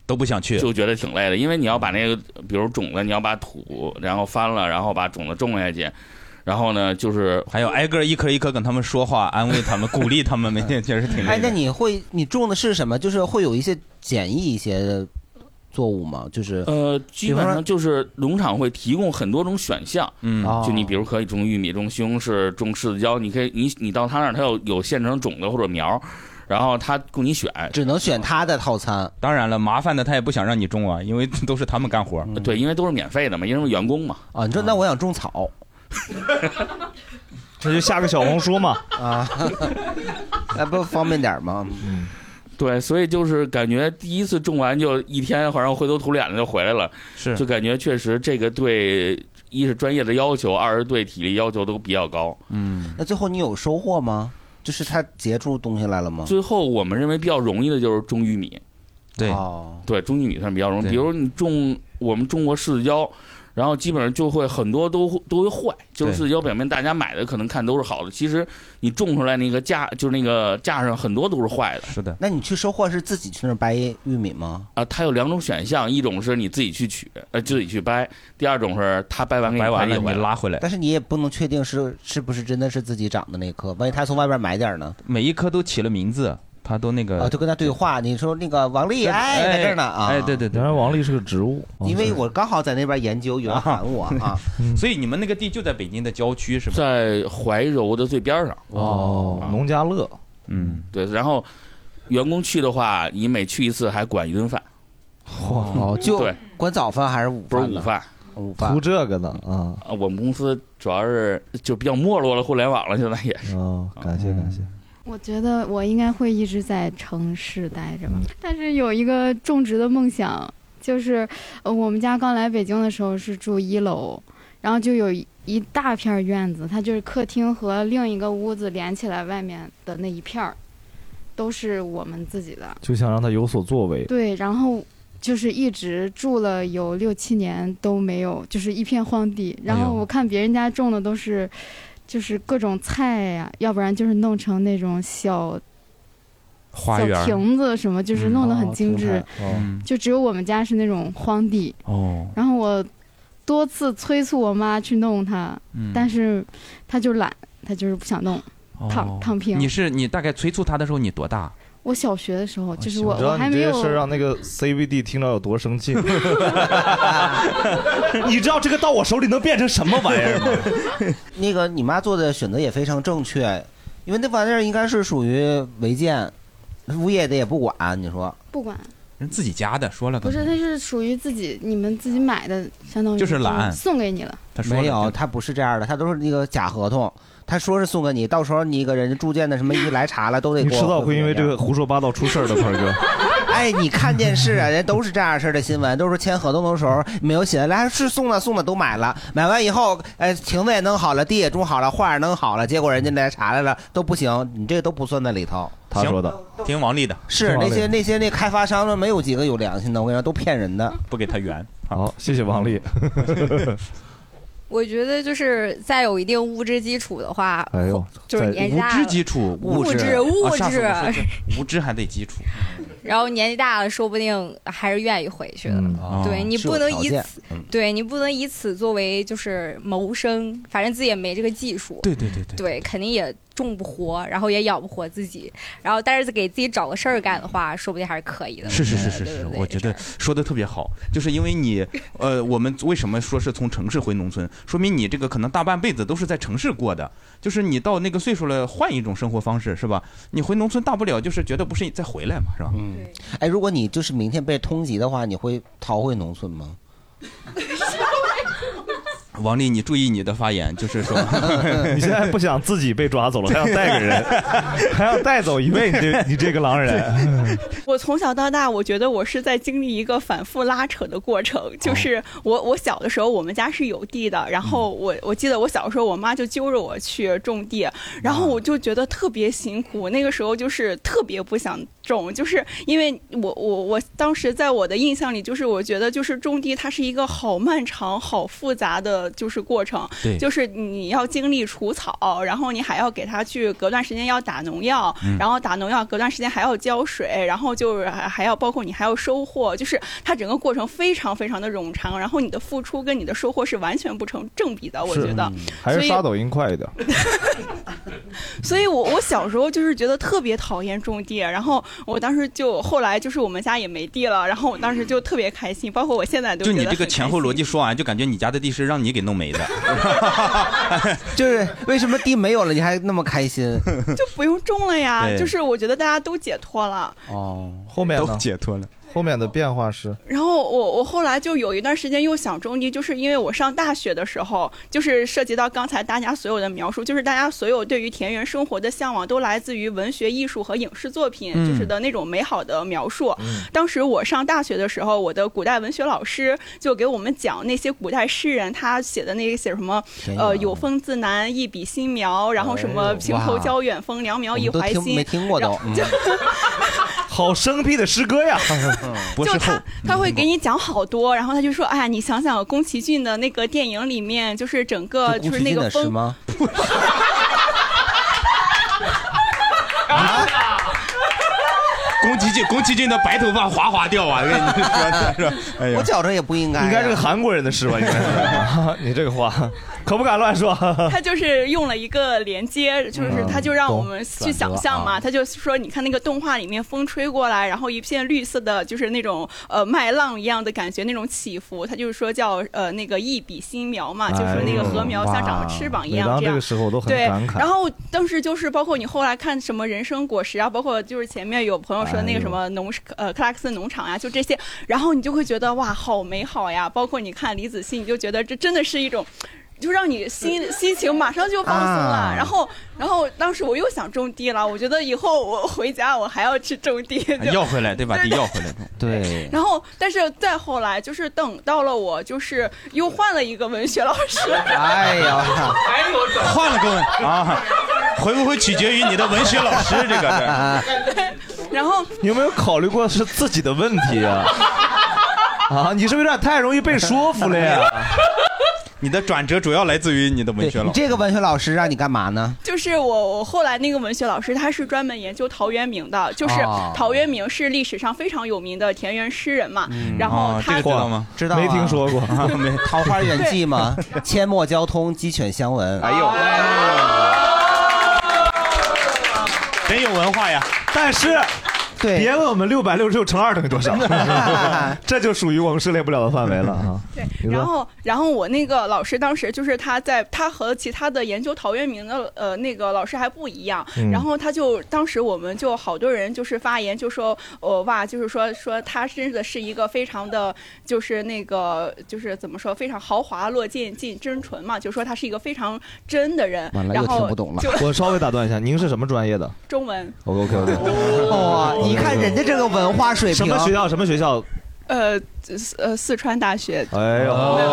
Speaker 3: 都不想去，
Speaker 21: 就觉得挺累的，因为你要把那个，比如种子，你要把土，然后翻了，然后把种子种下去，然后呢，就是
Speaker 3: 还有挨个一颗一颗跟他们说话，安慰他们，鼓励他们，每天确实挺累
Speaker 4: 哎，那
Speaker 3: 的。
Speaker 4: 你会你种的是什么？就是会有一些简易一些作物吗？就是
Speaker 21: 呃，基本
Speaker 4: 比方
Speaker 21: 上
Speaker 4: 说
Speaker 21: 就是农场会提供很多种选项，
Speaker 3: 嗯
Speaker 4: 哦
Speaker 21: 就你比如可以种玉米、种西红柿、种柿子椒，你可以你你到他那儿，他有有现成种子或者苗，然后他供你选，
Speaker 4: 只能选他的套餐。
Speaker 3: 当然了，麻烦的他也不想让你种啊，因为 都是他们干活。
Speaker 21: 呃对，因为都是免费的嘛，因为员工嘛。
Speaker 4: 啊，你说那我想种草，
Speaker 2: 这就下个小红书嘛
Speaker 4: 啊，那不方便点吗？
Speaker 2: 嗯
Speaker 21: 对，所以就是感觉第一次种完就一天，好像灰头土脸的就回来了，
Speaker 3: 是
Speaker 21: 就感觉确实这个对一是专业的要求，二是对体力要求都比较高。
Speaker 4: 嗯，那最后你有收获吗？就是它结出东西来了吗？
Speaker 21: 最后我们认为比较容易的就是种玉米，
Speaker 3: 对
Speaker 4: 哦
Speaker 21: 对，种玉米算比较容易。
Speaker 3: 对
Speaker 21: 比如你种我们种过柿子椒，然后基本上就会很多都会都会坏，就是
Speaker 3: 对
Speaker 21: 柿子椒表面大家买的可能看都是好的，其实你种出来那个架就是那个架上很多都是坏的。
Speaker 3: 是的。
Speaker 4: 那你去收获是自己去那儿掰玉米吗？
Speaker 21: 啊，它有两种选项，一种是你自己去取，呃，自己去掰；第二种是他掰完给你快递回来
Speaker 4: 但是你也不能确定是是不是真的是自己长的那棵，万一他从外边买点儿呢？
Speaker 3: 每一颗都起了名字，他都那个
Speaker 4: 啊，就跟他对话，你说那个王丽，哎，在这儿呢啊，
Speaker 3: 哎，对对对，原来
Speaker 2: 王丽是个植物，
Speaker 4: 因为我刚好在那边研究原
Speaker 3: 啊
Speaker 4: 韩物啊啊，
Speaker 2: 嗯
Speaker 3: 所以你们那个地就在北京的郊区是吧？啊
Speaker 21: 在怀柔的最边上。
Speaker 2: 哦，农家乐，
Speaker 3: 嗯，
Speaker 21: 对。然后员工去的话，你每去一次还管一顿饭。
Speaker 3: 嗯
Speaker 4: 哦，就
Speaker 21: 对
Speaker 4: 管早饭还是午
Speaker 21: 不是
Speaker 4: 呢
Speaker 21: 午饭，
Speaker 4: 午饭嗯
Speaker 2: 图这个呢啊，
Speaker 21: 啊，我们公司主要是就比较没落了互联网了，现在也是。
Speaker 2: 哦，感谢感谢。
Speaker 1: 我觉得我应该会一直在城市待着吧，但是有一个种植的梦想，就是呃我们家刚来北京的时候是住一楼，然后就有一一大片儿院子，它就是客厅和另一个屋子连起来，外面的那一片儿都是我们自己的。
Speaker 2: 就想让他有所作为。
Speaker 1: 对，然后就是一直住了有六七年都没有，就是一片荒地。然
Speaker 2: 哎呦
Speaker 1: 后我看别人家种的都是，就是各种菜呀、要不然就是弄成那种小
Speaker 3: 花
Speaker 1: 小
Speaker 3: 园
Speaker 1: 亭子什么，就是弄
Speaker 2: 哦
Speaker 1: 得很精致。
Speaker 3: 嗯
Speaker 1: 就只有我们家是那种荒地。
Speaker 3: 哦，
Speaker 1: 然后我多次催促我妈去弄它，
Speaker 3: 嗯哦
Speaker 1: 但是她就懒，她就是不想弄，躺躺平。
Speaker 3: 你是哦你大概催促他的时候你多大？
Speaker 1: 我小学的时候，就是我
Speaker 2: 你知道
Speaker 1: 我还
Speaker 2: 你这
Speaker 1: 没有
Speaker 2: 些事儿让那个 CVD 听着有多生气？你知道这个到我手里能变成什么玩意 儿吗？
Speaker 4: 那个你妈做的选择也非常正确，因为那玩意儿应该是属于违建，物业的也不管，你说
Speaker 1: 不管。
Speaker 3: 人自己家的，说了
Speaker 1: 不是，它是属于自己你们自己买的，相当于
Speaker 4: 就是懒
Speaker 1: 送给你了。
Speaker 3: 他
Speaker 4: 没有，他不是这样的，他都是那个假合同，他说是送给你，到时候你一个人住建的什么一来查了都得
Speaker 2: 你
Speaker 4: 给我
Speaker 2: 迟早会因为这个胡说八道出事儿的，鹏哥。
Speaker 4: 哎，你看电视啊，人都是这样式儿的新闻，都是签合同的时候没有写，来是送的送的都买了，买完以后，哎，亭子也弄好了，地也种好了，画也弄好了，结果人家来查来了都不行，你这个都不算在里头。
Speaker 2: 他说的，
Speaker 3: 听王丽的，
Speaker 4: 是那些那些那开发商呢，没有几个有良心的，我跟你说都骗人的， 嗯
Speaker 3: 不给 他圆。啊
Speaker 2: 好，谢谢 王丽。
Speaker 23: 我觉得就是再有一定物质基础的话，
Speaker 2: 哎呦，，
Speaker 23: 就是
Speaker 3: 在
Speaker 23: 年
Speaker 3: 无
Speaker 23: 假
Speaker 3: 知
Speaker 23: 了
Speaker 3: 基础，
Speaker 23: 物
Speaker 3: 质
Speaker 23: 质物
Speaker 3: 啊上次
Speaker 23: 质
Speaker 3: 我说这无知还得基础。
Speaker 23: 然后年纪大了，说不定还是愿意回去的。
Speaker 3: 嗯
Speaker 23: 对
Speaker 3: 哦
Speaker 23: 你
Speaker 3: 是
Speaker 23: 不
Speaker 3: 有
Speaker 23: 能
Speaker 3: 条
Speaker 23: 以
Speaker 3: 件
Speaker 23: 此
Speaker 3: 嗯，
Speaker 23: 对你不能以此作为就是谋生，反正自己也没这个技术。
Speaker 3: 对对对对，
Speaker 23: 对，肯定也种不活，然后也养不活自己，然后但是给自己找个事儿干的话，说不定还是可以的。
Speaker 3: 是是是是是，我觉得说的特别好，就是因为你，呃，我们为什么说是从城市回农村，说明你这个可能大半辈子都是在城市过的，就是你到那个岁数了，换一种生活方式是吧？你回农村大不了就是觉得不是再回来嘛是吧？
Speaker 4: 嗯，哎，如果你就是明天被通缉的话，你会逃回农村吗？
Speaker 3: 王丽，你注意你的发言，就是说
Speaker 2: 你现在不想自己被抓走了，还要带个 人，还要带走一位，你这你这个狼人，
Speaker 5: 我从小到大，我觉得我是在经历一个反复拉扯的过程。就是我，我小的时候，我们家是有地的，然后我我记得我小时候，我妈就揪着我去种地，然后我就觉得特别辛苦。那个时候就是特别不想种，就是因为我我我当时在我的印象里，就是我觉得就是种地它是一个好漫长、好复杂的就是过程
Speaker 8: 对，
Speaker 5: 就是你要经历除草，然后你还要给它去隔段时间要打农药，
Speaker 8: 嗯
Speaker 5: 然后打农药隔段时间还要浇水，然后就是还还要包括你还要收获，就是它整个过程非常非常的冗长，然后你的付出跟你的收获是完全不成正比的，我觉得。
Speaker 2: 还 是
Speaker 5: 所以
Speaker 2: 刷抖音快一点。
Speaker 5: 所以我我小时候就是觉得特别讨厌种地，然后我当时就后来就是我们家也没地了，然后我当时就特别开心，包括我现在都
Speaker 3: 就
Speaker 5: 觉得
Speaker 3: 你这个
Speaker 5: 很
Speaker 3: 前后逻辑说完，就感觉你家的地是让你给弄没的。
Speaker 4: 就是为什么地没有了，你还那么开心？
Speaker 5: 就不用种了呀，
Speaker 2: 对
Speaker 5: 就是我觉得大家都解脱了。
Speaker 4: 哦，
Speaker 2: 后面
Speaker 4: 都
Speaker 2: 解脱了。后面的变化是，
Speaker 5: 然后我我后来就有一段时间又想种地，就是因为我上大学的时候，就是涉及到刚才大家所有的描述，就是大家所有对于田园生活的向往都来自于文学、艺术和影视作品，
Speaker 8: 嗯
Speaker 5: 就是的那种美好的描述。
Speaker 8: 嗯
Speaker 5: 当时我上大学的时候，我的古代文学老师就给我们讲那些古代诗人他写的那些什么
Speaker 4: 天，
Speaker 5: 呃，
Speaker 4: 呀
Speaker 5: 有风自南一笔新苗，然后什
Speaker 4: 哎
Speaker 5: 么
Speaker 4: 呦
Speaker 5: 平头
Speaker 4: 哇
Speaker 5: 交远风，梁苗
Speaker 4: 我
Speaker 5: 一
Speaker 4: 们都
Speaker 5: 哦怀
Speaker 4: 听
Speaker 5: 心，
Speaker 4: 没听过都。嗯
Speaker 2: 好生僻的诗歌 呀！
Speaker 4: 嗯
Speaker 5: 就他他会给你讲好多，然后他就说：“哎呀，你想想宫崎骏的那个电影里面，就是整个就是那个
Speaker 4: 是
Speaker 5: 风，
Speaker 4: 吗？
Speaker 3: 啊宫崎骏，宫崎骏的白头发哗哗掉啊！跟你说，是吧哎呀
Speaker 4: 我觉着也不应该呀，
Speaker 2: 应该是个韩国人的诗吧？应该 是，你这个话可不敢乱说。
Speaker 5: 他就是用了一个连接，就是
Speaker 2: 嗯
Speaker 5: 他就让我们
Speaker 2: 懂
Speaker 5: 去想象嘛，他就说你看那个动画里面风吹过来，然后一片绿色的，就是那种呃麦浪一样的感觉，那种起伏，他就是说叫呃那个一笔新苗嘛，就是那个禾苗像长了翅膀一
Speaker 2: 哎每当
Speaker 5: 样
Speaker 2: 这
Speaker 5: 这样
Speaker 2: 个。时候我都很
Speaker 5: 对
Speaker 2: 感，慨。
Speaker 5: 然后当时就是包括你后来看什么人参果实啊，包括就是前面有朋友说那个什
Speaker 2: 哎
Speaker 5: 么农、呃克拉克森农场呀、就这些，然后你就会觉得哇，好美好呀。包括你看李子柒，你就觉得这真的是一种。就让你心心情马上就放松了，
Speaker 8: 啊
Speaker 5: 然后，然后当时我又想种地了，我觉得以后我回家我还要去种地，就
Speaker 3: 哎要回来，对吧？得要回来。
Speaker 4: 对
Speaker 5: 然后，但是再后来就是等到了我就是又换了一个文学老师，
Speaker 4: 哎呀，
Speaker 3: 换了工啊，回不回取决于你的文学老师这个事儿。
Speaker 5: 然后
Speaker 2: 你有没有考虑过是自己的问题 啊？啊，你是不是有点太容易被说服了 呀？
Speaker 3: 你的 转折 主要来自于你的文学
Speaker 4: 对
Speaker 3: 老
Speaker 4: 你
Speaker 3: 师。
Speaker 4: 这个文学老师让你干嘛呢？
Speaker 5: 就是我，我后来那个文学老师，他是专门研究陶渊明的，就是
Speaker 3: 啊
Speaker 4: 哦
Speaker 5: 陶渊明是历史上非常有名的田园诗人嘛。
Speaker 4: 嗯
Speaker 5: 然后
Speaker 3: 哦
Speaker 5: 他、
Speaker 4: 知道啊
Speaker 2: 没听说过
Speaker 4: 没《桃花源记》吗？ 阡陌交通，鸡犬相闻。哎呦，
Speaker 3: 真有文化呀！
Speaker 2: 但是，
Speaker 4: 对，
Speaker 2: 别问我们六百六十六乘二等于多 少，这就属于我们涉猎不了的范围了啊。对你说
Speaker 5: 然后，然后我那个老师当时就是他在他和其他的研究陶渊明的呃那个老师还不一样，
Speaker 8: 嗯
Speaker 5: 然后他就当时我们就好多人就是发言就说，哦哇，就是说说他真的是一个非常的就是那个就是怎么说非常豪华落尽尽真纯嘛，就说他是一个非常真的人，然后 就
Speaker 2: 我稍微打断一下，您是什么专业 的
Speaker 5: 中文
Speaker 2: ？OK OK OK。
Speaker 4: 哇，一看人家这个文化水平啊
Speaker 2: 什么学校？什么学校？
Speaker 5: 呃呃四川大学
Speaker 2: 哎呦，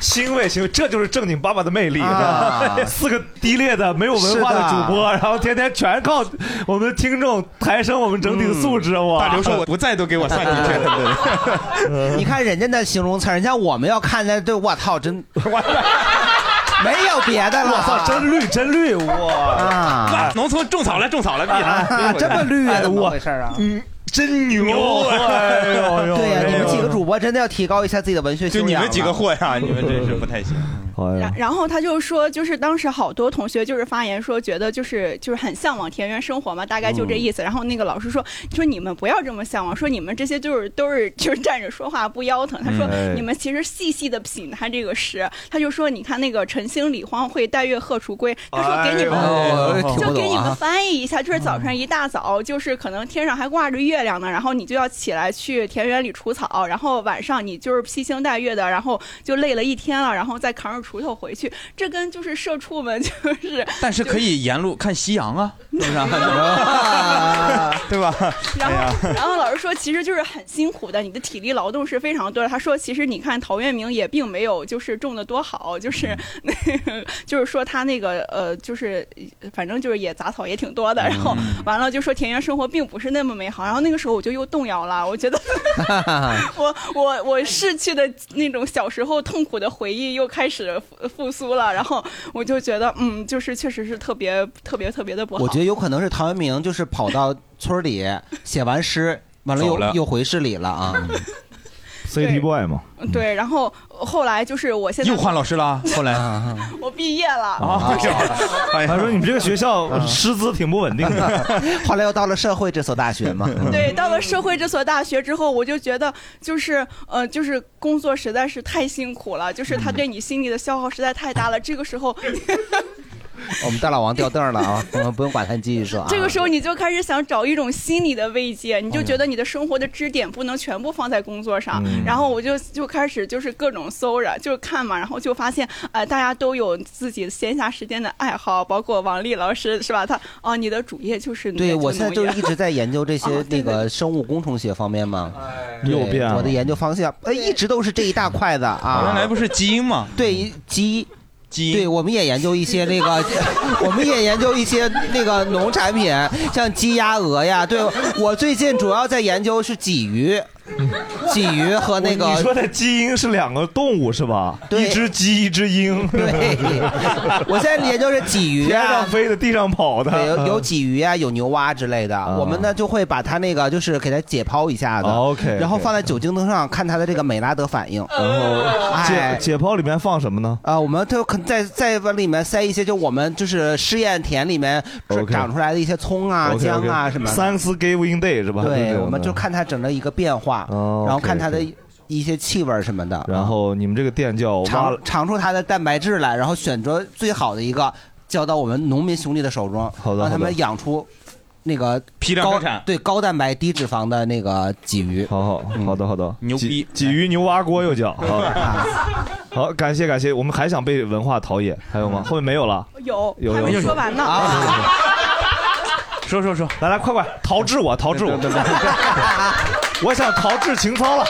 Speaker 2: 欣慰欣慰，这就是正经爸爸的魅力。
Speaker 4: 啊
Speaker 2: 四个低劣的、没有文化
Speaker 4: 是
Speaker 2: 的
Speaker 4: 的
Speaker 2: 主播，然后天天全靠我们听众抬升我们整体的素质。哇！
Speaker 3: 大刘说我不在都给我算进去 了。
Speaker 4: 你看人家那形容词儿，人家我们要看的，对，我操，真，没有别的了。
Speaker 3: 我操
Speaker 2: 真绿真绿，我
Speaker 4: 啊，
Speaker 3: 农村种草了，种草了，
Speaker 4: 啊这么绿啊，
Speaker 3: 哎
Speaker 4: 怎么
Speaker 3: 我
Speaker 4: 回事啊？
Speaker 2: 嗯，真牛
Speaker 3: 哎呦哎呦
Speaker 4: 对呀，
Speaker 3: 哎呦
Speaker 4: 你们几个主播真的要提高一下自己的文学修
Speaker 3: 就
Speaker 4: 养。啊
Speaker 3: 啊你们几个货呀，你们真是不太行。
Speaker 2: 好
Speaker 4: 哎
Speaker 2: 呀
Speaker 6: 嗯
Speaker 5: 然，然后他就说，就是当时好多同学就是发言说，觉得就是就是很向往田园生活嘛，大概就这意思。然后那个老师说，说你们不要这么向往，说你们这些就是都是就是站着说话不腰疼。他说
Speaker 6: 嗯哎
Speaker 5: 你们其实细细的品他这个诗，他就说你看那个晨星李荒会，带月荷锄归，他说给你们、
Speaker 6: 哎呦哎呦
Speaker 5: 就给
Speaker 6: 听不
Speaker 5: 你
Speaker 6: 懂
Speaker 5: 们
Speaker 6: 啊嗯
Speaker 5: 翻译一下，就是早上一大 早，就是可能天上还挂着月亮呢，然后你就要起来去田园里除草，然后晚上你就是披星戴月的，然后就累了一天了，然后再扛着锄头回去，这跟就是社畜们就是，
Speaker 3: 但是可以沿路看夕阳啊，是不是啊？ 对吧？
Speaker 5: 然
Speaker 3: 哎呀
Speaker 5: 后，然后老师说，其实就是很辛苦的，你的体力劳动是非常多的。他说，其实你看陶渊明也并没有就是种的多好，就是 那个，就是说他那个呃，就是反正就是也杂草也挺多的。然后完了就说田园生活并不是那么美好。然后那个时候我就又动摇了，我觉得我我我逝去的那种小时候痛苦的回忆又开始复复苏了。然后我就觉得，嗯，就是确实是特别特别特别的不好。
Speaker 4: 我觉得有可能是陶渊明就是跑到村儿里写完诗，完了
Speaker 2: 走
Speaker 4: 又
Speaker 2: 了
Speaker 4: 又回市里了啊。
Speaker 2: ，City Boy 嘛，
Speaker 5: 对，然后后来就是我现在
Speaker 2: 又换老师啦。后来 哎
Speaker 5: 我毕业了
Speaker 2: 啊，他说你们这个学
Speaker 4: 啊
Speaker 2: 校师资挺不稳定的，
Speaker 4: 后来又到了社会这所大学嘛。
Speaker 5: 对，到了社会这所大学之后，我就觉得就是呃，就是工作实在是太辛苦了，就是他对你心理的消耗实在太大了。这个时 候，
Speaker 4: 啊我们大老王掉凳儿了啊，我们不用管他，你继续说啊。
Speaker 5: 这个时候你就开始想找一种心理的慰藉，你
Speaker 4: 嗯
Speaker 5: 就觉得你的生活的支点不能全部放在工作上。
Speaker 6: 嗯
Speaker 5: 然后我就就开始就是各种搜着，就是看嘛，然后就发现呃，大家都有自己闲暇时间的爱好，包括王丽老师是吧？他哦，你的主业就是
Speaker 4: 对，
Speaker 5: 研究
Speaker 4: 我现在
Speaker 5: 农
Speaker 4: 就
Speaker 5: 业啊
Speaker 4: 是一直在研究这些那个生物工程学方面嘛，
Speaker 5: 哎
Speaker 4: 对
Speaker 2: 又变了啊
Speaker 4: 我的研究方向，呃，一直都是这一大块的啊。
Speaker 3: 原来不是基因吗？
Speaker 4: 对鸡。
Speaker 3: 鸡，
Speaker 4: 对，我们也研究一些 那个，我们也研究一些那个农产品，像鸡、鸭、鹅呀。对我最近主要在研究是鲫鱼，鲫鱼和那个。
Speaker 2: 你说的基因是两个动物是吧？
Speaker 4: 对
Speaker 2: 一只鸡，一只鹰。
Speaker 4: 对， 我现在研究是鲫鱼啊，
Speaker 2: 天上飞的，地上跑的，嗯
Speaker 4: 对，有有鲫鱼啊，有牛蛙之类的。我们呢就会把它那个就是给它解剖一下子、
Speaker 2: 啊哦，OK，OK
Speaker 4: 然后放在酒精灯上看它的这个美拉德反应。
Speaker 2: 然后解
Speaker 4: 哎
Speaker 2: 解剖里面放什么呢？
Speaker 4: 啊，我们就可再再往里面塞一些，就我们就是试验田里面
Speaker 2: OK
Speaker 4: 长出来的一些葱啊、
Speaker 2: OK，OK
Speaker 4: 姜啊什么的。
Speaker 2: Thanksgiving Day 是吧？
Speaker 4: 对，
Speaker 2: 这种
Speaker 4: 我们
Speaker 2: 的
Speaker 4: 就看它整个一个变化，
Speaker 2: 哦
Speaker 4: 然后看
Speaker 2: OK，
Speaker 4: 它的
Speaker 2: OK
Speaker 4: 一些气味什么的，
Speaker 2: 然后你们这个店叫挖
Speaker 4: 尝尝出它的蛋白质来，然后选择最好的一个交到我们农民兄弟的手中，
Speaker 2: 的
Speaker 4: 让他
Speaker 2: 好的
Speaker 4: 们养出那个
Speaker 3: 批量
Speaker 4: 高
Speaker 3: 生产
Speaker 4: 对高蛋白低脂肪的那个鲫鱼。
Speaker 2: 好好
Speaker 4: 嗯
Speaker 2: 好的好的，
Speaker 3: 牛逼，
Speaker 2: 鲫鱼牛蛙锅又叫好。
Speaker 4: 啊
Speaker 2: 好，感谢感谢，我们还想被文化陶冶，还有
Speaker 4: 嗯
Speaker 2: 吗？后面没有了。
Speaker 5: 有
Speaker 2: 有
Speaker 5: 还没
Speaker 2: 有
Speaker 5: 说完呢。
Speaker 4: 啊
Speaker 2: 说说说，来来快快陶治我，陶治我， 我想陶治情操了。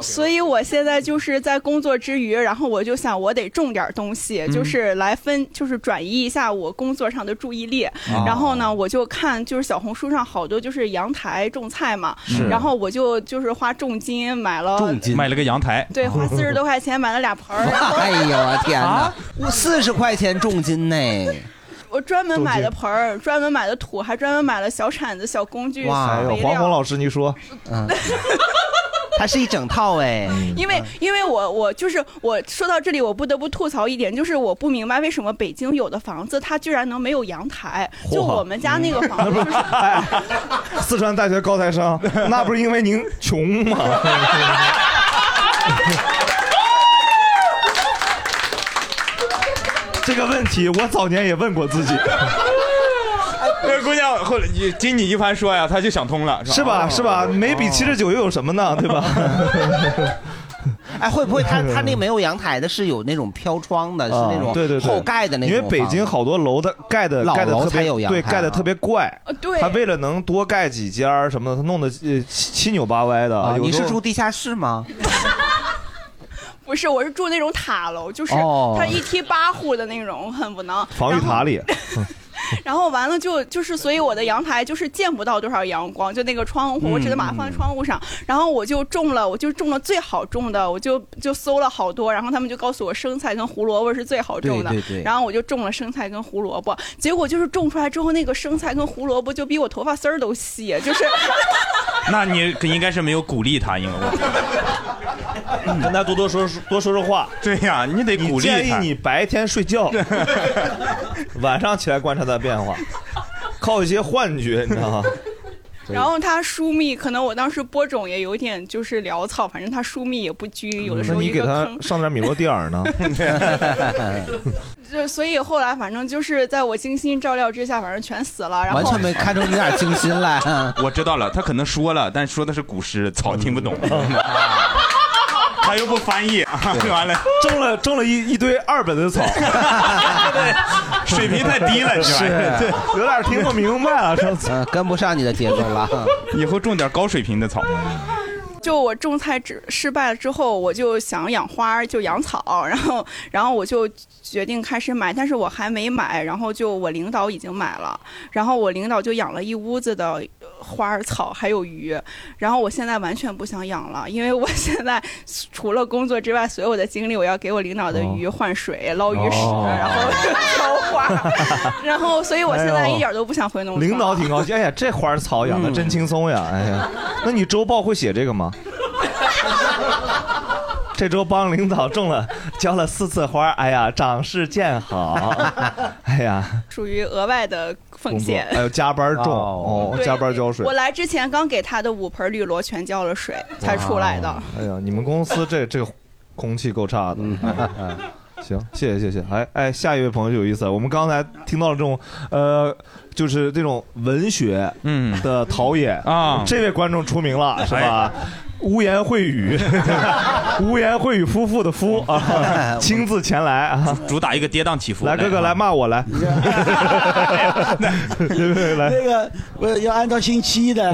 Speaker 5: 所以我现在就是在工作之余，然后我就想我得种点东西，
Speaker 6: 嗯
Speaker 5: 就是来分，就是转移一下我工作上的注意力。然后呢，我就看就是小红书上好多就是阳台种菜嘛
Speaker 3: 是，
Speaker 5: 然后我就就是花重金买了，
Speaker 3: 买了个阳台，
Speaker 5: 哎对，花四十多块钱买了俩盆儿，然 后
Speaker 4: 哎呦我天哪！
Speaker 2: 啊
Speaker 4: 我四十块钱重金呢，
Speaker 5: 我专门买的盆儿，专门买的土，还专门买了小铲子、小工具、
Speaker 4: 哇
Speaker 5: 小
Speaker 2: 哎呦，
Speaker 5: 肥
Speaker 2: 黄
Speaker 5: 料
Speaker 2: 宏。老师，你说，
Speaker 4: 嗯， 它是一整套哎。
Speaker 2: 嗯
Speaker 5: 因为因为我我就是我说到这里，我不得不吐槽一点，就是我不明白为什么北京有的房子它居然能没有阳台，就
Speaker 2: 嚯嗯
Speaker 5: 我们家那个房子，
Speaker 2: 四川大学高 材生，那不是因为您穷吗？ 这个问题我早年也问 过自己，
Speaker 3: 那姑娘后来你经你一番说呀，她就想通了，
Speaker 2: 是
Speaker 4: 哦
Speaker 2: 吧？是吧？没比七十九又有什么呢？ 对吧？
Speaker 4: 哎，会不会 它它那没有阳台的是有那种飘窗的，是那种
Speaker 2: 啊对对对
Speaker 4: 后盖的那种
Speaker 2: 因
Speaker 4: 房
Speaker 2: 为
Speaker 4: 子？
Speaker 2: 北京好多楼的盖的
Speaker 4: 老
Speaker 2: 盖的
Speaker 4: 楼
Speaker 2: 特
Speaker 4: 才
Speaker 2: 别
Speaker 4: 有阳
Speaker 2: 对
Speaker 4: 台
Speaker 2: 盖的
Speaker 4: 啊
Speaker 2: 特别怪，
Speaker 5: 对
Speaker 2: 他为了能多盖几家儿什么的，他弄得呃七七扭八歪的。
Speaker 4: 啊
Speaker 2: 有
Speaker 4: 你
Speaker 2: 时
Speaker 4: 是
Speaker 2: 候
Speaker 4: 住地下室吗？
Speaker 5: 不是，我是住那种塔楼，就是
Speaker 2: 哦
Speaker 5: 它一梯八户的那种，很无能。
Speaker 2: 防御塔里？
Speaker 5: 然后完了就就是，所以我的阳台就是见不到多少阳光，就那个窗户，我只能把它放在窗户上。然后我就种了，我就种了最好种的，我就就搜了好多，然后他们就告诉我生菜跟胡萝卜是最好种的，
Speaker 6: 对对对
Speaker 5: 然后我就种了生菜跟胡萝卜，结果就是种出来之后，那个生菜跟胡萝卜就比我头发丝儿都细，就是。
Speaker 3: 那你应该是没有鼓励他，因为我
Speaker 2: 跟他多多说多说说话。
Speaker 3: 对嗯呀、你得鼓励他。
Speaker 2: 建议你白天睡 觉，晚上起来观察它变化，靠一些幻觉，你知道吗？
Speaker 5: 然后他疏密，可能我当时播种也有点就是潦草，反正他疏密也不拘，有的
Speaker 2: 嗯
Speaker 5: 时
Speaker 2: 那
Speaker 5: 候
Speaker 2: 你
Speaker 5: 一
Speaker 2: 给
Speaker 5: 个
Speaker 2: 他
Speaker 5: 坑，
Speaker 2: 上点米诺地尔 呢？
Speaker 5: 就所以后来反正就是在我精心照料之下，反正全死了。然后
Speaker 4: 出你哪精心来、
Speaker 3: 我知道了，他可能说了，但说的是古诗，草听不懂。 他又不翻译， 完了
Speaker 2: 种了种了一一堆二本的草，
Speaker 3: 水平太低了，这玩意儿
Speaker 4: 是啊嗯
Speaker 3: 对
Speaker 2: 有点听不明白了，上次、
Speaker 4: 跟不上你的节奏了。
Speaker 3: 以后种点高水平的草。
Speaker 5: 就我种菜只失败了之后，我就想养花，就养草，然后然后我就决定开始买，但是我还没买，然后就我领导已经买了，然后我领导就养了一屋子的花儿草还有鱼，然后我现在完全不想养了，因为我现在除了工作之外，所有的精力我要给我领导的鱼换水、 捞鱼食，
Speaker 2: 哦
Speaker 5: 然后浇花，然后所以我现在一点都不想回农村。
Speaker 2: 领导挺高兴，哎呀，这花草养的
Speaker 5: 嗯
Speaker 2: 真轻松呀，哎呀，那你周报会写这个 吗？这周帮领导种了浇了四次花，哎呀，长势渐 好，哎呀，
Speaker 5: 属于额外的奉
Speaker 2: 工作
Speaker 5: 献。
Speaker 2: 还有加班种
Speaker 5: 哦
Speaker 2: 哦，加班浇水
Speaker 5: 我。来之前刚给他的五盆绿萝全浇了水，才出来的
Speaker 2: 哇。。哎呀，你们公司 这这个空气够差的。
Speaker 3: 嗯
Speaker 2: 哎 行，谢谢谢谢。哎哎，下一位朋友就有意思了。我们刚才听到了这种呃，就是这种文学嗯的陶冶
Speaker 3: 啊哎
Speaker 2: 这位观众出名了是吧？污言秽 语，污言秽语夫妇的夫 啊，亲自前来啊！
Speaker 3: 主打一个跌宕起伏。啊
Speaker 2: 来，哥哥来 骂我来， 来
Speaker 24: 那个我要按照星期的，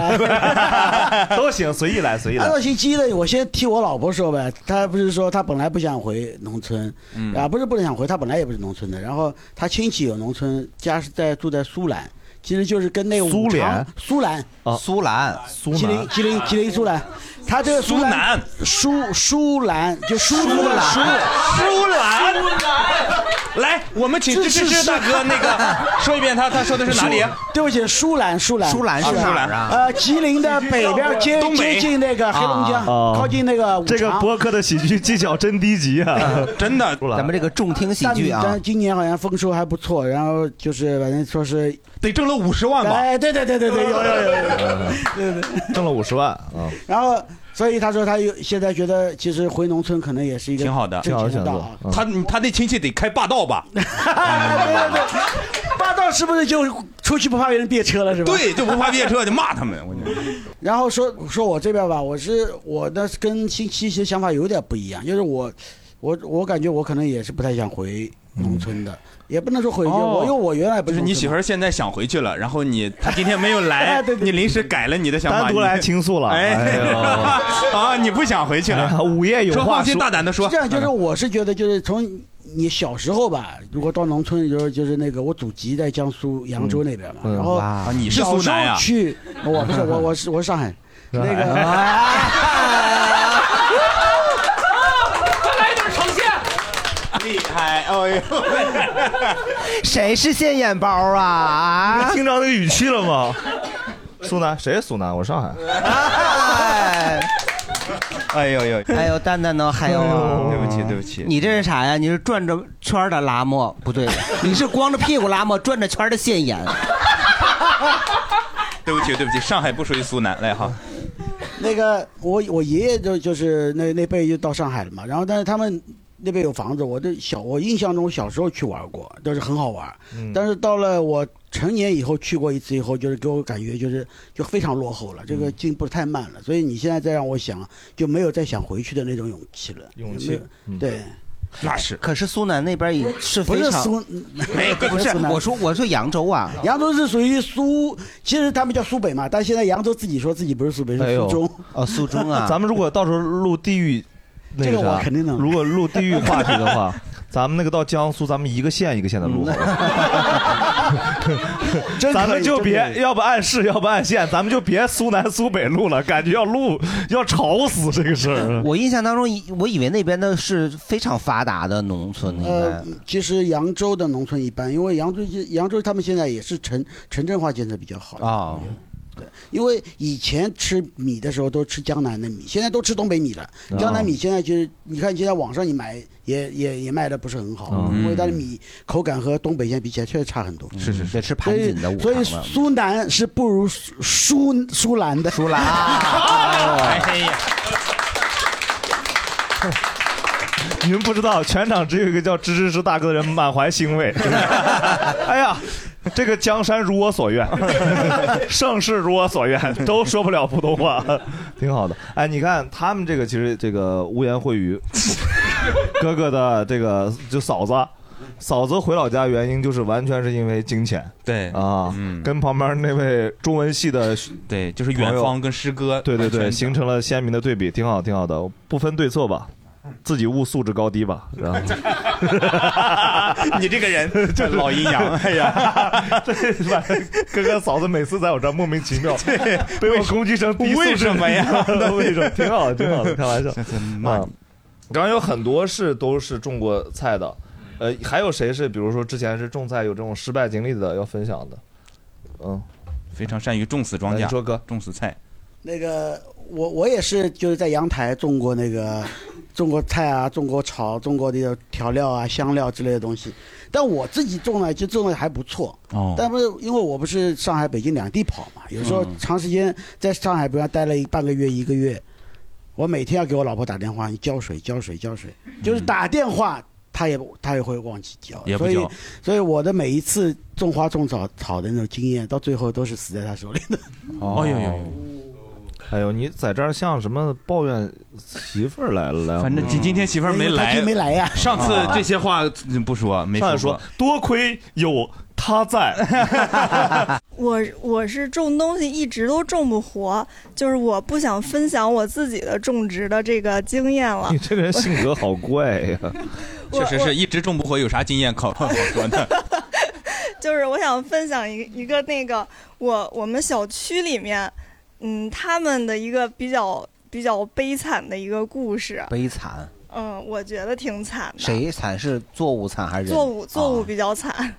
Speaker 2: 都行，随意来，随意来
Speaker 24: 按。照星期的，我先替我老婆说呗。她不是说她本来不想回农村，
Speaker 2: 嗯
Speaker 24: 啊，不是不想回，她本来也不是农村的。然后她亲戚有农村，家是在住在苏兰，其实就是跟那个
Speaker 2: 苏
Speaker 24: 武
Speaker 2: 联
Speaker 24: 昌苏兰
Speaker 2: 啊
Speaker 24: 苏兰
Speaker 2: 苏
Speaker 24: 哦吉林
Speaker 2: 南
Speaker 24: 吉林吉林苏兰，她这个苏兰苏苏兰就苏苏
Speaker 3: 兰
Speaker 24: 苏
Speaker 3: 苏兰来，我们请支持大哥那 个说一遍，他他说的是哪里？
Speaker 24: 对不起，舒兰，舒兰，
Speaker 3: 舒兰
Speaker 24: 是
Speaker 3: 舒兰啊
Speaker 24: 呃，吉林的北边接
Speaker 2: 东北
Speaker 24: 接近那个黑龙江，
Speaker 3: 哦
Speaker 2: 啊
Speaker 24: 靠近那个嗯武
Speaker 2: 这个
Speaker 24: 昌啊
Speaker 2: 播客的喜剧技巧真低级 啊，
Speaker 3: 真的。
Speaker 2: 咱们
Speaker 4: 这个重听
Speaker 24: 但
Speaker 3: 啊
Speaker 24: 但今年好像丰收还不错，然后就是反正说是
Speaker 3: 得挣了五十万
Speaker 24: 吧？哎，对对对对对，有有有有有。对对，
Speaker 2: 挣了五十万啊，
Speaker 24: 然后，所以他说他有现在觉得其实回农村可能也是一个
Speaker 3: 挺好的，
Speaker 24: 挣钱的道啊。
Speaker 2: 嗯
Speaker 3: 他他那亲戚得开霸道吧？
Speaker 24: 霸道是不是就出去不怕别人别车了是吧？
Speaker 3: 对，就不怕别车，就骂他们。我觉得
Speaker 24: 然后说说我这边吧，我是我的跟星期其实想法有点不一样，就是我我我感觉我可能也是不太想回农村的，也不能说回去，
Speaker 3: 哦
Speaker 24: 我因为我原来不
Speaker 3: 就是是
Speaker 24: 农
Speaker 3: 你
Speaker 24: 村
Speaker 3: 媳妇儿现在想回去了，然后你她今天没有 来，你临时改了你的想法，
Speaker 2: 单独来倾诉了。
Speaker 3: 哎
Speaker 2: 哎 呦，
Speaker 3: 啊，你不想回去了？
Speaker 2: 午夜哎有
Speaker 3: 说
Speaker 2: 话
Speaker 3: 放心大胆的说，嗯
Speaker 24: 是这样，就是我是觉得，就是从你小时候吧，如果到农村，就是就是那个我祖籍在江苏扬州那边嘛，
Speaker 2: 嗯
Speaker 24: 然后
Speaker 3: 啊
Speaker 2: 哇你是
Speaker 24: 小
Speaker 2: 苏南
Speaker 24: 时
Speaker 2: 呀
Speaker 24: 候去，我不是我我是我是 上海，那个。
Speaker 2: 哎
Speaker 7: 再来一段呈现。
Speaker 3: 厉害，哎呦！
Speaker 4: 谁是现眼包啊？
Speaker 2: 听着那个语气了 吗？苏南，谁是苏南？我上海。
Speaker 3: 哎呦呦！
Speaker 4: 哎呦，蛋蛋呢？还有啊，
Speaker 3: 对不起，对不起
Speaker 4: 你这是啥呀？你是转着圈儿的拉磨，不对，你是光着屁股拉磨，转着圈儿的现眼。
Speaker 3: 对不起，对不起，上海不属于苏南，来哈。
Speaker 24: 那个我我爷爷就就是那那辈就到上海了嘛，然后但是他们那边有房子，我这小我印象中我小时候去玩过，都是很好玩，
Speaker 2: 嗯
Speaker 24: 但是到了我成年以后去过一次以后，就是给我感觉就是就非常落
Speaker 2: 嗯
Speaker 24: 后了，这个进步太慢了，所以你现在再让我想，就没有再想回去的那种勇气了，
Speaker 4: 勇
Speaker 24: 就
Speaker 4: 气
Speaker 24: 没有
Speaker 4: 嗯
Speaker 24: 对。哎
Speaker 3: 那是，
Speaker 4: 可是苏南那边也是
Speaker 24: 不
Speaker 4: 非
Speaker 24: 是
Speaker 4: 常
Speaker 24: 苏，
Speaker 4: 哎不是
Speaker 24: 苏南
Speaker 4: 我说我说扬州 啊，
Speaker 24: 扬州是属于苏，其实他们叫苏北嘛，但现在扬州自己说自己不是苏北，是
Speaker 2: 哎
Speaker 24: 苏
Speaker 2: 呦
Speaker 24: 中。
Speaker 4: 哦，苏中啊
Speaker 2: 咱们如果到时候录地域，那
Speaker 24: 这个
Speaker 2: 啥
Speaker 24: 我肯定能
Speaker 2: 如果录地域话题的 话，咱们那个到江苏，咱们一个县一个县的录。
Speaker 24: 真可以
Speaker 2: 咱们就
Speaker 24: 真
Speaker 2: 别
Speaker 24: 可以
Speaker 2: 要不按市，要不按县，咱们就别苏南苏北录了，感觉要录要吵死这个事儿。
Speaker 4: 我印象当中，我以为那边的是非常发达的农村，应该
Speaker 24: 呃，其实扬州的农村一般，因为扬州扬州他们现在也是城城镇化建设比较好。
Speaker 4: 啊。
Speaker 24: 因为以前吃米的时候都吃江南的米，现在都吃东北米了。
Speaker 2: 哦
Speaker 24: 江南米现在就是，你看现在网上你买也也也卖的不是很好，
Speaker 2: 嗯
Speaker 24: 因为它的米口感和东北现在比起来确实差很多。
Speaker 4: 是是是，得吃
Speaker 24: 所
Speaker 4: 盘
Speaker 24: 以
Speaker 4: 锦的五，
Speaker 24: 所以
Speaker 4: 常了
Speaker 24: 苏南是不如苏苏苏兰的。
Speaker 4: 苏兰， 哎
Speaker 2: 呀， 你们不知道，全场只有一个叫芝芝是大哥的人满怀欣慰。 哎呀，这个江山如我所愿， 盛世如我所愿，都说不了普通话， 挺好的。哎，你看他们这个其实这个污言秽语， 哥哥的这个就嫂子。嫂子回老家原因就是完全是因为金钱，
Speaker 3: 对嗯
Speaker 2: 啊，跟旁边那位中文系的
Speaker 3: 对，就是远方跟师哥，
Speaker 2: 对对
Speaker 3: 完
Speaker 2: 对，
Speaker 3: 全
Speaker 2: 形成了鲜明的对比，挺好，挺好的，不分对错吧，自己悟素质高低吧，然 后
Speaker 3: 你这个人就是老阴 阳，哎呀，
Speaker 2: 这吧？哥哥嫂子每次在我这儿莫名其 妙被我攻击成低素质
Speaker 3: 为什么呀
Speaker 2: 为什么？挺好，挺好的，开玩笑
Speaker 3: 这这
Speaker 2: 啊。刚刚有很多是都是种过菜的，呃，还有谁是比如说之前是种菜有这种失败经历的要分享的？嗯，
Speaker 3: 非常善于种死庄
Speaker 2: 哎
Speaker 3: 稼，
Speaker 2: 你说哥
Speaker 3: 种死菜，
Speaker 24: 那个我我也是就是在阳台种过那个种过菜啊，种过草，种过那个调料啊、香料之类的东西。但我自己种呢，就种的还不错。
Speaker 3: 哦
Speaker 24: 但不是因为我不是上海、北京两地跑嘛，有时候
Speaker 3: 嗯
Speaker 24: 长时间在上海，比方待了一半个月、一个月，我每天要给我老婆打电话，你浇水、浇水、浇水，
Speaker 3: 嗯
Speaker 24: 就是打电话，她也不她也会忘记浇，
Speaker 3: 也不
Speaker 24: 啊所以
Speaker 3: 浇
Speaker 24: 所以我的每一次种花、种草、草的那种经验，到最后都是死在她手里的。
Speaker 2: 哦呦呦呦！哎呦，你在这儿像什么抱怨呃媳妇儿来了？
Speaker 3: 反正今今天媳妇儿没
Speaker 2: 哎
Speaker 3: 来，上次这些话嗯不说，没
Speaker 2: 啊上次
Speaker 3: 说
Speaker 2: 说，多亏有他 在。
Speaker 8: 我我是种东西一直都种不活，就是我不想分享我自己的种植的这个经验了。
Speaker 2: 你这个人性格好怪呀！
Speaker 3: 确实是一直种不活，有啥经验 可好说呢？
Speaker 8: 就是我想分享一一个那个我我们小区里面，嗯，他们的一个比较比较悲惨的一个故事。
Speaker 4: 悲惨。
Speaker 8: 嗯，我觉得挺惨的。
Speaker 4: 谁惨是作物惨还是人
Speaker 8: 作物作
Speaker 2: 啊
Speaker 8: 物比较惨，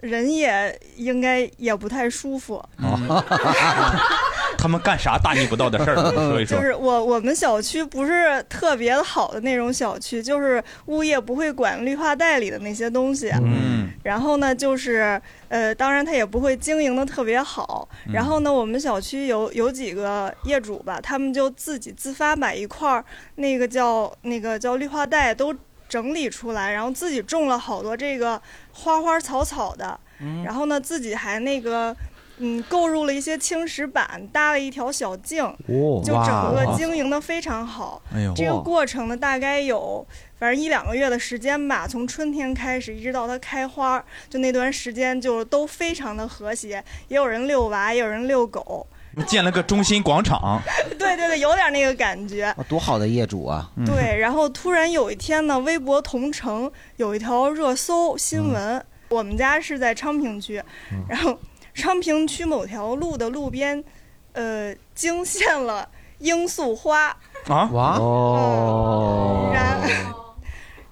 Speaker 8: 人也应该也不太舒服。
Speaker 3: 啊 他们干啥大逆不道的事儿？ 你说一说
Speaker 8: 就，是我我们小区不是特别好的那种小区，就是物业不会管绿化带里的那些东西。
Speaker 18: 嗯
Speaker 8: 然后呢，就是呃，当然他也不会经营的特别好。
Speaker 18: 嗯
Speaker 8: 然后呢，我们小区有有几个业主吧，他们就自己自发把一块儿那个叫那个叫绿化带都整理出来，然后自己种了好多这个花花草草的。
Speaker 18: 嗯
Speaker 8: 然后呢，自己还那个。嗯，购入了一些青石板，搭了一条小径，
Speaker 18: 哦
Speaker 8: 就整个
Speaker 18: 哇
Speaker 8: 经营的非常好。
Speaker 18: 哎呦
Speaker 8: 这个
Speaker 18: 哇
Speaker 8: 过程呢，大概有反正一两个月的时间吧，从春天开始一直到它开花儿，就那段时间就都非常的和谐，也有人遛娃，也有人遛狗，
Speaker 3: 建了个中心广场，
Speaker 8: 对对对，有点那个感觉。
Speaker 4: 啊多好的业主啊！
Speaker 18: 嗯
Speaker 3: 嗯
Speaker 8: 对，然后突然有一天呢，微博同城有一条热搜新闻，
Speaker 18: 嗯
Speaker 8: 我们家是在昌平区，然后昌平区某条路的路边，呃，惊现了罂粟花，
Speaker 3: 啊
Speaker 2: 哇哦，
Speaker 8: 然、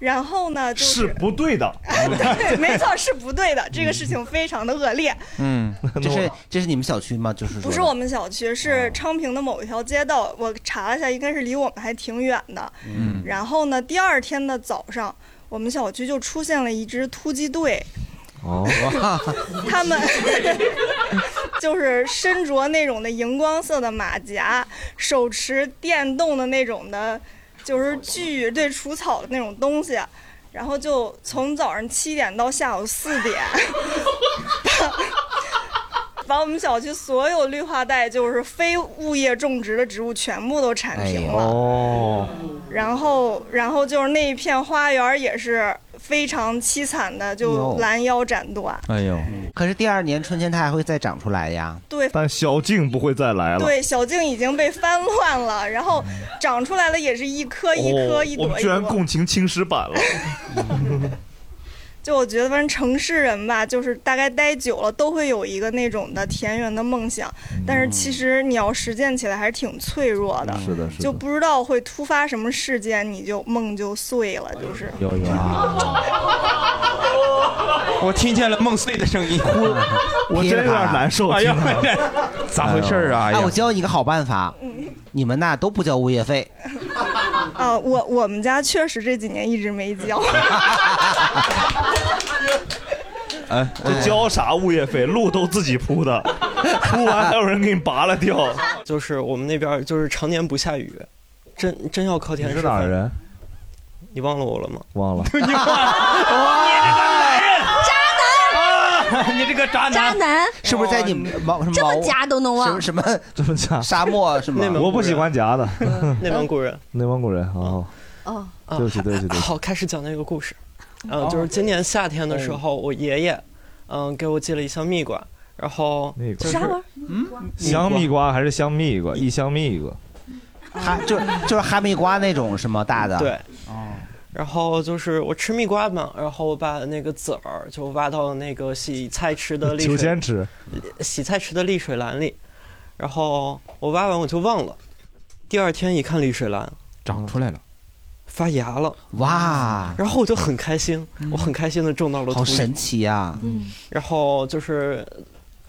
Speaker 8: 然后呢，就是
Speaker 2: 不对的。
Speaker 8: 对，没错，是不对的，这个事情非常的恶劣。
Speaker 3: 嗯，
Speaker 4: 这是这是你们小区吗？就是说
Speaker 8: 不是我们小区，是昌平的某一条街道。我查了一下，应该是离我们还挺远的。
Speaker 4: 嗯
Speaker 8: 然后呢，第二天的早上，我们小区就出现了一支突击队，
Speaker 2: 哦，
Speaker 8: 他们 就是身着那种的荧光色的马甲，手持电动的那种的，就是锯对除草的那种东西，然后就从早上七点到下午四点。 把我们小区所有绿化带，就是非物业种植的植物全部都
Speaker 4: 哎
Speaker 8: 铲平了。
Speaker 2: 哦，
Speaker 8: 然后，然后就是那一片花园也是非常凄惨的，就
Speaker 4: 哟
Speaker 8: 拦腰斩断。
Speaker 3: 哎呦！
Speaker 4: 可是第二年春天它还会再长出来呀。
Speaker 8: 对
Speaker 2: 但小径不会再来了。
Speaker 8: 对，小径已经被翻乱了，然后长出来的也是一颗一颗、
Speaker 2: 哦
Speaker 8: 一
Speaker 2: 我
Speaker 8: 朵
Speaker 2: 们
Speaker 8: 一
Speaker 2: 居然
Speaker 8: 朵。
Speaker 2: 共情青石板了。
Speaker 8: 就我觉得，反正城市人吧，就是大概待久了，都会有一个那种的田园的梦想。但是其实你要实践起来，还是挺脆弱的。
Speaker 2: 是的是的
Speaker 8: 就不知道会突发什么事件，你就梦就碎了，就是。
Speaker 3: 有有。我听见了梦碎的声音，
Speaker 2: 我真有点难受
Speaker 3: 哎呀
Speaker 2: 听着，
Speaker 3: 咋回事啊？哎
Speaker 4: 哎，
Speaker 3: 呀
Speaker 4: 我教你个好办法，
Speaker 25: 嗯
Speaker 4: 你们呐都不交物业费，
Speaker 8: 啊，我我们家确实这几年一直没交。
Speaker 2: 哎，这交啥物业费？路都自己铺的，铺完还有人给你拔了掉。
Speaker 26: 就是我们那边儿就是常年不下雨，真真要靠天
Speaker 2: 你
Speaker 26: 吃
Speaker 2: 是哪
Speaker 26: 饭
Speaker 2: 儿？人？
Speaker 26: 你忘了我了吗？
Speaker 2: 忘了。
Speaker 3: 你这个渣男，哦
Speaker 26: 渣男
Speaker 4: 是不是在你们毛什么
Speaker 26: 这么
Speaker 4: 毛
Speaker 26: 夹都
Speaker 25: 啊
Speaker 26: 能忘
Speaker 4: 什么什 么
Speaker 2: 这么夹
Speaker 4: 沙漠是吗
Speaker 26: 内？蒙
Speaker 2: 我不喜欢夹的。
Speaker 26: 内蒙古人。
Speaker 2: 内蒙古人哦，
Speaker 26: 哦，
Speaker 2: 对不起对不起对不起
Speaker 26: 好，开始讲那个故事。
Speaker 2: 哦
Speaker 26: 嗯，就是今年夏天的时候，我爷爷嗯给我寄了一箱蜜瓜，然后
Speaker 2: 蜜瓜
Speaker 26: 就是
Speaker 2: 啥玩意
Speaker 26: 嗯，
Speaker 2: 香蜜瓜还是香蜜瓜？一箱蜜瓜。
Speaker 4: 哈，就就是哈密瓜那种是吗？大的。
Speaker 26: 对，然后就是我吃蜜瓜嘛，然后我把那个籽儿就挖到那个洗菜池的沥
Speaker 2: 秋
Speaker 26: 水
Speaker 2: 千吃，
Speaker 26: 洗菜池的沥水篮里，然后我挖完我就忘了，第二天一看沥水篮
Speaker 3: 长出来了，
Speaker 26: 发芽了，
Speaker 4: 哇！
Speaker 26: 然后我就很开心，我很开心的种到了土
Speaker 4: 好
Speaker 26: 里，
Speaker 4: 神奇啊呀、
Speaker 26: 嗯，然后就是，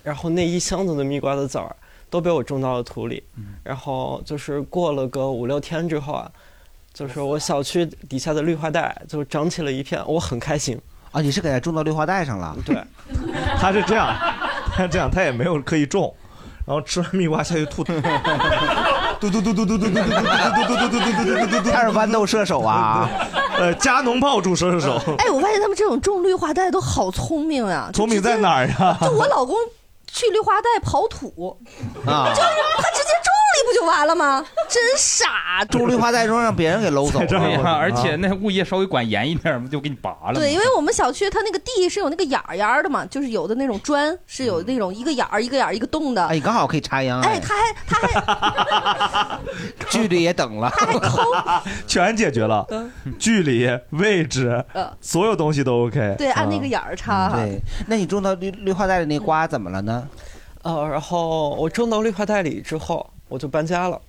Speaker 26: 然后那一箱子的蜜瓜的籽儿都被我种到了土里，
Speaker 4: 嗯
Speaker 26: 然后就是过了个五六天之后啊，就是我小区底下的绿化带就长起了一片，我很开心。
Speaker 4: 啊，你是给它种到绿化带上了？
Speaker 26: 对，
Speaker 2: 他是这样，他是这样，他也没有刻意种，然后吃完蜜瓜下去吐，嘟嘟嘟嘟嘟嘟嘟嘟嘟嘟嘟嘟嘟嘟嘟，
Speaker 4: 他是豌豆射手啊，
Speaker 2: 呃，加农炮主射手，
Speaker 25: 哎，我发现他们这种种绿化带都好聪明呀、就
Speaker 2: 聪明在哪儿呀？
Speaker 25: 就我老公去绿化带刨土，
Speaker 4: 啊
Speaker 25: 就是他直接种了一不就完了吗？真傻。
Speaker 4: 种绿化带 中让别人给搂走
Speaker 3: 对呀、
Speaker 4: 了。
Speaker 3: 啊而且那物业稍微管严一点儿，不就给你拔了吗？
Speaker 25: 啊对，因为我们小区它那个地是有那个眼儿眼儿的嘛，就是有的那种砖是有那种一个眼儿一个眼儿一个洞的。
Speaker 4: 哎，刚好可以插秧。哎，
Speaker 25: 他还
Speaker 4: 距离也等了，
Speaker 2: 全解决了，距离、位置
Speaker 25: 呃，
Speaker 2: 所有东西都 OK。
Speaker 25: 对，按那个眼儿插啊哈。
Speaker 4: 嗯对，那你种到绿绿化带里那瓜怎么了呢？
Speaker 3: 哦
Speaker 26: 呃，然后我种到绿化带里之 后，我就搬家了。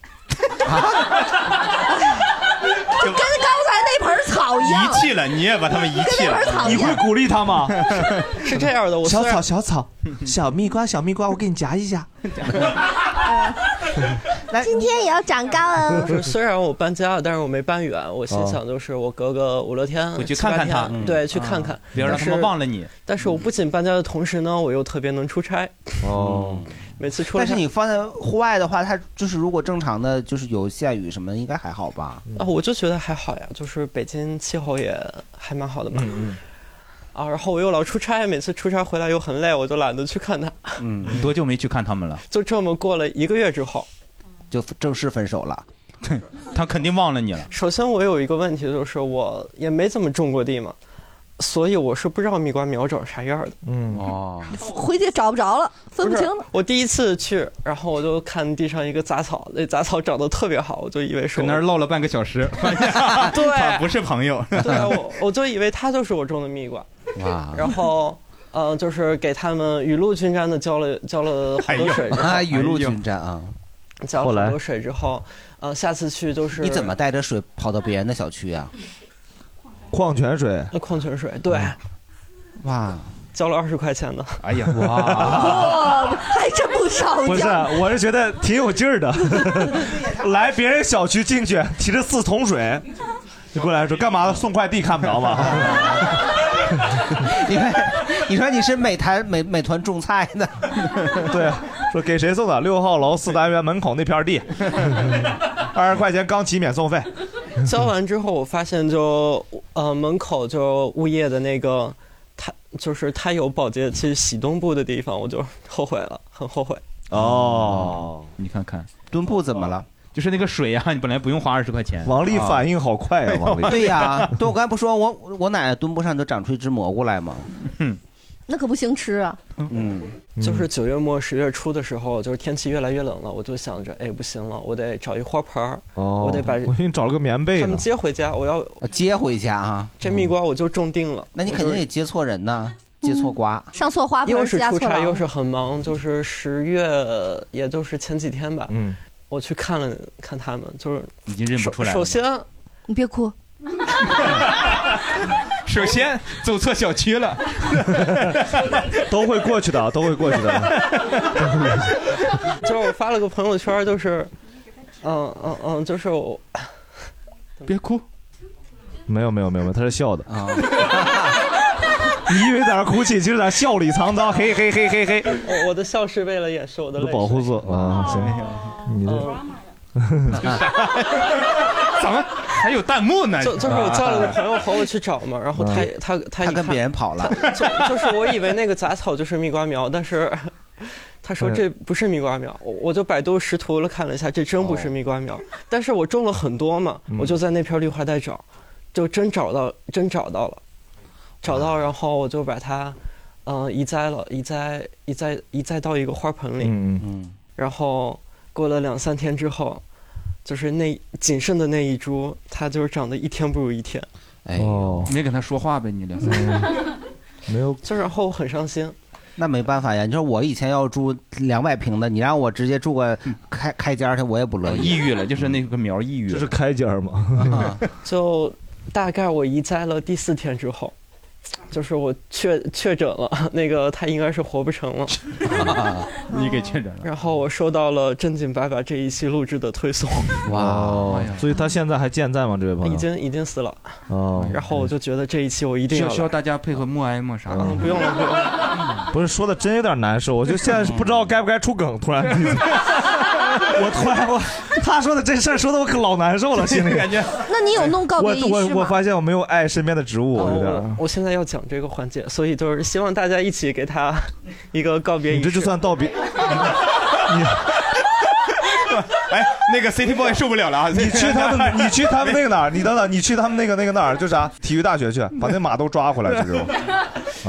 Speaker 25: 就跟刚才那盆草一样。
Speaker 3: 遗弃了，你也把他们遗弃了
Speaker 25: 跟那盆草，一样你会
Speaker 2: 鼓励他吗？
Speaker 26: 是这样的，我
Speaker 2: 小
Speaker 26: 虽然
Speaker 2: 草小草，小蜜瓜小蜜瓜，我给你夹一下。
Speaker 25: 今天也要长高哦
Speaker 26: 就是虽然我搬家了，但是我没搬远。我
Speaker 4: 哦
Speaker 26: 心想就是我隔个五六天
Speaker 3: 回去
Speaker 26: 七八
Speaker 3: 看看
Speaker 26: 天
Speaker 3: 他嗯
Speaker 26: 对，去
Speaker 4: 啊
Speaker 26: 看看，
Speaker 3: 别让他们忘了你。
Speaker 26: 但是我不仅搬家的同时呢，我又特别能出差。嗯
Speaker 2: 哦，
Speaker 26: 每次出来
Speaker 4: 但是你放在户外的话，它就是如果正常的，就是有下雨什么的，应该还好吧？
Speaker 26: 啊，我就觉得还好呀，就是北京气候也还蛮好的嘛。啊，然后我又老出差，每次出差回来又很累，我就懒得去看他。
Speaker 3: 嗯，你多久没去看他们了？
Speaker 26: 就这么过了一个月之后，
Speaker 4: 就正式分手了。
Speaker 26: 他肯定忘了你了。首先，我有一个问题，就是我也没怎么种过地嘛，所以我是不知道蜜瓜苗长啥样的。
Speaker 2: 嗯
Speaker 26: 哦，
Speaker 25: 回去找不着了，分不清 了。
Speaker 26: 我第一次去，然后我就看地上一个杂草，那杂草长得特别好，我就以为是
Speaker 3: 搁
Speaker 26: 我
Speaker 3: 那儿唠了半个小时，
Speaker 26: 对，
Speaker 3: 不是朋友。
Speaker 26: 对我我就以为它就是我种的蜜瓜，
Speaker 4: 哇
Speaker 26: 然后。嗯、就是给他们雨露均沾的浇了浇了好多水之后，
Speaker 4: 啊， 雨露均沾啊！
Speaker 26: 哎浇了好多水之后，呃，下次去就是
Speaker 4: 你怎么带着水跑到别人的小区啊？
Speaker 2: 矿泉水，
Speaker 26: 呃矿泉水？对，
Speaker 4: 嗯哇，
Speaker 26: 交了二十块钱呢。
Speaker 2: 哎 呀，哇！
Speaker 25: 哇，还真哎不少
Speaker 2: 不是
Speaker 25: 见，
Speaker 2: 我是觉得挺有劲 儿的。来别人小区进去，提着四桶水，就过来说干嘛？送快递看不 着吗？
Speaker 4: 你看，你说你是美团美美团种菜的，
Speaker 2: 对，啊说给谁送的？六号楼四单元门口那片 地，二十块钱刚起免送费。
Speaker 26: 浇完之后，我发现呃就呃门口就物业的那个，他就是他有保洁去洗东部的地方，我就后悔了，很后悔。
Speaker 2: 哦，
Speaker 3: 你看看
Speaker 4: 墩布怎么了？
Speaker 3: 就是那个水呀、你本来不用花二十块钱。
Speaker 2: 王丽反应好快啊 呀、王丽。
Speaker 4: 对呀、对我刚才不说我我奶奶墩布上就长出一只蘑菇来吗？
Speaker 25: 那可不行吃啊。
Speaker 4: 嗯，
Speaker 26: 就是九月末十月初的时候，就是天气越来越冷了，我就想着，哎，不行了，我得找一花盆儿，
Speaker 2: 哦，
Speaker 26: 我得把
Speaker 2: 我给你找了个棉被
Speaker 26: 他
Speaker 2: 呢
Speaker 26: 们。接回家，我要
Speaker 4: 哦接回家啊。
Speaker 26: 这蜜瓜我就种定了。
Speaker 4: 那你肯定也接错人呐，接错瓜。
Speaker 25: 上错花盆
Speaker 26: 又
Speaker 25: 儿
Speaker 26: 是
Speaker 25: 下
Speaker 26: 出
Speaker 25: 错
Speaker 26: 差，
Speaker 25: 嗯了。
Speaker 26: 又是很忙，就是十月，也就是前几天吧。
Speaker 2: 嗯，
Speaker 26: 我去看了看他们，就是
Speaker 3: 已经认不出来了
Speaker 26: 首。先，
Speaker 25: 你别哭，
Speaker 3: 首先走错小区了，
Speaker 2: 都会过去的，都会过去的。
Speaker 26: 就是我发了个朋友圈，就是，嗯嗯嗯，就是我，
Speaker 3: 别哭，
Speaker 2: 没有没有没有，没有他是笑的啊。你以为在那儿哭泣，其实在那儿笑里藏刀，嘿嘿嘿嘿嘿。
Speaker 26: 我我的笑是为了掩饰我的
Speaker 2: 我
Speaker 26: 泪
Speaker 2: 的
Speaker 26: 水哦
Speaker 2: 保护色啊，行，你这
Speaker 3: 怎么还有弹幕呢
Speaker 26: 就就是我叫了个朋友和我去找嘛，然后他
Speaker 2: 啊
Speaker 26: 他他
Speaker 4: 他
Speaker 26: 一
Speaker 4: 跟
Speaker 26: 看
Speaker 4: 别人跑了，
Speaker 26: 就就是我以为那个杂草就是蜜瓜苗，但是他说
Speaker 4: 嗯
Speaker 26: 这不是蜜瓜苗，我我就百度识图了看了一下，这真不是蜜瓜苗。但是我种了很多嘛，我就在那片绿化带找，就真找到，真找到了，找到，然后我就把它，嗯、移栽了，移栽，移栽，移栽到一个花盆里，
Speaker 2: 嗯
Speaker 4: 嗯，
Speaker 26: 然后过了两三天之后，就是那仅剩的那一株，它就是长得一天不如一天。
Speaker 4: 哎
Speaker 2: 呦，
Speaker 3: 没哦跟他说话呗，你两三
Speaker 2: 没有，
Speaker 26: 就是然后我很伤心。
Speaker 4: 那没办法呀，你说我以前要住两百平的，你让我直接住个开开间儿去，我也不乐意。
Speaker 3: 呃抑郁了，就是那个苗抑郁，
Speaker 2: 这是开 间儿吗？
Speaker 26: 就大概我移栽了第四天之后，就是我确确诊了，那个他应该是活不成了。
Speaker 3: 你给确诊了。
Speaker 26: 然后我收到了正经爸爸这一期录制的推送，
Speaker 2: 哇哦，所以他现在还健在吗？这位朋友
Speaker 26: 哎已经已经死了。
Speaker 2: 哦，
Speaker 26: 然后我就觉得这一期我一定
Speaker 3: 需
Speaker 26: 要
Speaker 3: 要需要
Speaker 26: 来。嗯
Speaker 3: 大家配合默哀吗？啥的？
Speaker 26: 不用了，不用了。
Speaker 2: 不是说的真有点难受，我就现在是不知道该不该出梗，突然， 我突然我他说的这事儿说的我可老难受了，心里
Speaker 3: 感觉
Speaker 25: 那你有 弄告
Speaker 2: 哎我
Speaker 25: 别仪
Speaker 2: 我
Speaker 25: 式
Speaker 2: 我
Speaker 25: 吗？
Speaker 2: 发现我没有爱身边的植物，有点儿。
Speaker 26: 我现在要讲这个环节，所以就是希望大家一起给他一个告别仪式。
Speaker 2: 你这就算 道别，
Speaker 3: 哎，那个 City Boy 受不了了啊！
Speaker 2: 你去他 们，你去他们那个哪儿？你等等，你去他们那个那个那儿，就啥体育大 学去，把那马都抓回来，这种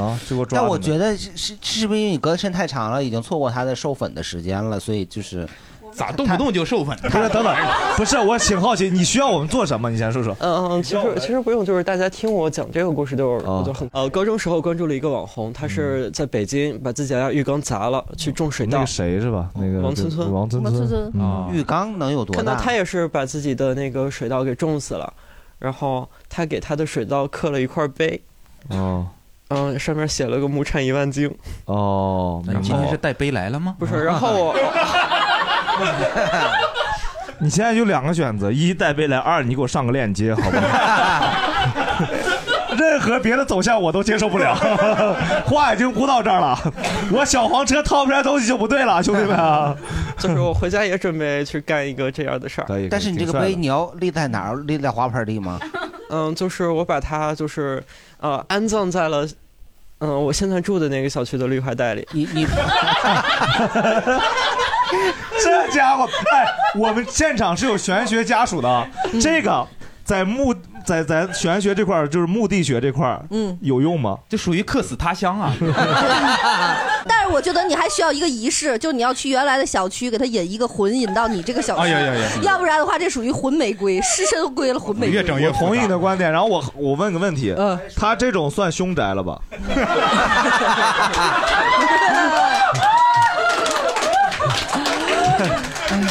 Speaker 2: 啊，就给我抓。
Speaker 4: 但我觉得是是是不是因为你隔得时间太长了，已经错过他的授粉的时间了，所以就是
Speaker 3: 咋动不动就授粉？
Speaker 2: 不是，等等，不是，我挺好奇，你需要我们做什么？你先说说。
Speaker 26: 嗯，其实其实不用，就是大家听我讲这个故事就
Speaker 2: 啊
Speaker 26: 我就很呃，高中时候关注了一个网红，他是在北京把自己家浴缸砸了，去种水
Speaker 2: 嗯那
Speaker 26: 稻
Speaker 2: 个。谁是吧？那个
Speaker 26: 王村村
Speaker 2: 王村
Speaker 26: 王村
Speaker 2: 村
Speaker 26: 村
Speaker 2: 啊，
Speaker 4: 浴缸能有多
Speaker 26: 看到
Speaker 4: 大？
Speaker 26: 他也是把自己的那个水稻给种死了，然后他给他的水稻刻了一块碑，
Speaker 2: 哦
Speaker 26: 嗯，上面写了个亩产一万斤，
Speaker 2: 哦，
Speaker 3: 你今天是带杯来了吗？
Speaker 26: 不是，然后 我
Speaker 2: 你现在就两个选择：一带杯来，二你给我上个链接，好不好？ 任何别的走向我都接受不了，话已经พู到这儿了，我小黄车掏不出来东西就不对了，兄弟们 啊！
Speaker 26: 就是我回家也准备去干一个这样的事儿。
Speaker 2: 可以
Speaker 4: 但是你这个杯你要立在哪儿？立在花盆里吗？
Speaker 26: 嗯，就是我把它就是呃安葬在了。嗯，我现在住的那个小区的绿化带里。
Speaker 4: 你 你
Speaker 2: 这家 伙，哎，我们现场是有玄学家属的，啊
Speaker 25: 嗯
Speaker 2: 这个在墓在在玄学这块儿，就是墓地学这块儿，嗯，有用吗？
Speaker 3: 就属于客死他乡 啊！
Speaker 25: 但是我觉得你还需要一个仪式，就是你要去原来的小区给他引一个魂，引到你这个小区。
Speaker 2: 哎呀呀呀
Speaker 25: 要不然的话，这属于魂玫瑰，尸身归了魂玫瑰。
Speaker 2: 我
Speaker 3: 啊
Speaker 2: 同意你的观点。然后我我问个问题，
Speaker 25: 嗯
Speaker 2: 他这种算凶宅了 吧？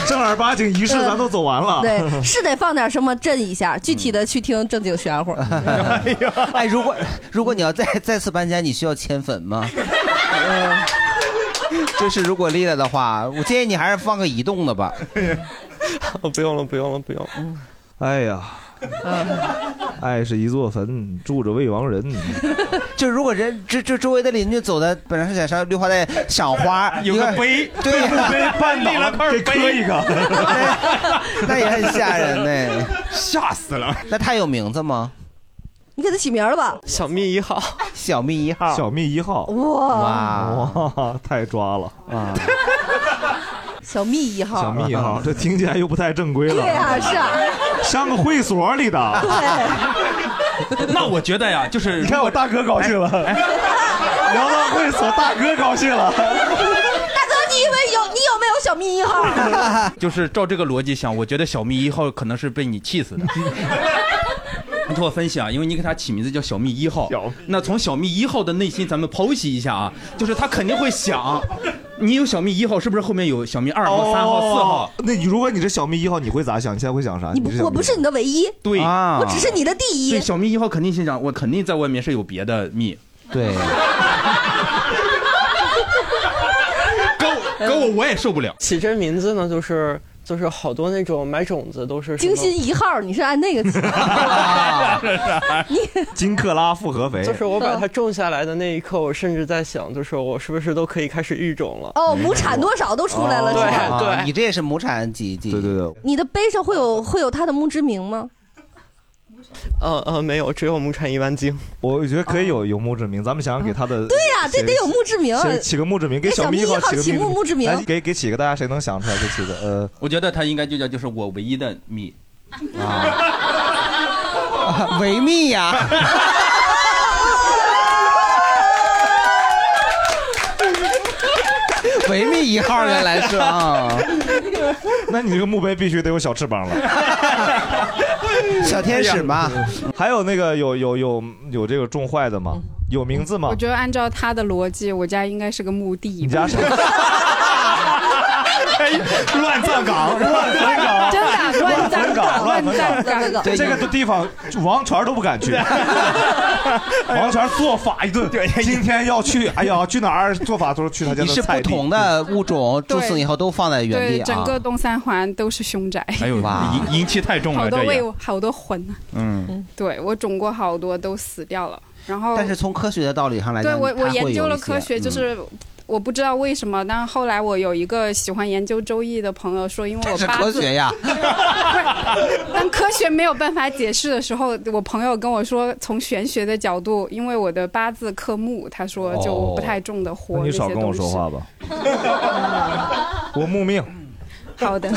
Speaker 2: 正儿八经仪式咱都走完了，
Speaker 25: 对，是得放点什么震一下，具体的去听正经 玄乎。
Speaker 4: 哎，如果如果你要再再次搬家，你需要迁坟吗？嗯就是如果立了的话，我建议你还是放个移动的吧。
Speaker 26: 不用了，不用了，不用了。
Speaker 2: 哎呀，爱是一座坟，住着未亡人。
Speaker 4: 就如果人这这周围的邻居走的，本来是想上绿化带赏花，
Speaker 2: 有
Speaker 4: 一
Speaker 2: 个碑
Speaker 4: 对呀、
Speaker 2: 被碑绊倒了给磕一个
Speaker 4: 那那也很吓人呢、
Speaker 3: 吓死了。
Speaker 4: 那他有名字吗？
Speaker 25: 你给他起名了吧？
Speaker 26: 小蜜一号，
Speaker 4: 小蜜一号，
Speaker 2: 小蜜一号，
Speaker 25: 哇
Speaker 2: 哇，太抓了啊！
Speaker 25: 小蜜一号，
Speaker 2: 小蜜一 号，这听起来又不太正规了。
Speaker 25: 对啊 是啊
Speaker 2: 上个会所里的。
Speaker 25: 对，
Speaker 3: 那我觉得呀，就是哎
Speaker 2: 你看我大哥高兴了。聊到会所大哥高兴了。
Speaker 25: 大哥，你以为有你有没有小蜜一号？啊
Speaker 3: 就是照这个逻辑想，我觉得小蜜一号可能是被你气 死的。你听我分析啊，因为你给他起名字叫小蜜一号，那从小蜜一号的内心，咱们剖析一下啊，就是他肯定会想，你有小蜜一号，是不是后面有小蜜二号、三号、四号？
Speaker 2: 哦那你如果你是小蜜一号，你会咋想？你现在会想啥？你是小
Speaker 25: 我
Speaker 2: 蜜
Speaker 25: 不是你的唯一，
Speaker 3: 对，
Speaker 25: 我只是你的第一
Speaker 3: 对，。小蜜一号肯定心想，我肯定在外面是有别的蜜。
Speaker 4: 对，
Speaker 3: 跟我跟我我也受不了。
Speaker 26: 起这名字呢，就是就是好多那种买种子都是什么
Speaker 25: 精心一号，你是按那个起的。
Speaker 2: 金克拉复合肥，
Speaker 26: 就是我把它种下来的那一刻，我甚至在想，就是我是不是都可以开始育种了？哦
Speaker 25: 哦，亩产多少都出来了，是吧？
Speaker 26: 对对
Speaker 4: 啊你这也是亩产几几？对
Speaker 2: 对对，
Speaker 25: 你的碑上会有会有他的墓志铭吗？
Speaker 26: 呃呃，没有，只有亩产一万斤。
Speaker 2: 我觉得可以有有墓志铭，咱们想想给他的
Speaker 25: 对呀，这得有墓志铭。
Speaker 2: 写起个墓志铭，给
Speaker 25: 给
Speaker 2: 小
Speaker 25: 小
Speaker 2: 蜜
Speaker 25: 蜜
Speaker 2: 一
Speaker 25: 一
Speaker 2: 号
Speaker 25: 号
Speaker 2: 起个
Speaker 25: 起墓墓志铭
Speaker 2: 来给给起个，大家谁能想出来就起个。呃，
Speaker 3: 我觉得他应该就叫就是我唯一的蜜。
Speaker 4: 维密呀，维密一号原来是啊，
Speaker 2: 那你这个墓碑必须得有小翅膀了。
Speaker 4: 小天使嘛。
Speaker 2: 还有那个有有有有这个种坏的吗？有名字吗
Speaker 11: 我？觉得按照他的逻辑，我家应该是个墓地。你
Speaker 2: 家是？哎乱 葬岗，乱坟岗，
Speaker 11: 真的乱葬岗
Speaker 2: 乱坟
Speaker 11: 乱葬岗
Speaker 2: 这个地方王权都不敢 去，王权做法一顿。今天要去，哎呀，去哪儿做法都是去他家
Speaker 4: 你
Speaker 2: 的
Speaker 4: 是
Speaker 2: 菜
Speaker 4: 不
Speaker 2: 地。
Speaker 4: 同的物种
Speaker 11: 对
Speaker 4: 注死以后都放在原
Speaker 11: 对，
Speaker 4: 地啊。
Speaker 11: 整个东三环都是凶宅。
Speaker 3: 哎呦，阴阴气太重
Speaker 11: 好
Speaker 3: 了，
Speaker 11: 多
Speaker 3: 这
Speaker 11: 位
Speaker 3: 也。，
Speaker 11: 好多魂啊！
Speaker 3: 嗯，
Speaker 11: 对我种过好多都死掉了，然后
Speaker 4: 但是从科学的道理上来
Speaker 11: 对
Speaker 4: 讲，
Speaker 11: 我
Speaker 4: 它
Speaker 11: 我
Speaker 4: 会有
Speaker 11: 研究
Speaker 4: 一
Speaker 11: 了
Speaker 4: 些
Speaker 11: 科学，就
Speaker 4: 嗯
Speaker 11: 是我不知道为什么，但是后来我有一个喜欢研究周易的朋友说，因为我
Speaker 4: 这是
Speaker 11: 八
Speaker 4: 科
Speaker 11: 字
Speaker 4: 学呀，
Speaker 11: 当科学没有办法解释的时候，我朋友跟我说，从玄学的角度，因为我的八字克木，他说就我不太种的火、
Speaker 2: 哦那你少跟我说话吧，
Speaker 4: 嗯
Speaker 2: 我木命。
Speaker 11: 好的，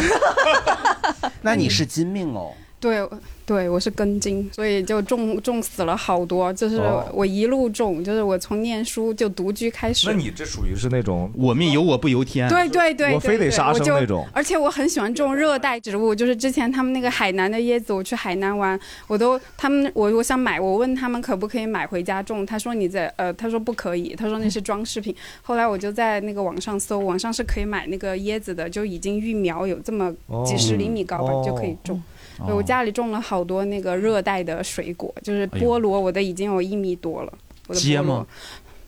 Speaker 4: 那你是金命哦。
Speaker 11: 对对，我是根茎，所以就种种死了好多，就是
Speaker 2: 哦
Speaker 11: 我一路种，就是我从念书就独居开始。
Speaker 2: 那你这属于是那种
Speaker 3: 我命由我不由天
Speaker 11: 对对对，
Speaker 2: 我
Speaker 11: 对
Speaker 2: 非得
Speaker 11: 对
Speaker 2: 杀
Speaker 11: 我
Speaker 2: 生
Speaker 11: 就
Speaker 2: 那种。
Speaker 11: 而且我很喜欢种热带植物，就是之前他们那个海南的椰子，我去海南玩，我都他们我我想买，我问他们可不可以买回家种，他说你在呃，他说不可以，他说那
Speaker 2: 嗯
Speaker 11: 是装饰品。后来我就在那个网上搜，网上是可以买那个椰子的，就已经育苗有这么几十厘米高吧，
Speaker 13: 哦
Speaker 11: 就可以种。
Speaker 13: 哦
Speaker 11: 对我家里种了好多那个热带的水果，就是
Speaker 13: 哎呦
Speaker 11: 菠萝，我的已经有一米多了。我的菠
Speaker 13: 接
Speaker 11: 萝
Speaker 13: 吗？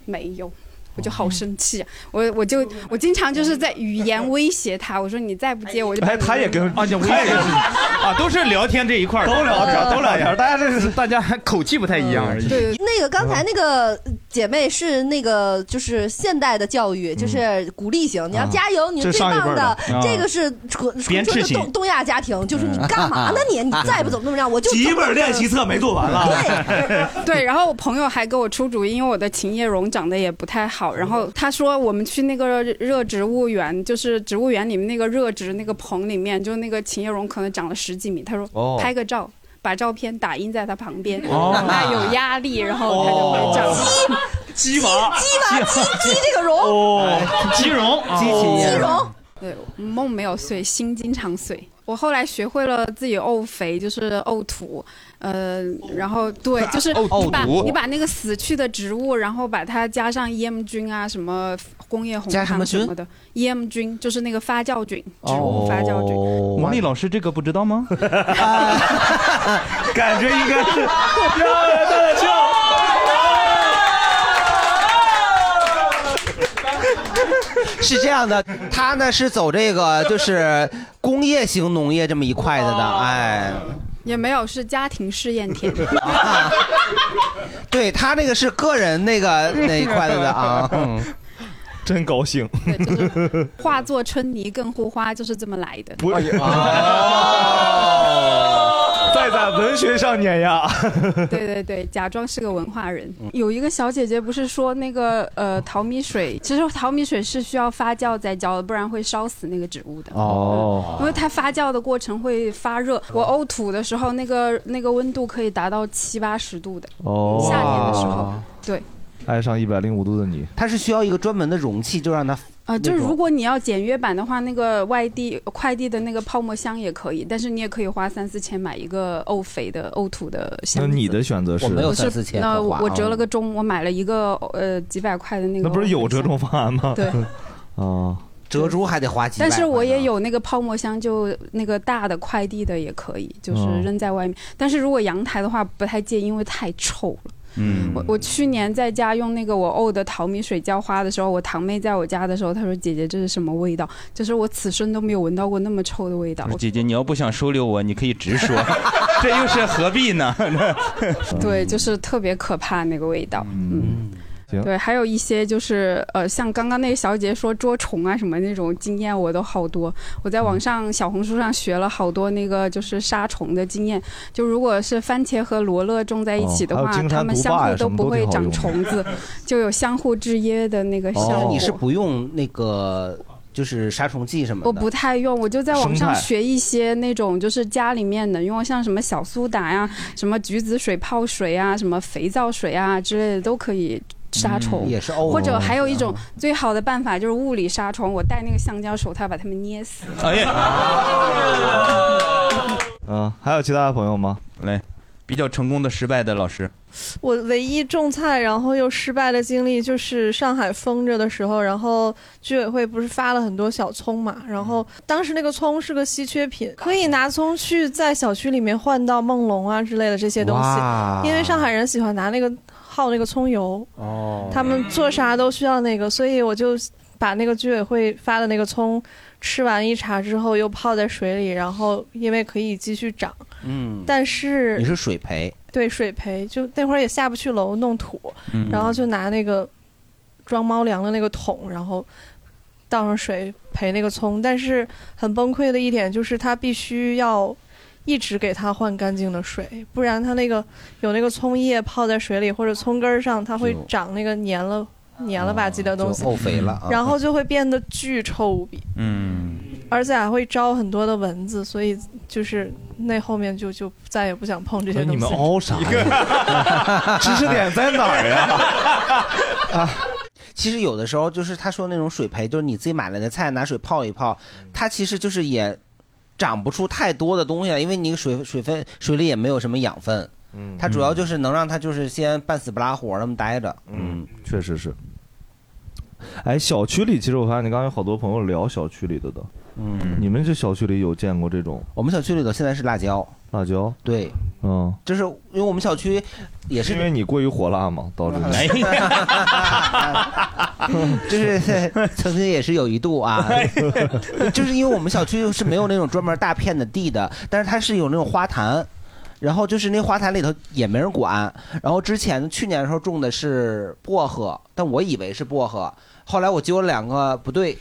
Speaker 11: 没有，我
Speaker 2: 哦
Speaker 11: 就好生气、啊，我我就我经常就是在语言威胁他，我说你再不接我就把
Speaker 2: 哎，
Speaker 11: 你
Speaker 2: 他 也跟
Speaker 3: 啊，
Speaker 2: 他也跟
Speaker 3: 啊，都是聊天这一块儿的，
Speaker 2: 都聊啊天都 聊天大家这是
Speaker 3: 大家还口气不太一样而已。
Speaker 25: 那个刚才那个姐妹是那个就是现代的教育，就是鼓励型，你要
Speaker 3: 啊
Speaker 25: 加油，你
Speaker 3: 这
Speaker 25: 是最
Speaker 3: 上一辈
Speaker 25: 棒
Speaker 3: 儿的啊
Speaker 25: 这个是纯纯
Speaker 3: 鞭
Speaker 25: 正
Speaker 3: 笞
Speaker 25: 的
Speaker 3: 型
Speaker 25: 东东亚家庭，就是你干嘛 呢你？你再不怎么怎么样，我就
Speaker 2: 几本练习册没做完了。
Speaker 11: 对，然后我朋友还给我出主意，因为我的琴叶榕长得也不太好，然后他说我们去那个热植物园，就是植物园里面那个热植那个棚里面，就那个琴叶榕可能长了十几米，他说
Speaker 2: 哦
Speaker 11: 拍个照。把照片打印在他旁边，
Speaker 2: 哦
Speaker 11: 让他有压力，然后他就会长。
Speaker 2: 鸡娃，
Speaker 11: 鸡娃，鸡鸡这个榕，
Speaker 2: 哦，
Speaker 3: 鸡茸
Speaker 11: 鸡
Speaker 2: 哦
Speaker 11: 鸡茸对，梦没有碎，心经常碎。我后来学会了自己沤肥，就是沤土，呃，然后对，就是
Speaker 13: 沤
Speaker 11: 你把
Speaker 13: 土
Speaker 11: 你把那个死去的植物，然后把它加上烟木菌啊，什么工业红
Speaker 3: 加什么
Speaker 11: 糖
Speaker 3: 菌
Speaker 11: 什么的，烟木菌就是那个发酵菌，
Speaker 2: 哦
Speaker 11: 植物发酵菌。
Speaker 3: 王丽老师这个不知道吗？
Speaker 2: 感觉应该是让人的笑。
Speaker 4: 是这样的，他呢是走这个就是工业型农业这么一块的
Speaker 11: 哦
Speaker 4: 的，哎，
Speaker 11: 也没有是家庭试验田。
Speaker 4: 对他那个是个人那个那一块的的啊，
Speaker 2: 嗯真高兴。
Speaker 11: 化作春泥更护花，就是这么来的。
Speaker 2: 不 哦，再在文学上碾压。
Speaker 11: 对对对，假装是个文化人。
Speaker 2: 嗯
Speaker 11: 有一个小姐姐不是说那个呃淘米水，其实淘米水是需要发酵再浇的，不然会烧死那个植物的。
Speaker 2: 哦
Speaker 11: 因为它发酵的过程会发热，我呕吐的时候，那个那个温度可以达到七八十度的。
Speaker 2: 哦
Speaker 11: 夏天的时候，对，
Speaker 2: 爱上一百零五度的你，
Speaker 4: 它是需要一个专门的容器，就让它
Speaker 11: 呃，就是
Speaker 4: 那种
Speaker 11: 如果你要简约版的话，那个外地快递的那个泡沫箱也可以，但是你也可以花三四千买一个欧肥的欧土的箱
Speaker 2: 那
Speaker 11: 子。
Speaker 2: 你的选择是？
Speaker 11: 那我我折了个中，我买了一个呃几百块的那个。
Speaker 2: 那不是有折中方案吗？
Speaker 11: 对，
Speaker 2: 哦，
Speaker 4: 折中还得花几
Speaker 11: 但是我也有那个泡沫箱，就那个大的快递的也可以，就是
Speaker 2: 哦
Speaker 11: 扔在外面。但是如果阳台的话，不太介意，因为太臭了。
Speaker 2: 嗯
Speaker 11: 我我去年在家用那个我沤的淘米水浇花的时候，我堂妹在我家的时候，她说：“姐姐，这是什么味道？”就是我此生都没有闻到过那么臭的味道。
Speaker 3: 姐姐，你要不想收留我，你可以直说， 这又是何必呢？
Speaker 11: 对，就是特别可怕那个味道。
Speaker 2: 嗯，行
Speaker 11: 对，还有一些就是呃，像刚刚那个小姐说捉虫啊什么那种经验，我都好多。我在
Speaker 4: 嗯
Speaker 11: 网上小红书上学了好多那个就是杀虫的经验。就如果是番茄和罗勒种在一起的
Speaker 4: 哦还
Speaker 11: 话，
Speaker 4: 有金
Speaker 11: 它
Speaker 4: 蝉
Speaker 11: 们
Speaker 4: 毒
Speaker 11: 相
Speaker 4: 霸
Speaker 11: 互
Speaker 4: 呀
Speaker 11: 都
Speaker 4: 什么
Speaker 11: 不
Speaker 4: 都
Speaker 11: 会
Speaker 4: 挺好
Speaker 11: 长
Speaker 4: 用
Speaker 11: 虫 子，就有相互制约的那个效
Speaker 4: 哦
Speaker 11: 果。
Speaker 4: 你是不用那个就是杀虫剂什么的？
Speaker 11: 我不太用，我就在网
Speaker 4: 生
Speaker 11: 上
Speaker 4: 态
Speaker 11: 学一些那种就是家里面能用，像什么小苏打呀、什么橘子水泡水啊、什么肥皂水啊之类的都可以。杀虫、
Speaker 4: 嗯也是欧
Speaker 11: 或者
Speaker 4: 盟
Speaker 11: 还有一种最好的办法就是物理杀虫，我戴那个橡胶手套把它们捏死。
Speaker 3: 哎呀，
Speaker 2: 嗯，还有其他的朋友吗？
Speaker 3: 来，比较成功的、失败的老师，
Speaker 13: 我唯一种菜然后又失败的经历就是上海封着的时候，然后居委会不是发了很多小葱嘛，然后
Speaker 4: 嗯
Speaker 13: 当时那个葱是个稀缺品，可以拿葱去在小区里面换到梦龙啊之类的这些东
Speaker 14: 哇
Speaker 13: 西，因为上海人喜欢拿那个耗那个葱油，
Speaker 14: 哦
Speaker 13: 他们做啥都需要那个，所以我就把那个居委会发的那个葱吃完一茬之后又泡在水里，然后因为可以继续长，
Speaker 4: 嗯，
Speaker 13: 但是
Speaker 4: 你是水 培，
Speaker 13: 对水培，就那会儿也下不去楼弄土，
Speaker 4: 嗯
Speaker 13: 然后就拿那个装猫粮的那个桶，然后倒上水培那个葱。但是很崩溃的一点就是，它必须要一直给它换干净的水，不然它那个有那个葱叶泡在水里或者葱根儿上，它会
Speaker 4: 就
Speaker 13: 长那个黏了黏了吧唧的东西
Speaker 4: 就，沤肥了啊
Speaker 13: 然后就会变得巨臭无比，
Speaker 3: 嗯，
Speaker 13: 而且还会招很多的蚊子，所以就是那后面就就再也不想碰这些
Speaker 2: 哎
Speaker 13: 东西。
Speaker 2: 你们凹啥 呀？知识点在哪儿呀？
Speaker 4: 啊其实有的时候就是他说那种水培，就是你自己买来的菜拿水泡一泡，
Speaker 2: 嗯
Speaker 4: 它其实就是也长不出太多的东西来，因为你水水分水里也没有什么养分。
Speaker 2: 嗯
Speaker 4: 它主要就是能让它就是先半死不拉活那么待着。
Speaker 2: 嗯，确实是。哎，小区里其实我发现你刚才有好多朋友聊小区里的的，
Speaker 4: 嗯，
Speaker 2: 你们这小区里有见过这种？
Speaker 4: 我们小区里头现在是辣椒，
Speaker 2: 辣椒，
Speaker 4: 对，
Speaker 2: 嗯，
Speaker 4: 就是因为我们小区也是
Speaker 2: 因为你过于火辣嘛，导致你。
Speaker 4: 就是曾经也是有一度 啊，就是因为我们小区是没有那种专门大片的地的，但是它是有那种花坛。然后就是那花坛里头也没人管，然后之前去年的时候种的是薄荷，但我以为是薄荷，后来我揪了两个不对，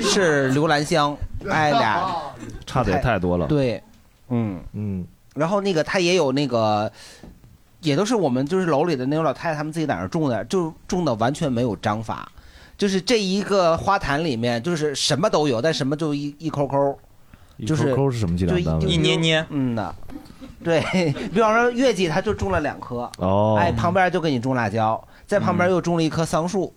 Speaker 4: 是留兰香，哎俩
Speaker 2: 差的也太多了。
Speaker 4: 对，嗯
Speaker 2: 嗯，
Speaker 4: 然后那个他也有那个，也都是我们就是楼里的那种老太太，他们自己在那儿种的，就种的完全没有章法，就是这一个花坛里面就是什么都有，但什么就一一抠抠，就是
Speaker 2: 抠抠是什么计量单位
Speaker 4: 就
Speaker 2: 一捏
Speaker 3: 捏，
Speaker 4: 嗯呐。对，比方说月季，他就种了两棵，
Speaker 2: 哦
Speaker 4: 哎，旁边就给你种辣椒，在旁边又种了一棵桑树，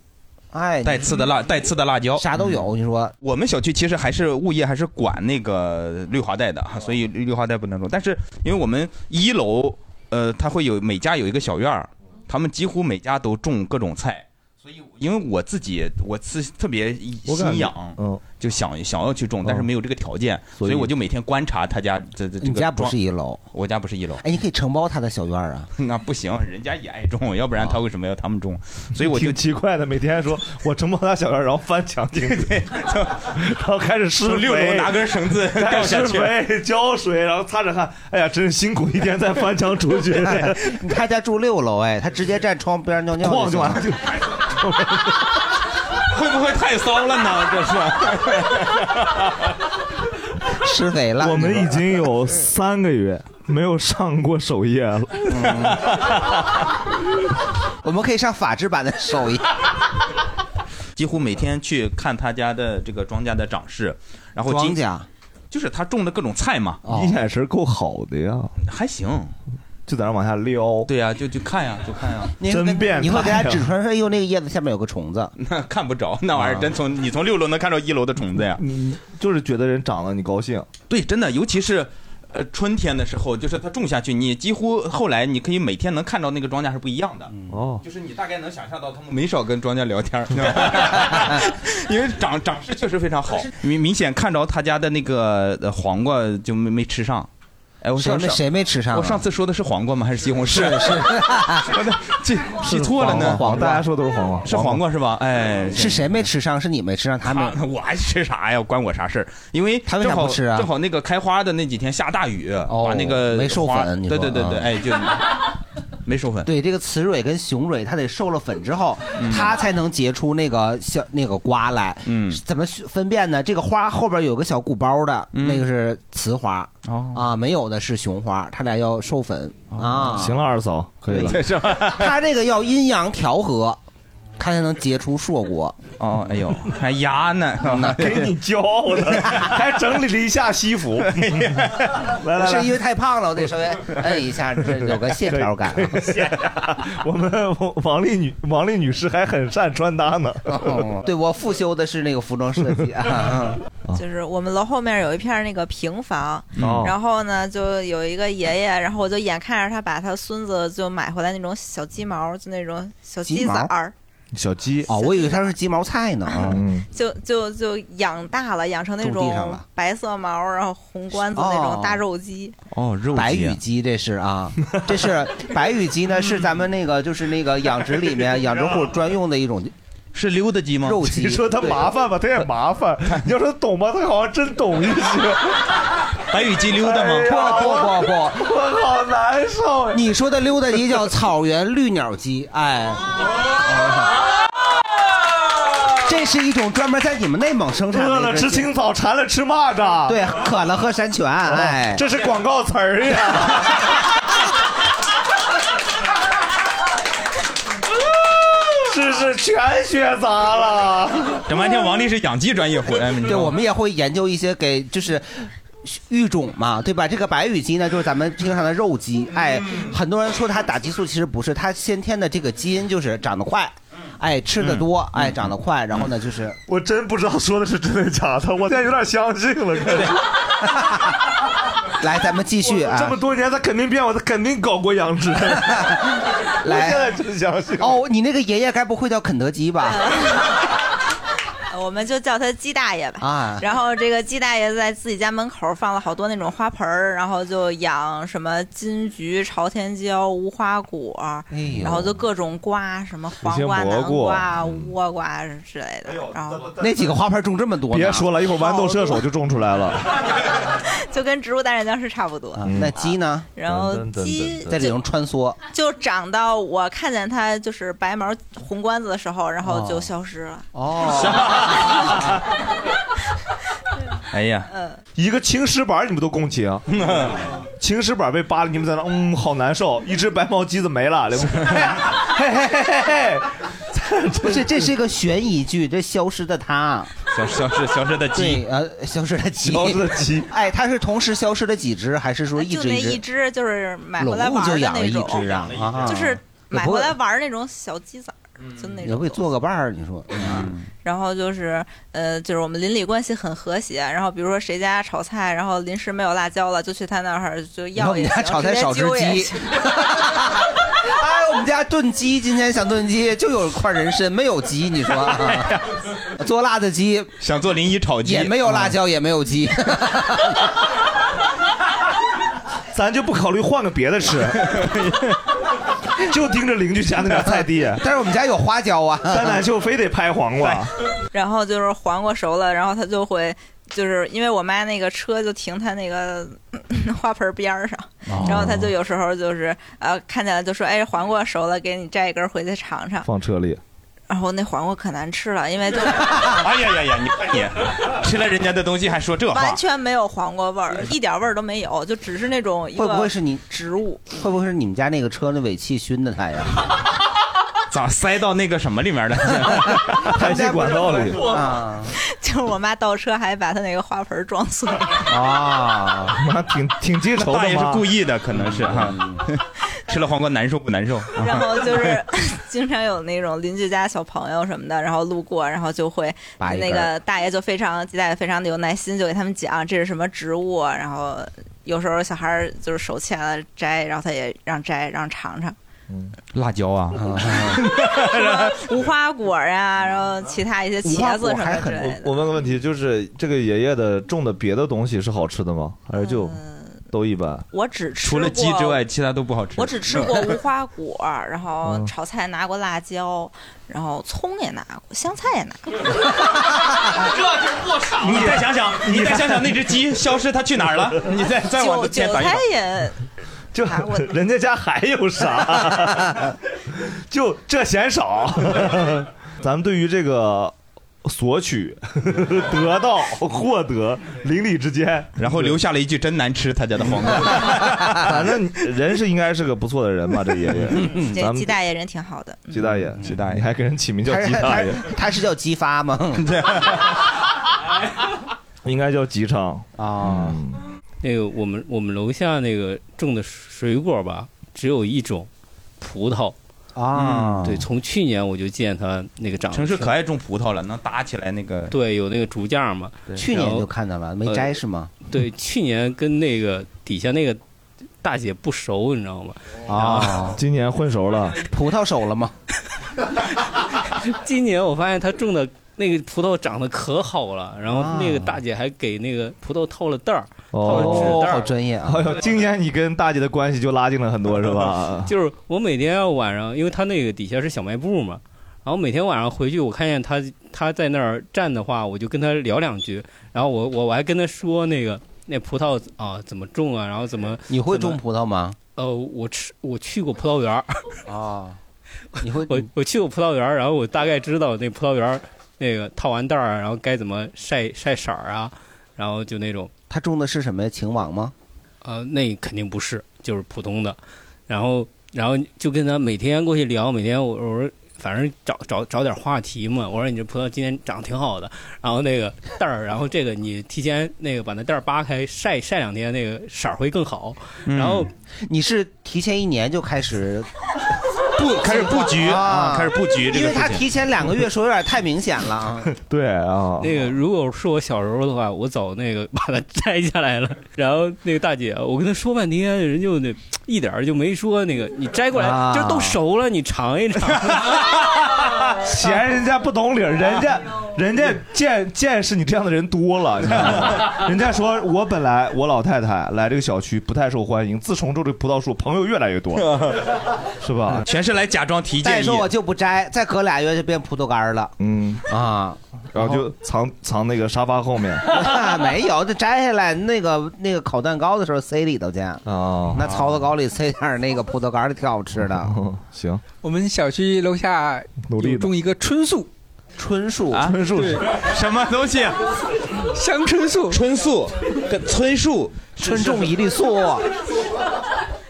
Speaker 4: 哎，
Speaker 3: 带刺的辣，带刺的辣椒，嗯
Speaker 4: 啥都有。我跟你说，
Speaker 3: 我们小区其实还是物业还是管那个绿化带的，所以绿绿化带不能种。但是因为我们一楼，呃，它会有每家有一个小院儿，他们几乎每家都种各种菜。所以因为我自己我自特别
Speaker 2: 我感觉
Speaker 3: 心痒，
Speaker 2: 嗯，
Speaker 3: 就想想要去种，但是没有这个条件，
Speaker 4: 嗯所
Speaker 3: 所
Speaker 4: 以
Speaker 3: 以我就每天观察他家这这。这
Speaker 4: 你
Speaker 3: 个
Speaker 4: 家不
Speaker 3: 状
Speaker 4: 是一楼？
Speaker 3: 我家不是一楼。
Speaker 4: 哎，你可以承包他的小院儿啊，
Speaker 3: 那不行， 人家也爱种，要不然他为什么要他们种？所以我就
Speaker 2: 挺奇怪的，每天说我承包他小院儿，然后翻墙进去，然后开始 施
Speaker 3: 从六楼
Speaker 2: 肥
Speaker 3: 拿根绳 子掉下去
Speaker 2: 开始施肥浇水，然后擦着汗，哎呀，真是辛苦一天，再翻墙出 去，
Speaker 4: 哎他家住六楼，哎，他直接站窗边尿尿
Speaker 2: 晃就完了。
Speaker 3: 会不会太骚了呢？ 这是。
Speaker 4: 施肥了。
Speaker 2: 我们已经有三个月没有上过首页了。
Speaker 4: 嗯我们可以上法制版的首页。
Speaker 3: 几乎每天去看他家的这个庄稼的长势，然后
Speaker 4: 庄
Speaker 3: 今
Speaker 4: 稼哦
Speaker 3: 就是他种的各种菜嘛。
Speaker 2: 你眼神够好的呀，
Speaker 3: 还行。
Speaker 2: 就在那往下撩。
Speaker 3: 对呀、就就看呀，就看呀，
Speaker 4: 你会跟你会给他指出来说，哎呦，那个叶子下面有个虫子。
Speaker 3: 那看不着，那玩意儿真从你从六楼能看着一楼的虫子呀。
Speaker 2: 嗯，就是觉得人长了你高兴。
Speaker 3: 对，真的，尤其是。呃，春天的时候，就是它种下去，你几乎后来你可以每天能看到那个庄稼是不一样的。
Speaker 2: 哦，
Speaker 3: 就是你大概能想象到他们没少跟庄家聊天儿， 因为长长势确实非常好，明明显看着他家的那个呃黄瓜就没没吃上。哎，我
Speaker 4: 谁
Speaker 3: 上
Speaker 4: 没谁没吃上啊
Speaker 3: 我上次说的是黄瓜吗？还是西红柿？
Speaker 4: 是是
Speaker 3: 我的这记错了呢。
Speaker 2: 说都是黄啊瓜，
Speaker 3: 是黄瓜是吧？哎，
Speaker 4: 是谁没吃上？是你没吃上，他没。
Speaker 3: 他 我还吃啥呀？关我啥事儿？因为
Speaker 4: 他为啥
Speaker 3: 正好
Speaker 4: 不吃啊哦
Speaker 3: 正好那个开花的那几天下大雨，把那个
Speaker 4: 没授
Speaker 3: 花
Speaker 4: 粉你
Speaker 3: 对
Speaker 4: 说
Speaker 3: 对对对，
Speaker 4: 嗯
Speaker 3: 哎，就 没授粉。
Speaker 4: 对，这个雌蕊跟雄蕊，它得授了粉之后，
Speaker 2: 嗯
Speaker 4: 它才能结出那个小那个瓜来。
Speaker 3: 嗯，
Speaker 4: 怎么分辨呢？这个花后边有个小鼓包的，
Speaker 2: 嗯
Speaker 4: 那个是雌花。
Speaker 2: 哦
Speaker 4: 啊，没有的是雄花，它俩要授粉啊。
Speaker 2: 哦行了，二嫂可以了。
Speaker 4: 它这个要阴阳调和，它才能结出硕果。
Speaker 3: 哦，哎呦，还牙呢
Speaker 2: 给 你教的，还整理了一下西服。 来来来
Speaker 4: 是因为太胖了，我 得稍微摁一下，这有个线条感。啊
Speaker 2: 我们王王丽女王丽女士还很善穿搭呢。
Speaker 4: 哦对我复修的是那个服装设计啊。
Speaker 14: 就是我们楼后面有一片那个平房，
Speaker 4: 哦
Speaker 14: 然后呢，就有一个爷爷，然后我就眼看着他把他孙子就买回来那种小鸡毛，就那种小鸡崽儿，
Speaker 2: 小鸡
Speaker 4: 哦，我以为它是鸡毛菜呢。
Speaker 2: 嗯，
Speaker 14: 就就就养大了，养成那
Speaker 4: 种地上
Speaker 14: 种
Speaker 4: 了
Speaker 14: 白色毛，然后红冠子那
Speaker 4: 哦
Speaker 14: 种大肉鸡。
Speaker 3: 哦，
Speaker 2: 啊
Speaker 3: 肉
Speaker 4: 白羽鸡这是啊，这是白羽鸡呢，是咱们那个就是那个养殖里面养殖户专用的一种。
Speaker 3: 是溜达鸡吗
Speaker 4: 肉鸡。
Speaker 2: 你说它麻烦吧，它也麻烦。你要说懂吧，它好像真 懂一些。哎
Speaker 3: 白羽鸡溜达吗？
Speaker 4: 不不不不， 我
Speaker 2: 好难受。
Speaker 4: 你说的溜达鸡 叫草原绿鸟鸡，哎。这是一种专门在你们内蒙生产的。
Speaker 2: 饿了吃青草，馋了吃蚂蚱。
Speaker 4: 对，渴了喝山泉，哎，
Speaker 2: 这是广告词儿呀。 这是全学杂了。
Speaker 3: 整半天王丽是养鸡专业户，哎，
Speaker 4: 对，我们也会研究一些给就是。育种嘛，对吧？这个白羽鸡呢，就是咱们经常的肉鸡。哎，
Speaker 2: 嗯
Speaker 4: 很多人说它打激素，其实不是，它先天的这个基因就是长得快，哎，吃的多，哎，长得快，然后呢就是
Speaker 2: 嗯我真不知道说的是真的假的，啊我现在有点相信了。开始
Speaker 4: 来，咱们继续啊。
Speaker 2: 这么多年，他肯定变，我他肯定搞过养殖。
Speaker 4: 来，
Speaker 2: 现在真相信。
Speaker 4: 哦，你那个爷爷该不会叫肯德基吧？
Speaker 14: 呃
Speaker 4: 嗯
Speaker 14: 我们就叫他鸡大爷吧。
Speaker 4: 啊
Speaker 14: 然后这个鸡大爷在自己家门口放了好多那种花盆儿，然后就养什么金桔、朝天椒、无花果，
Speaker 4: 哎呦
Speaker 14: 然后就各种瓜，什么黄瓜、
Speaker 4: 有些蘑
Speaker 14: 南
Speaker 4: 菇
Speaker 14: 瓜、倭瓜之类的。然后
Speaker 4: 那几个花盆种这么多呢，
Speaker 2: 别说了，一会儿豌豆射手就种出来了。
Speaker 14: 就跟植物大战僵尸差不多。
Speaker 4: 啊那鸡呢？
Speaker 14: 然后鸡
Speaker 4: 在里头穿梭，
Speaker 14: 就长到我看见它就是白毛红冠子的时候，然后就
Speaker 4: 哦
Speaker 14: 消失了。
Speaker 4: 哦，
Speaker 3: 哎呀，
Speaker 2: 一个青石板你们都共情， 青石板被扒了，你们在那嗯好难受，一只白毛鸡子没 了，嘿嘿嘿嘿嘿，
Speaker 4: 不是，这是一个悬疑剧，这消失的他。
Speaker 3: 消消失消失的
Speaker 4: 对，
Speaker 3: 鸡，
Speaker 4: 呃，消失的鸡，
Speaker 3: 消失的鸡。
Speaker 4: 哎，它是同时消失了几只，还是说一
Speaker 14: 就
Speaker 4: 只
Speaker 14: 那
Speaker 4: 一
Speaker 14: 一
Speaker 4: 只？
Speaker 14: 只，就是买回
Speaker 4: 拢
Speaker 14: 来
Speaker 4: 共
Speaker 14: 玩
Speaker 4: 就
Speaker 14: 儿的
Speaker 4: 养了
Speaker 14: 那
Speaker 4: 一
Speaker 14: 种，
Speaker 4: 只啊，啊
Speaker 14: 就是买
Speaker 4: 也不
Speaker 14: 回来玩儿那种小鸡仔儿，就那
Speaker 4: 也
Speaker 14: 种。
Speaker 4: 不给做个伴儿，你说？嗯
Speaker 14: 然后就是呃，就是我们邻里关系很和谐。然后比如说谁家炒菜，然后临时没有辣椒了，就去他那儿就
Speaker 4: 后
Speaker 14: 要
Speaker 4: 你
Speaker 14: 也
Speaker 4: 家
Speaker 14: 行，
Speaker 4: 炒菜
Speaker 14: 直接
Speaker 4: 少只
Speaker 14: 揪也
Speaker 4: 鸡
Speaker 14: 行
Speaker 4: 哎，我们家炖鸡，今天想炖鸡，就有块人参，没有鸡，你说？ 啊做辣子鸡
Speaker 3: 想做临沂炒鸡，嗯
Speaker 4: 也没有辣椒，也没有鸡。
Speaker 2: 咱就不考虑换个别的 吃，就盯着邻居家那点菜地。
Speaker 4: 但是我们家有花椒啊，
Speaker 2: 蛋奶秀非得拍黄瓜，
Speaker 14: 然后就是黄瓜熟了，然后他就会，就是因为我妈那个车就停他那个嗯花盆边儿上，
Speaker 4: 哦
Speaker 14: 然后他就有时候就是呃看见了就说，哎，黄瓜熟了，给你摘一根回去尝尝。
Speaker 2: 放车里。
Speaker 14: 然后那黄瓜可难吃了，因为就
Speaker 3: 哎呀呀呀，你看你吃了人家的东西还说这话
Speaker 14: 完，全没有黄瓜味儿，一点味儿都没有，就只是那种一
Speaker 4: 会
Speaker 14: 个嗯
Speaker 4: 不会是你
Speaker 14: 植物？
Speaker 4: 会不会是你们家那个车那尾气熏的 它呀？
Speaker 3: 咋塞到那个什么里 面了？排气管道里
Speaker 4: 啊
Speaker 14: 就是我妈倒车还把她那个花盆撞碎。
Speaker 4: 啊，
Speaker 2: 妈挺挺记仇的
Speaker 3: 大爷是
Speaker 2: 妈
Speaker 3: 故意的，可能是哈。吃了黄瓜难受不难受？啊
Speaker 14: 然后就是 经常有那种邻居家小朋友什么的，然后路过，然后就会
Speaker 3: 拔一根
Speaker 14: 那
Speaker 3: 儿
Speaker 14: 个大爷就非常鸡大爷非常的有耐心，就给他们讲这是什么植物，然后有时候小孩儿就是手欠了摘，然后他也让摘让尝尝。
Speaker 3: 辣椒啊，
Speaker 4: 嗯
Speaker 14: 无花果呀、然后其他一些茄子什么之类的。
Speaker 2: 我我问个问题，就是这个爷爷的种的别的东西是好吃的吗？还是就都一般？
Speaker 14: 我只呃吃
Speaker 3: 除了鸡之
Speaker 14: 过
Speaker 3: 外，其他都不好吃。
Speaker 14: 我只吃过无花果，
Speaker 3: 嗯
Speaker 14: 然后炒菜拿过辣椒，然后葱也拿过，香菜也拿 过。
Speaker 3: 这就是过
Speaker 14: 啊
Speaker 3: 场你再想想，你再想想那只鸡 消失，它去哪儿 了？你再再往
Speaker 14: 韭
Speaker 3: 前
Speaker 14: 韭
Speaker 3: 反一
Speaker 14: 菜
Speaker 3: 反。
Speaker 14: 也
Speaker 2: 就 人家家还有啥？ 就这嫌少。咱们对于这个索取、得到、获得，邻里之间，
Speaker 3: 然后留下了一句“真难吃他家的黄瓜
Speaker 2: 反正人是应该是个不错的人吧？这爷
Speaker 3: 嗯
Speaker 2: 爷，
Speaker 14: 这
Speaker 2: 咱们
Speaker 14: 鸡大爷人挺好的。
Speaker 2: 鸡大爷，鸡大爷还给人起名叫鸡大爷，
Speaker 4: 嗯他是叫激发吗？
Speaker 2: 应该叫吉昌
Speaker 4: 啊。
Speaker 3: 嗯
Speaker 17: 那个我们我们楼下那个种的水果吧，只有一种，葡萄
Speaker 3: 嗯
Speaker 4: 啊
Speaker 17: 对，从去年我就见它那个长。
Speaker 3: 城市可爱种葡萄了，能搭起来那个。
Speaker 17: 对，有那个竹架嘛。
Speaker 4: 去年就看到了，没摘是吗？
Speaker 17: 对，去年跟那个底下那个大姐不熟，你知道吗？
Speaker 2: 啊，今年混熟了，
Speaker 4: 葡萄熟了吗？
Speaker 17: 今年我发现他种的那个葡萄长得可好了，然
Speaker 4: 啊
Speaker 17: 后那个大姐还给那个葡萄套了袋儿，套
Speaker 4: 哦
Speaker 17: 了纸袋儿。？
Speaker 4: 专业啊！
Speaker 2: 哎呦，今年你跟大姐的关系就拉近了很多，是
Speaker 4: 啊
Speaker 2: 吧
Speaker 17: 就是我每天要晚上，因为他那个底下是小卖部嘛，然后每天晚上回去，我看见他他在那儿站的话，我就跟他聊两句，然后我我我还跟他说那个那葡萄啊怎么种啊，然后怎么
Speaker 4: 你会种葡萄吗？
Speaker 17: 呃，我吃我去过葡萄园儿
Speaker 4: 啊，你会
Speaker 17: 我我去过葡萄园儿，然后我大概知道那葡萄园儿那个套完袋儿啊，然后该怎么晒晒色儿啊，然后就那种
Speaker 4: 他种的是什么呀？秦王吗？
Speaker 17: 呃，那肯定不是，就是普通的。然后，然后就跟他每天过去聊，每天我我说反正找找找点话题嘛。我说你这葡萄今天长得挺好的，然后那个袋儿，然后这个你提前那个把那袋儿扒开晒晒两天，那个色儿会更好。然后、
Speaker 4: 嗯你是提前一年就开始
Speaker 3: 布开始布局啊开始布局这个
Speaker 4: 因为他
Speaker 3: 事情
Speaker 4: 提前两个月说有点太明显了啊。
Speaker 2: 对啊，
Speaker 17: 那个如果是我小时候的话，我早那个把它摘下来了。然后那个大姐，我跟她说半天，人就那一点儿就没说那个你摘过来，
Speaker 2: 啊
Speaker 17: 这都熟了，你尝一尝。
Speaker 2: 嫌人家不懂理
Speaker 4: 啊
Speaker 2: 儿，人家人家见见识你这样的人多了，你知 道吗？人家说我本来我老太太来这个小区不太受欢迎，自从种这个葡萄树，朋友越来 越多，是吧？
Speaker 3: 全是来假装 提
Speaker 4: 再
Speaker 3: 建议
Speaker 4: 说，我就不摘，再隔俩月就变葡萄干儿了。
Speaker 2: 嗯
Speaker 4: 啊，
Speaker 2: 然后就藏藏那个沙发后面。
Speaker 4: 没有，这摘下来那个那个烤蛋糕的时候塞里头去。
Speaker 2: 哦，
Speaker 4: 那槽子糕里塞点儿那个葡萄干儿，挺好吃的。
Speaker 2: 行，
Speaker 15: 我们小区楼下有种一个椿树，
Speaker 4: 椿树
Speaker 15: 啊，
Speaker 2: 椿树
Speaker 15: 什么东
Speaker 3: 啊
Speaker 15: 西？香椿树，椿树跟椿树，
Speaker 4: 春种一粒粟。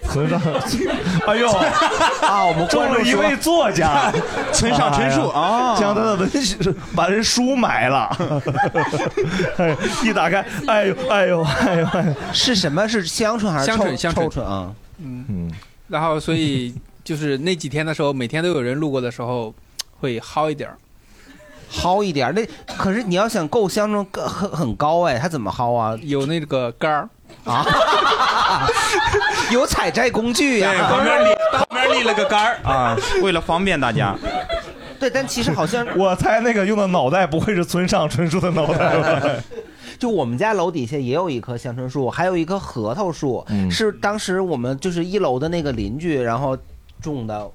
Speaker 2: 村上， 哎呦，
Speaker 4: 啊，我们
Speaker 2: 中了一位作 家，哎
Speaker 3: 村上春树啊
Speaker 2: 将他的文学把人书埋了， 哎呦一打开，哎呦哎呦哎呦哎呦，
Speaker 4: 是什么？是香椿还是
Speaker 15: 香椿
Speaker 4: 臭
Speaker 15: 香椿
Speaker 4: 臭椿啊？
Speaker 2: 嗯，
Speaker 15: 然后所以就是那几天的时候，每天都有人路过的时候会薅一点儿。
Speaker 4: 薅一点儿，那可是你要想够香椿更很很高哎，它怎么薅啊？
Speaker 15: 有那个杆儿
Speaker 4: 啊， 有采摘工具呀、
Speaker 3: 旁边立旁边立了个杆儿啊，为了方便大家。
Speaker 4: 对，但其实好像
Speaker 2: 我猜那个用的脑袋不会是村上春树的脑袋吧？
Speaker 4: 就我们家楼底下也有一棵香椿树，还有一棵核桃树，
Speaker 2: 嗯
Speaker 4: 是当时我们就是一楼的那个邻居，然后种的。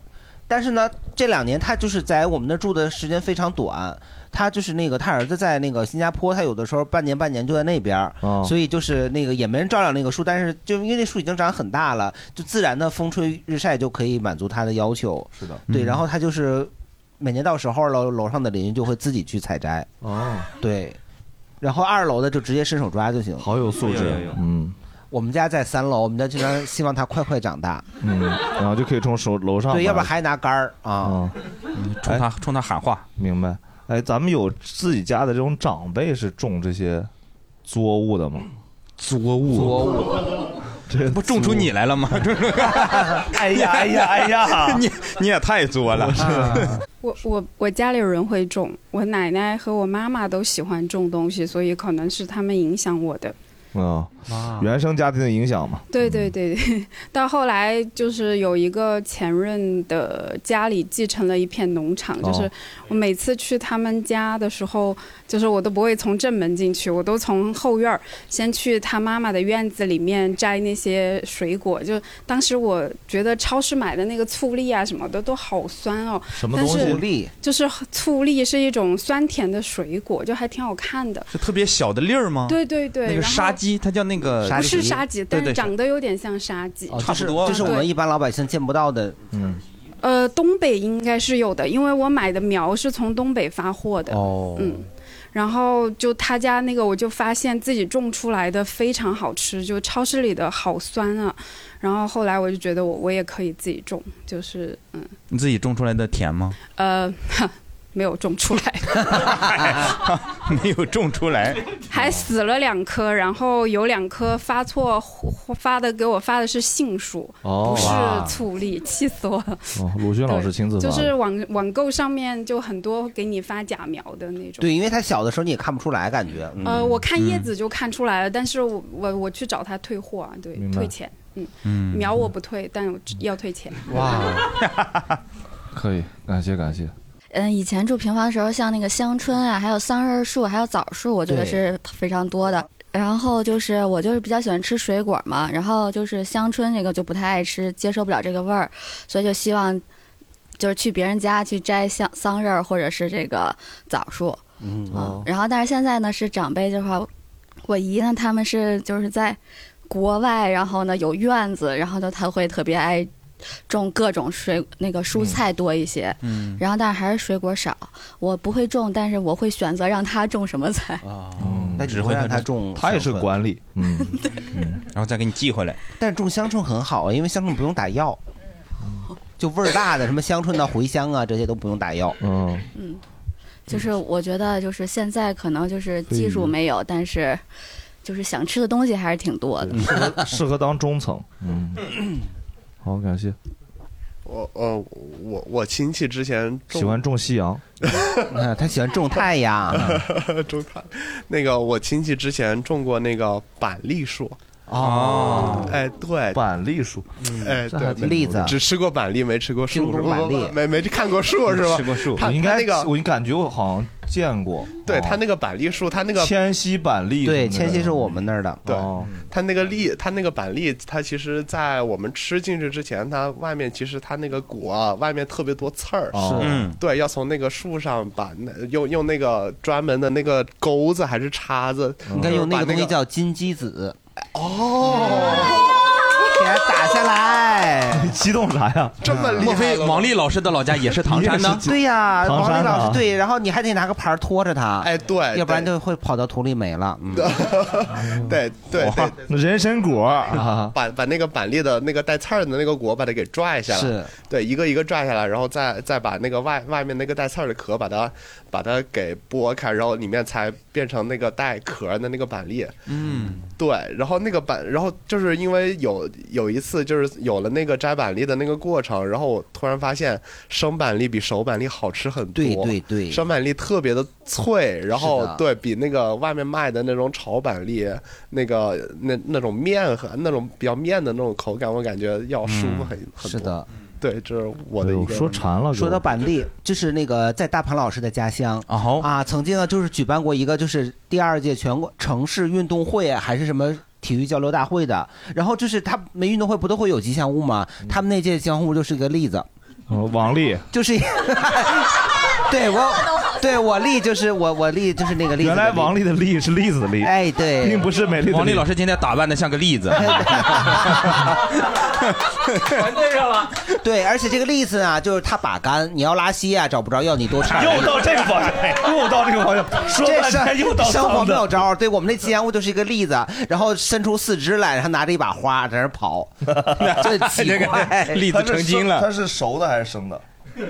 Speaker 4: 但是呢，这两年他就是在我们那住的时间非常短，他就是那个他儿子在那个新加坡，他有的时候半年半年就在那边儿，
Speaker 2: 哦
Speaker 4: 所以就是那个也没人照料那个树，但是就因为那树已经长很大了，就自然的风吹日晒就可以满足他的要求。
Speaker 2: 是的
Speaker 4: 对，
Speaker 2: 嗯
Speaker 4: 然后他就是每年到时候楼楼上的邻居就会自己去采摘。
Speaker 2: 哦，
Speaker 4: 对，然后二楼的就直接伸手抓就行。
Speaker 2: 好有素质有有有嗯。
Speaker 4: 我们家在三楼，我们家经常希望它快快长大，
Speaker 2: 嗯，然后就可以从手楼上，
Speaker 4: 对，要不然还拿杆 儿啊。
Speaker 2: 啊，
Speaker 3: 冲他冲他喊话，
Speaker 2: 明白？哎，咱们有自己家的这种长辈是种这些作物的吗？
Speaker 3: 作物
Speaker 2: 作物，
Speaker 3: 不种出你来了吗？
Speaker 2: 哎呀哎呀哎呀
Speaker 3: 你你也太作了！
Speaker 11: 我我我家里有人会种，我奶奶和我妈妈都喜欢种东西，所以可能是他们影响我的。
Speaker 2: 啊，原生家庭的影响嘛。
Speaker 11: 对对
Speaker 4: 嗯
Speaker 11: 对对， 到后来就是有一个前任的家里继承了一片农场，
Speaker 2: 哦
Speaker 11: 就是我每次去他们家的时候，就是我都不会从正门进去，我都从后院儿先去他妈妈的院子里面摘那些水果。就当时我觉得超市买的那个醋栗啊什么的都好酸哦，
Speaker 4: 什么东西
Speaker 11: 但是
Speaker 4: 醋栗
Speaker 11: 就是醋栗是一种酸甜的水果，就还挺好看的。
Speaker 3: 是特别小的粒儿吗？
Speaker 11: 对对对
Speaker 3: 那个
Speaker 11: 然后
Speaker 3: 杀鸡，它叫那个
Speaker 11: 不呃是沙棘，但
Speaker 3: 对
Speaker 11: 是
Speaker 3: 对，
Speaker 11: 长得有点像沙棘，
Speaker 4: 哦就是就是我们一般老百姓见不到的，
Speaker 2: 嗯，
Speaker 11: 呃，东北应该是有的，因为我买的苗是从东北发货的。
Speaker 4: 哦
Speaker 11: 嗯，然后就他家那个，我就发现自己种出来的非常好吃，就超市里的好酸啊。然后后来我就觉得我我也可以自己种，就是嗯
Speaker 3: 你自己种出来的甜吗？
Speaker 11: 呃，哈没有种出 来。
Speaker 3: 啊 没有种出来。
Speaker 11: 还死了两棵，然后有两棵发错发的，给我发的是杏树，
Speaker 2: 哦
Speaker 11: 不
Speaker 2: 哇
Speaker 11: 是醋栗，气死我了。
Speaker 2: 哦，鲁迅老师亲自发
Speaker 11: 就
Speaker 2: 的，
Speaker 11: 是网网购上面就很多给你发假苗的那种。
Speaker 4: 对，因为他小的时候你也看不出来，感觉。嗯
Speaker 11: 呃，我看叶子就看出来了，但是我我我去找他退货啊，对
Speaker 4: 明，白
Speaker 11: 退钱，嗯，
Speaker 2: 嗯
Speaker 11: 苗我不退，但我要退钱。
Speaker 2: 可以，感谢感谢。
Speaker 16: 嗯，以前住平房的时候，像那个香椿啊，还有桑葚树，还有枣树，我觉得对是非常多的。然后就是我就是比较喜欢吃水果嘛，然后就是香椿这个就不太爱吃，接受不了这个味儿，所以就希望就是去别人家去摘香桑葚或者是这个枣树。
Speaker 4: 嗯
Speaker 25: 啊
Speaker 15: 哦
Speaker 16: 嗯，然后但是现在呢是长辈的话，我姨呢他们是就是在国外，然后呢有院子，然后呢她会特别爱种各种水那个蔬菜多一些，
Speaker 7: 嗯
Speaker 16: 然后但是还是水果少，我不会种，但是我会选择让她种什么菜。
Speaker 4: 但
Speaker 3: 嗯只
Speaker 4: 只
Speaker 3: 会
Speaker 4: 会让他种，
Speaker 3: 它也是 管
Speaker 2: 理，嗯，
Speaker 3: 然后再给你寄回来。
Speaker 4: 但是种香椿很好啊，因为香椿不用打药，
Speaker 11: 嗯
Speaker 4: 就味儿大的什么香椿的茴香啊，这些都不用打药。
Speaker 2: 嗯，
Speaker 16: 嗯，就是我觉得就是现在可能就是技术没有，但是就是想吃的东西还是挺多的。
Speaker 2: 适 合适合当中层，嗯，好，感谢。
Speaker 20: 我呃我我亲戚之前种
Speaker 2: 喜欢种夕阳，
Speaker 4: 他喜欢种太 阳，
Speaker 20: 种太那个我亲戚之前种过那个板栗树。
Speaker 2: 哦
Speaker 20: 哎，对，
Speaker 2: 板栗树，
Speaker 20: 哎，
Speaker 2: 这还
Speaker 20: 对，
Speaker 2: 挺栗子
Speaker 20: 只吃过板栗，没吃过树，
Speaker 2: 听说板栗
Speaker 20: 不不不没没看过树是吧？
Speaker 2: 吃过树，
Speaker 20: 他
Speaker 2: 我应该
Speaker 20: 他那个
Speaker 2: 我感觉我好像见过。
Speaker 20: 对
Speaker 2: 哦
Speaker 20: 它那个板栗树，它那个
Speaker 2: 迁徙板栗，
Speaker 20: 对迁徙是
Speaker 2: 我
Speaker 4: 们那儿的。
Speaker 20: 对，
Speaker 2: 哦
Speaker 20: 它那个栗，它那个板栗，它其实，在我们吃进去之前，它外面其实它那个果啊、外面特别多刺儿，
Speaker 4: 哦
Speaker 2: 是嗯
Speaker 20: 对，要从那个树上把那用用那个专门的那个钩子还是叉子，
Speaker 4: 你看用那
Speaker 20: 把
Speaker 4: 个
Speaker 20: 那
Speaker 4: 东西叫金鸡子，哦
Speaker 20: 给
Speaker 4: 它打下来。
Speaker 2: 你激动啥呀？
Speaker 4: 这么厉害
Speaker 3: 哎莫非王丽老师的老家也是唐山的？
Speaker 4: 对呀，
Speaker 3: 唐
Speaker 4: 王
Speaker 3: 山
Speaker 4: 丽
Speaker 3: 的啊
Speaker 4: 老师对，然后你还得拿个盘儿托着它，
Speaker 20: 哎对
Speaker 4: 要不然就会跑到土里没了。嗯，
Speaker 20: 对对对，
Speaker 2: 人参果啊，
Speaker 20: 把把那个板栗的那个带刺儿的那个果把它给拽下来，
Speaker 4: 是
Speaker 20: 对，一个一个拽下来，然后再再把那个外外面那个带刺儿的壳把它把它给剥开，然后里面才变成那个带壳儿的那个板栗。
Speaker 3: 嗯，
Speaker 20: 对，然后那个板，然后就是因为有有一次就是有了那个摘板栗的那个过程，然后我突然发现生板栗比熟板栗好吃很多，
Speaker 4: 对对对
Speaker 20: 生板栗特别的脆，然后
Speaker 4: 是的
Speaker 20: 对比那个外面卖的那种炒板栗，那个那那种面和那种比较面的那种口感，我感觉要舒服很、很多。
Speaker 4: 嗯是的，
Speaker 20: 对，这是我的一个
Speaker 2: 了
Speaker 4: 说到 板栗，就是那个在大盘老师的家乡啊，曾经呢就是举办过一个就是第二届全国城市运动会啊还是什么。体育交流大会的，然后就是他们运动会不都会有吉祥物吗？他们那届吉祥物就是一个栗子，
Speaker 2: 哦王栗
Speaker 4: 就是一，对我，对我栗就是我我栗就是那个栗子的栗。
Speaker 2: 原来王栗的栗是栗子的栗，
Speaker 4: 哎对，
Speaker 2: 并不是美丽的
Speaker 3: 王丽老师今天打扮的像个栗子，
Speaker 4: 全对上了。 对，而且这个栗子啊，就是它把干，你要拉稀啊，找不着药，你多吃点栗子。
Speaker 2: 又到这个方向，又到这个方向，说
Speaker 4: 这
Speaker 2: 半
Speaker 4: 生
Speaker 2: 天又到
Speaker 4: 生活
Speaker 2: 脏
Speaker 4: 没有
Speaker 2: 的。
Speaker 4: 招儿对我们那吉祥物就是一个栗子，然后伸出四肢来，然后拿着一把花在那儿 跑，这奇怪，
Speaker 2: 它是熟的还是生的？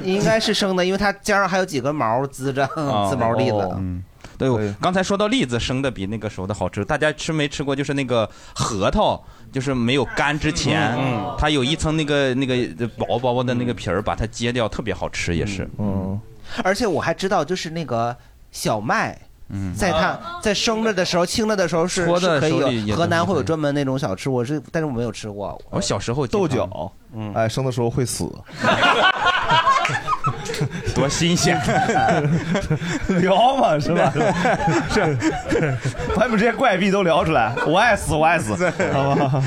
Speaker 4: 应该是生的，因为它尖上还有几个毛儿滋着，
Speaker 3: 啊
Speaker 2: 哦
Speaker 4: 滋毛栗子。
Speaker 3: 嗯，对，我刚才说到栗子生的比那个熟的好吃，大家吃没吃过？就是那个核桃，就是没有干之前，它有一层那个那个薄薄的那个皮儿，把它揭掉，特别好吃，也是。
Speaker 2: 嗯，
Speaker 4: 而且我还知道，就是那个小麦。
Speaker 3: 嗯
Speaker 4: 在它在生了的时候、青了的时候是
Speaker 3: 搓
Speaker 4: 是
Speaker 3: 的
Speaker 4: 可
Speaker 3: 手里
Speaker 4: 以
Speaker 3: 也
Speaker 4: 有。河南
Speaker 3: 都是
Speaker 4: 会有专门那种小吃， 我是，但是我没有吃过。
Speaker 3: 我小时候
Speaker 2: 豆角，哎，生的时候 会死，
Speaker 3: 多新鲜，
Speaker 2: 嗯聊嘛 是吧？是，把你们这些怪癖都聊出来，我爱死，我爱 死，好不好？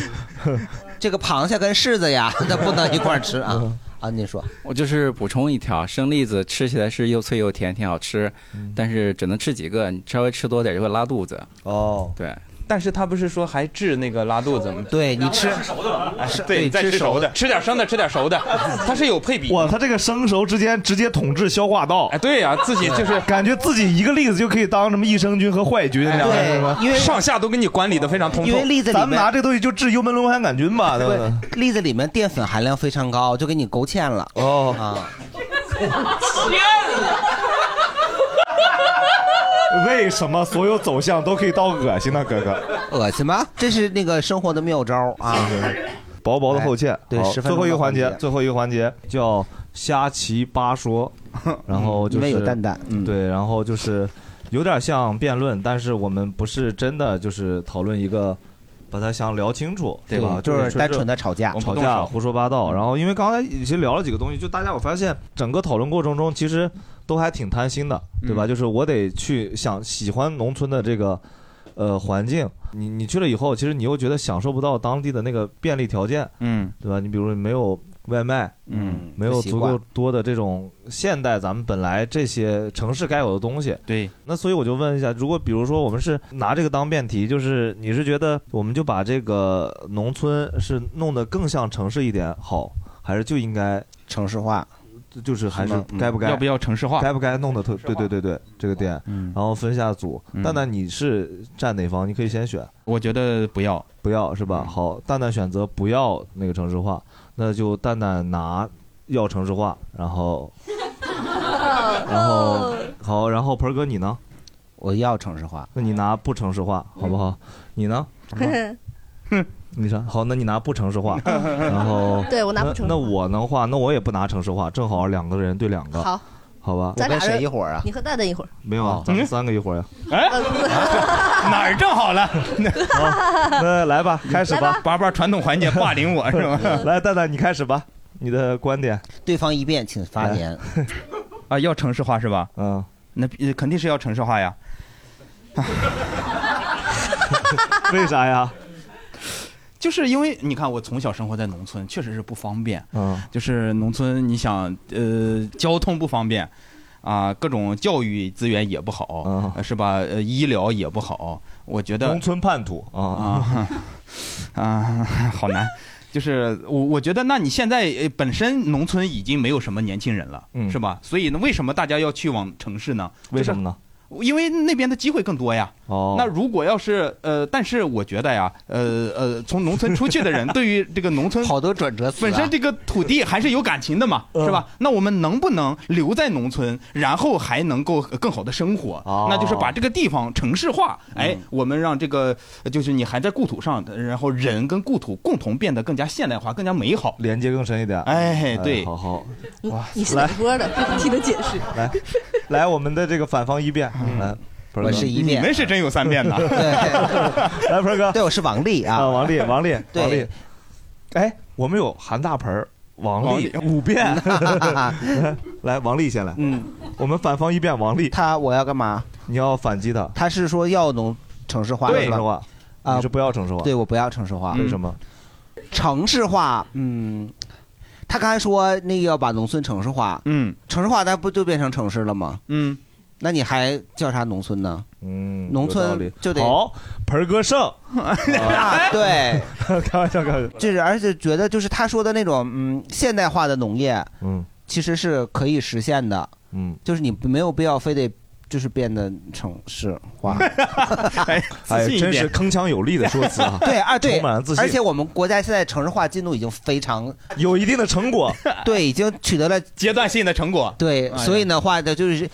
Speaker 4: 这个螃蟹跟柿子呀，那不能一块儿吃啊！啊，你说，
Speaker 7: 我就是补充一条，生栗子吃起来是又脆又甜，挺好吃，
Speaker 4: 嗯
Speaker 7: 但是只能吃几个，你稍微吃多点就会拉肚子。
Speaker 2: 哦，
Speaker 7: 对，
Speaker 3: 但是他不是说还治那个拉肚子吗？
Speaker 4: 对你吃
Speaker 3: 熟的吧，
Speaker 7: 对
Speaker 3: 对，你再
Speaker 7: 吃
Speaker 3: 吃
Speaker 7: 熟
Speaker 3: 熟
Speaker 7: 的
Speaker 3: 的，吃点生的，吃点熟的，它是有配比。
Speaker 2: 哇，他这个生熟之间直接统治消化道，哎，
Speaker 3: 对呀，自己就是
Speaker 2: 感觉自己一个栗子就可以当什么益生菌和坏菌两个是吧？
Speaker 4: 哎因为
Speaker 3: 哎上下都给你管理的非常通透。
Speaker 2: 咱们拿这东西就治幽门螺旋杆菌吧，对不对？
Speaker 4: 栗子里面淀粉含量非常高，就给你勾芡了。
Speaker 2: 哦
Speaker 4: 啊，
Speaker 2: 为什么所有走向都可以到恶心呢？哥哥，
Speaker 4: 恶心吧？这是那个生活的妙招啊！
Speaker 2: 薄薄的厚芡，
Speaker 4: 哎对
Speaker 2: 好
Speaker 4: 十分
Speaker 2: 最后一个
Speaker 4: 钟的
Speaker 2: 环节
Speaker 4: 环节，
Speaker 2: 最后一个环节叫瞎棋八 说，然后就
Speaker 4: 因
Speaker 2: 是嗯
Speaker 4: 为有蛋蛋
Speaker 2: 对，然后就是有点像辩论，但是我们不是真的就是讨论一个。把它想聊清楚，
Speaker 4: 对
Speaker 2: 吧？
Speaker 4: 就是
Speaker 2: 是
Speaker 4: 单纯地吵架
Speaker 2: 吵
Speaker 4: 我们不动
Speaker 2: 架、
Speaker 4: 手嗯
Speaker 2: 胡说八道。然后，因为刚才已经聊了几个东西，就大家我发现整个讨论过程中，其实都还挺贪心的，
Speaker 4: 嗯
Speaker 2: 对吧？就是我得去想喜欢农村的这个呃环境，你你去了以后，其实你又觉得享受不到当地的那个便利条件，
Speaker 3: 嗯，
Speaker 2: 对吧？你比如说没有外卖，
Speaker 3: 嗯
Speaker 2: 没有
Speaker 3: 不习
Speaker 2: 足
Speaker 3: 惯
Speaker 2: 够多的这种现代咱们本来这些城市该有的东西。
Speaker 3: 对，
Speaker 2: 那所以我就问一下，如果比如说我们是拿这个当辩题，就是你是觉得我们就把这个农村是弄得更像城市一点好，还是就应该
Speaker 4: 城市化？
Speaker 2: 就是还是
Speaker 3: 是吗嗯
Speaker 2: 该不该
Speaker 3: 要不要城市化嗯
Speaker 2: 该不该弄得特对对对对这个店，然后分下组。蛋蛋你是站哪方？你可以先选。
Speaker 3: 我觉得不要嗯
Speaker 2: 不要是吧？好，蛋蛋选择不要那个城市化，那就蛋蛋拿要城市化，然后然后好，然后盆儿哥你呢？
Speaker 4: 我要城市化，
Speaker 2: 那你拿不城市化好不好？你 呢？ 你说好，那你拿不城市 化，然后
Speaker 25: 对我拿不城市化
Speaker 2: 那那我能画，那我也不拿城市化，正好两个人对两个，
Speaker 25: 好，
Speaker 2: 好吧？
Speaker 25: 咱俩人你嗯和蛋蛋一伙儿。
Speaker 2: 啊没有啊，咱们三个一伙儿 呀。
Speaker 3: 哎，
Speaker 25: 呃
Speaker 3: 哪儿正好了？
Speaker 2: 那来吧，开始吧，
Speaker 3: 八八传统环节霸凌我是吗？
Speaker 2: 来，蛋蛋你开始吧，你的观点。哎
Speaker 4: 对方一辩，请发言。
Speaker 3: 啊，要城市化是吧？
Speaker 2: 嗯，
Speaker 3: 那呃肯定是要城市化呀。
Speaker 2: 为啥呀？
Speaker 3: 就是因为你看，我从小生活在农村，确实是不方便。
Speaker 2: 嗯，
Speaker 3: 就是农村，你想，呃，交通不方便，啊，各种教育资源也不好，呃是吧？呃，医疗也不好。我觉得
Speaker 2: 嗯农村叛徒
Speaker 3: 啊啊 好难。就是我，我觉得，那你现在呃本身农村已经没有什么年轻人了，
Speaker 2: 嗯
Speaker 3: 是吧？所以呢，为什么大家要去往城市呢？
Speaker 2: 为什么呢？
Speaker 3: 因为那边的机会更多呀。
Speaker 2: 哦
Speaker 3: 那如果要是呃，但是我觉得呀，呃呃，从农村出去的人 对于这个农村
Speaker 4: 好多转折
Speaker 3: 本身这个土地还是有感情的
Speaker 2: 嗯
Speaker 3: 嘛，是吧？那我们能不能留在农村，然后还能够呃更好的生活？
Speaker 2: 哦
Speaker 3: 那就是把这个地方城市化，
Speaker 2: 嗯
Speaker 3: 哎，我们让这个呃就是你还在故土上，然后人跟故土共同变得更加现代化、更加美好，
Speaker 2: 连接更深一点。
Speaker 3: 哎，对，
Speaker 2: 好好，哇
Speaker 25: 你是哪
Speaker 2: 来
Speaker 25: 波的？对不起你的解释。
Speaker 2: 来 来，我们的这个反方一辩，来，盆儿哥
Speaker 4: 我是一辩你们
Speaker 3: 是真有 三辩呐
Speaker 4: 对，
Speaker 2: 来，鹏哥，
Speaker 4: 对，我是王丽啊，
Speaker 2: 王丽，王丽，
Speaker 4: 对
Speaker 2: 王丽，哎，我们有韩大盆儿、王丽
Speaker 4: 王丽
Speaker 2: 五辩， 来，王丽先来，
Speaker 4: 嗯，
Speaker 2: 我们反方一辩，王丽，
Speaker 4: 他我要干嘛？
Speaker 2: 你要反击他，
Speaker 4: 他是说要农城市化，
Speaker 2: 对
Speaker 4: 是吧
Speaker 2: 城市化
Speaker 4: 啊，
Speaker 2: 你是不要城市化
Speaker 4: 对我不要城市化，
Speaker 2: 嗯为什么？
Speaker 4: 城市化，嗯，他刚才说那个要把农村城市化，
Speaker 3: 嗯，
Speaker 4: 城市化，它不就变成城市了吗？
Speaker 3: 嗯，
Speaker 4: 那你还叫啥农村呢？
Speaker 2: 嗯
Speaker 4: 农
Speaker 2: 有道
Speaker 4: 村
Speaker 2: 理
Speaker 4: 就得
Speaker 2: 好，盆儿哥胜，
Speaker 4: 啊，对，
Speaker 2: 开玩笑，开玩笑，
Speaker 4: 就是而且觉得就是他说的那种嗯现代化的农业，
Speaker 2: 嗯，
Speaker 4: 其实是可以实现的，
Speaker 2: 嗯，
Speaker 4: 就是你没有必要非得就是变得城市 化，，
Speaker 2: 哎，真是铿锵有力的说辞啊
Speaker 4: 对啊，对，
Speaker 2: 充满了自信，
Speaker 4: 而且我们国家现在城市化进度已经非常
Speaker 2: 有一定的成果，
Speaker 4: 对，已经取得了
Speaker 3: 阶段性的成果。
Speaker 4: 对，
Speaker 3: 哎呀
Speaker 4: 所以的话呢，就是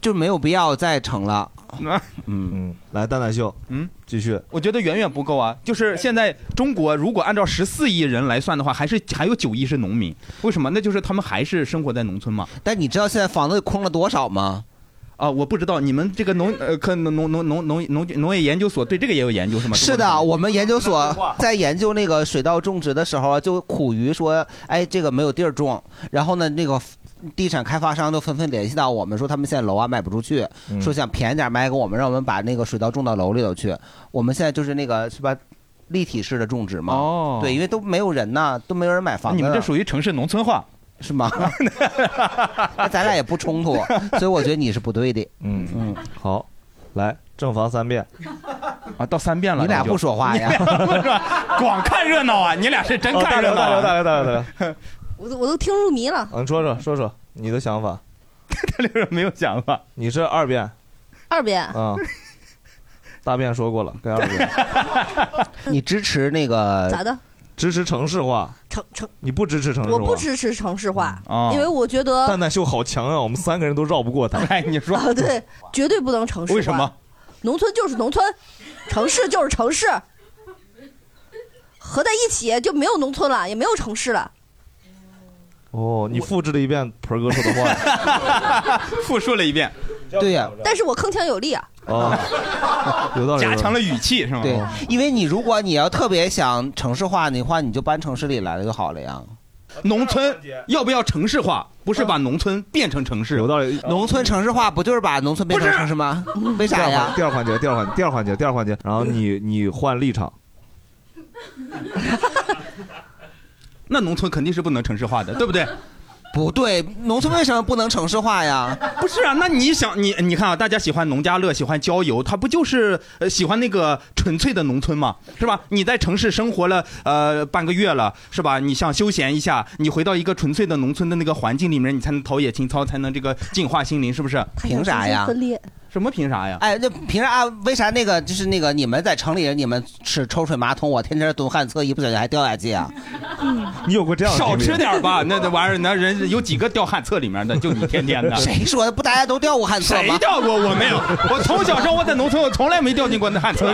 Speaker 4: 就没有必要再成了。
Speaker 3: 嗯
Speaker 2: 嗯，来蛋蛋秀，
Speaker 3: 嗯，
Speaker 2: 继续。
Speaker 3: 我觉得远远不够啊！就是现在中国如果按照十四亿人来算的话，还是还有九亿是农民。为什么？那就是他们还是生活在农村嘛。
Speaker 4: 但你知道现在房子空了多少吗？
Speaker 3: 啊，我不知道你们这个农呃，可农农农农农农农业研究所对这个也有研究是吗？
Speaker 4: 是 的，我们研究所在研究那个水稻种植的时候啊，就苦于说，哎，这个没有地儿种，然后呢，那个。地产开发商都纷纷联系到我们，说他们现在楼啊卖不出去，
Speaker 2: 嗯
Speaker 4: 说想便宜点卖给我们，让我们把那个水稻种到楼里头去。我们现在就是那个是吧，立体式的种植嘛。
Speaker 3: 哦
Speaker 4: 对，因为都没有人呐，都没有人买房子。
Speaker 3: 啊你们这属于城市农村化，
Speaker 4: 是 吗？那咱俩也不冲 突，所以我觉得你是不对的。
Speaker 2: 嗯
Speaker 4: 嗯，
Speaker 2: 好，来正房三遍，
Speaker 3: 啊，到三遍了
Speaker 4: 你俩
Speaker 3: 那就
Speaker 4: 不说话呀？
Speaker 3: 光看热闹啊！你俩 是真看热闹啊、
Speaker 2: 哦大刘大刘大刘大
Speaker 25: 我都我都听入迷了。
Speaker 2: 嗯，说说说说你的想法。
Speaker 3: 他这没有想法，
Speaker 2: 你是二遍
Speaker 25: 二遍，
Speaker 2: 啊，大遍说过了，该二遍。
Speaker 4: 你支持那个
Speaker 25: 咋的？
Speaker 2: 支持城市化？
Speaker 25: 城城？
Speaker 2: 你不支持城市化？
Speaker 25: 我不支持城市化，
Speaker 2: 啊
Speaker 25: 因为我觉得
Speaker 2: 蛋蛋秀好强啊，我们三个人都绕不过他。
Speaker 3: 哎，你说
Speaker 25: 啊，对， 绝对不能城市化。
Speaker 2: 为什么？
Speaker 25: 农村就是农村，城市就是城市，合在一起就没有农村了，也没有城市了。
Speaker 2: 哦，你复制了一遍盆儿哥说的话。
Speaker 3: 复述了一遍，
Speaker 4: 对呀、
Speaker 25: 但是我铿锵有力啊！
Speaker 2: 哦，有道理。
Speaker 3: 加强了语气是吗？
Speaker 4: 啊对，因为你如果你要特别想城市化的话，你就搬城市里来了就好了呀。
Speaker 3: 农村要不要城市化？不是把农村变成城市，有
Speaker 2: 道理。
Speaker 4: 嗯农村城市化不就是把农村变成城市吗？
Speaker 2: 嗯
Speaker 4: 为啥呀？
Speaker 2: 第二环节，第二环，第二环节，第二环节，然后你你换立场，
Speaker 3: 那农村肯定是不能城市化 的，对不对？
Speaker 4: 不对，农村为什么不能城市化呀？
Speaker 3: 不是啊，那你想，你你看啊，大家喜欢农家乐，喜欢郊游，他不就是呃喜欢那个纯粹的农村嘛，是吧？你在城市生活了呃半个月了，是吧？你想休闲一下，你回到一个纯粹的农村的那个环境里面，你才能陶冶情操，才能这个净化心灵，是不是？
Speaker 4: 凭啥呀？
Speaker 3: 什么凭啥呀？
Speaker 4: 哎，那凭啥、啊？为啥那个就是那个你们在城里人，你们是抽水马桶，我天天蹲旱厕，一不小心还掉下去啊？
Speaker 2: 你有过这样的
Speaker 3: 少
Speaker 2: 经历
Speaker 3: 吃点儿吧，那那玩意儿，那人有几个掉旱厕里面的？就你天天的。
Speaker 4: 谁说的？不，大家都掉过旱厕吗
Speaker 3: 谁？掉过？我没有，我从小生活在农村，我从来没掉进过那旱厕。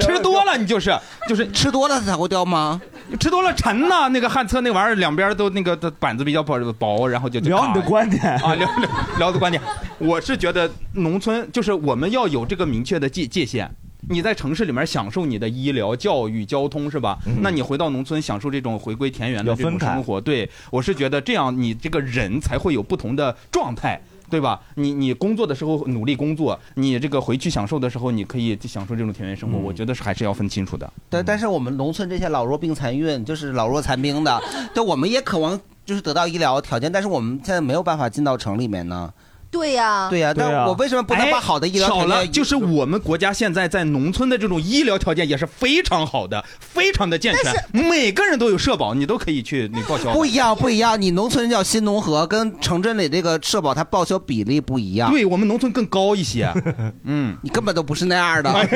Speaker 3: 吃多了你就是就是
Speaker 4: 吃多了才会掉吗？
Speaker 3: 吃多了沉呐、那个旱厕那玩意儿两边都那个的板子比较薄薄，然后就
Speaker 2: 聊你的观点
Speaker 3: 啊，聊聊聊的观点。我是觉得农村就是我们要有这个明确的界界限。你在城市里面享受你的医疗、教育、交通是吧？那你回到农村享受这种回归田园的这
Speaker 2: 嗯
Speaker 3: 种
Speaker 2: 要分开
Speaker 3: 生活，对我是觉得这样你这个人才会有不同的状态。对吧？你你工作的时候努力工作，你这个回去享受的时候，你可以享受这种田园生
Speaker 2: 嗯
Speaker 3: 活。我觉得是还是要分清楚的。
Speaker 4: 但但是我们农村这些老弱病残孕，就是老弱残兵的，对，我们也渴望就是得到医疗条件，但是我们现在没有办法进到城里面呢。
Speaker 25: 对呀，
Speaker 4: 对呀、但我为什么不能把好的医疗条
Speaker 3: 巧
Speaker 4: 件？
Speaker 3: 啊哎
Speaker 4: 嗯
Speaker 3: 了，就是我们国家现在在农村的这种医疗条件也是非常好的，非常的健全，每个人都有社保，你都可以去那报销。
Speaker 4: 不一样，不一样。你农村叫新农合，跟城镇里这个社保它报销比例不一样。
Speaker 3: 对我们农村更高一些。 嗯，
Speaker 4: 你根本都不是那样 的。
Speaker 2: 哎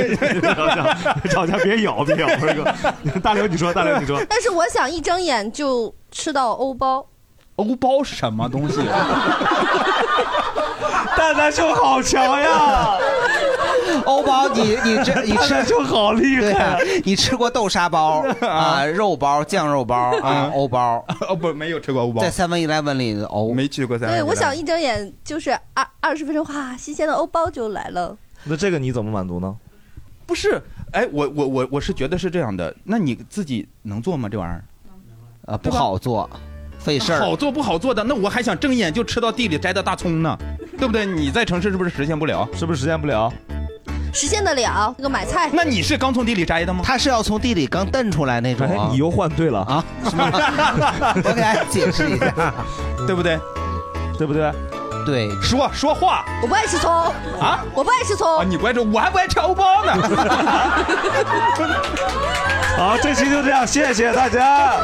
Speaker 2: 吵架别咬，别咬，这个 大刘你说，大刘你 说，
Speaker 25: 但是我想一睁眼就吃到欧包，
Speaker 3: 欧包是什么东西？啊
Speaker 2: 蛋蛋秀好强呀！
Speaker 4: 欧包你，你这你
Speaker 2: 蛋
Speaker 4: 吃
Speaker 2: 蛋秀好厉
Speaker 4: 对啊
Speaker 2: 害，
Speaker 4: 你吃过豆沙 包啊，肉包、酱肉包 啊，欧包。
Speaker 3: 哦不，没有吃过欧包
Speaker 4: 在 Seven Eleven 里的欧，
Speaker 3: 没去过 Seven
Speaker 25: 对我想一睁眼就是二二十分钟，哇，新鲜的欧包就来了。
Speaker 2: 那这个你怎么满足呢？
Speaker 3: 不是，哎，我我我我是觉得是这样的，那你自己能做吗？这玩意儿？
Speaker 4: 啊，不好做，费事儿。
Speaker 3: 好做不好做的，那我还想睁眼就吃到地里摘的大葱呢，对不对？你在城市是不是实现不了？
Speaker 2: 是不是实现不了？
Speaker 25: 实现得了那个买菜。
Speaker 3: 那你是刚从地里摘的吗？
Speaker 4: 他是要从地里刚蹬出来那种、
Speaker 2: 哎你又换对了
Speaker 4: 啊！是吗我给大家解释一 下，
Speaker 3: 对不对？
Speaker 2: 对不对？
Speaker 4: 对，
Speaker 3: 说说话
Speaker 25: 我不爱吃葱
Speaker 3: 啊，
Speaker 25: 我不爱吃葱。
Speaker 3: 你不爱吃，我还不爱吃欧包呢。
Speaker 2: 好，这期就这样，谢谢大家。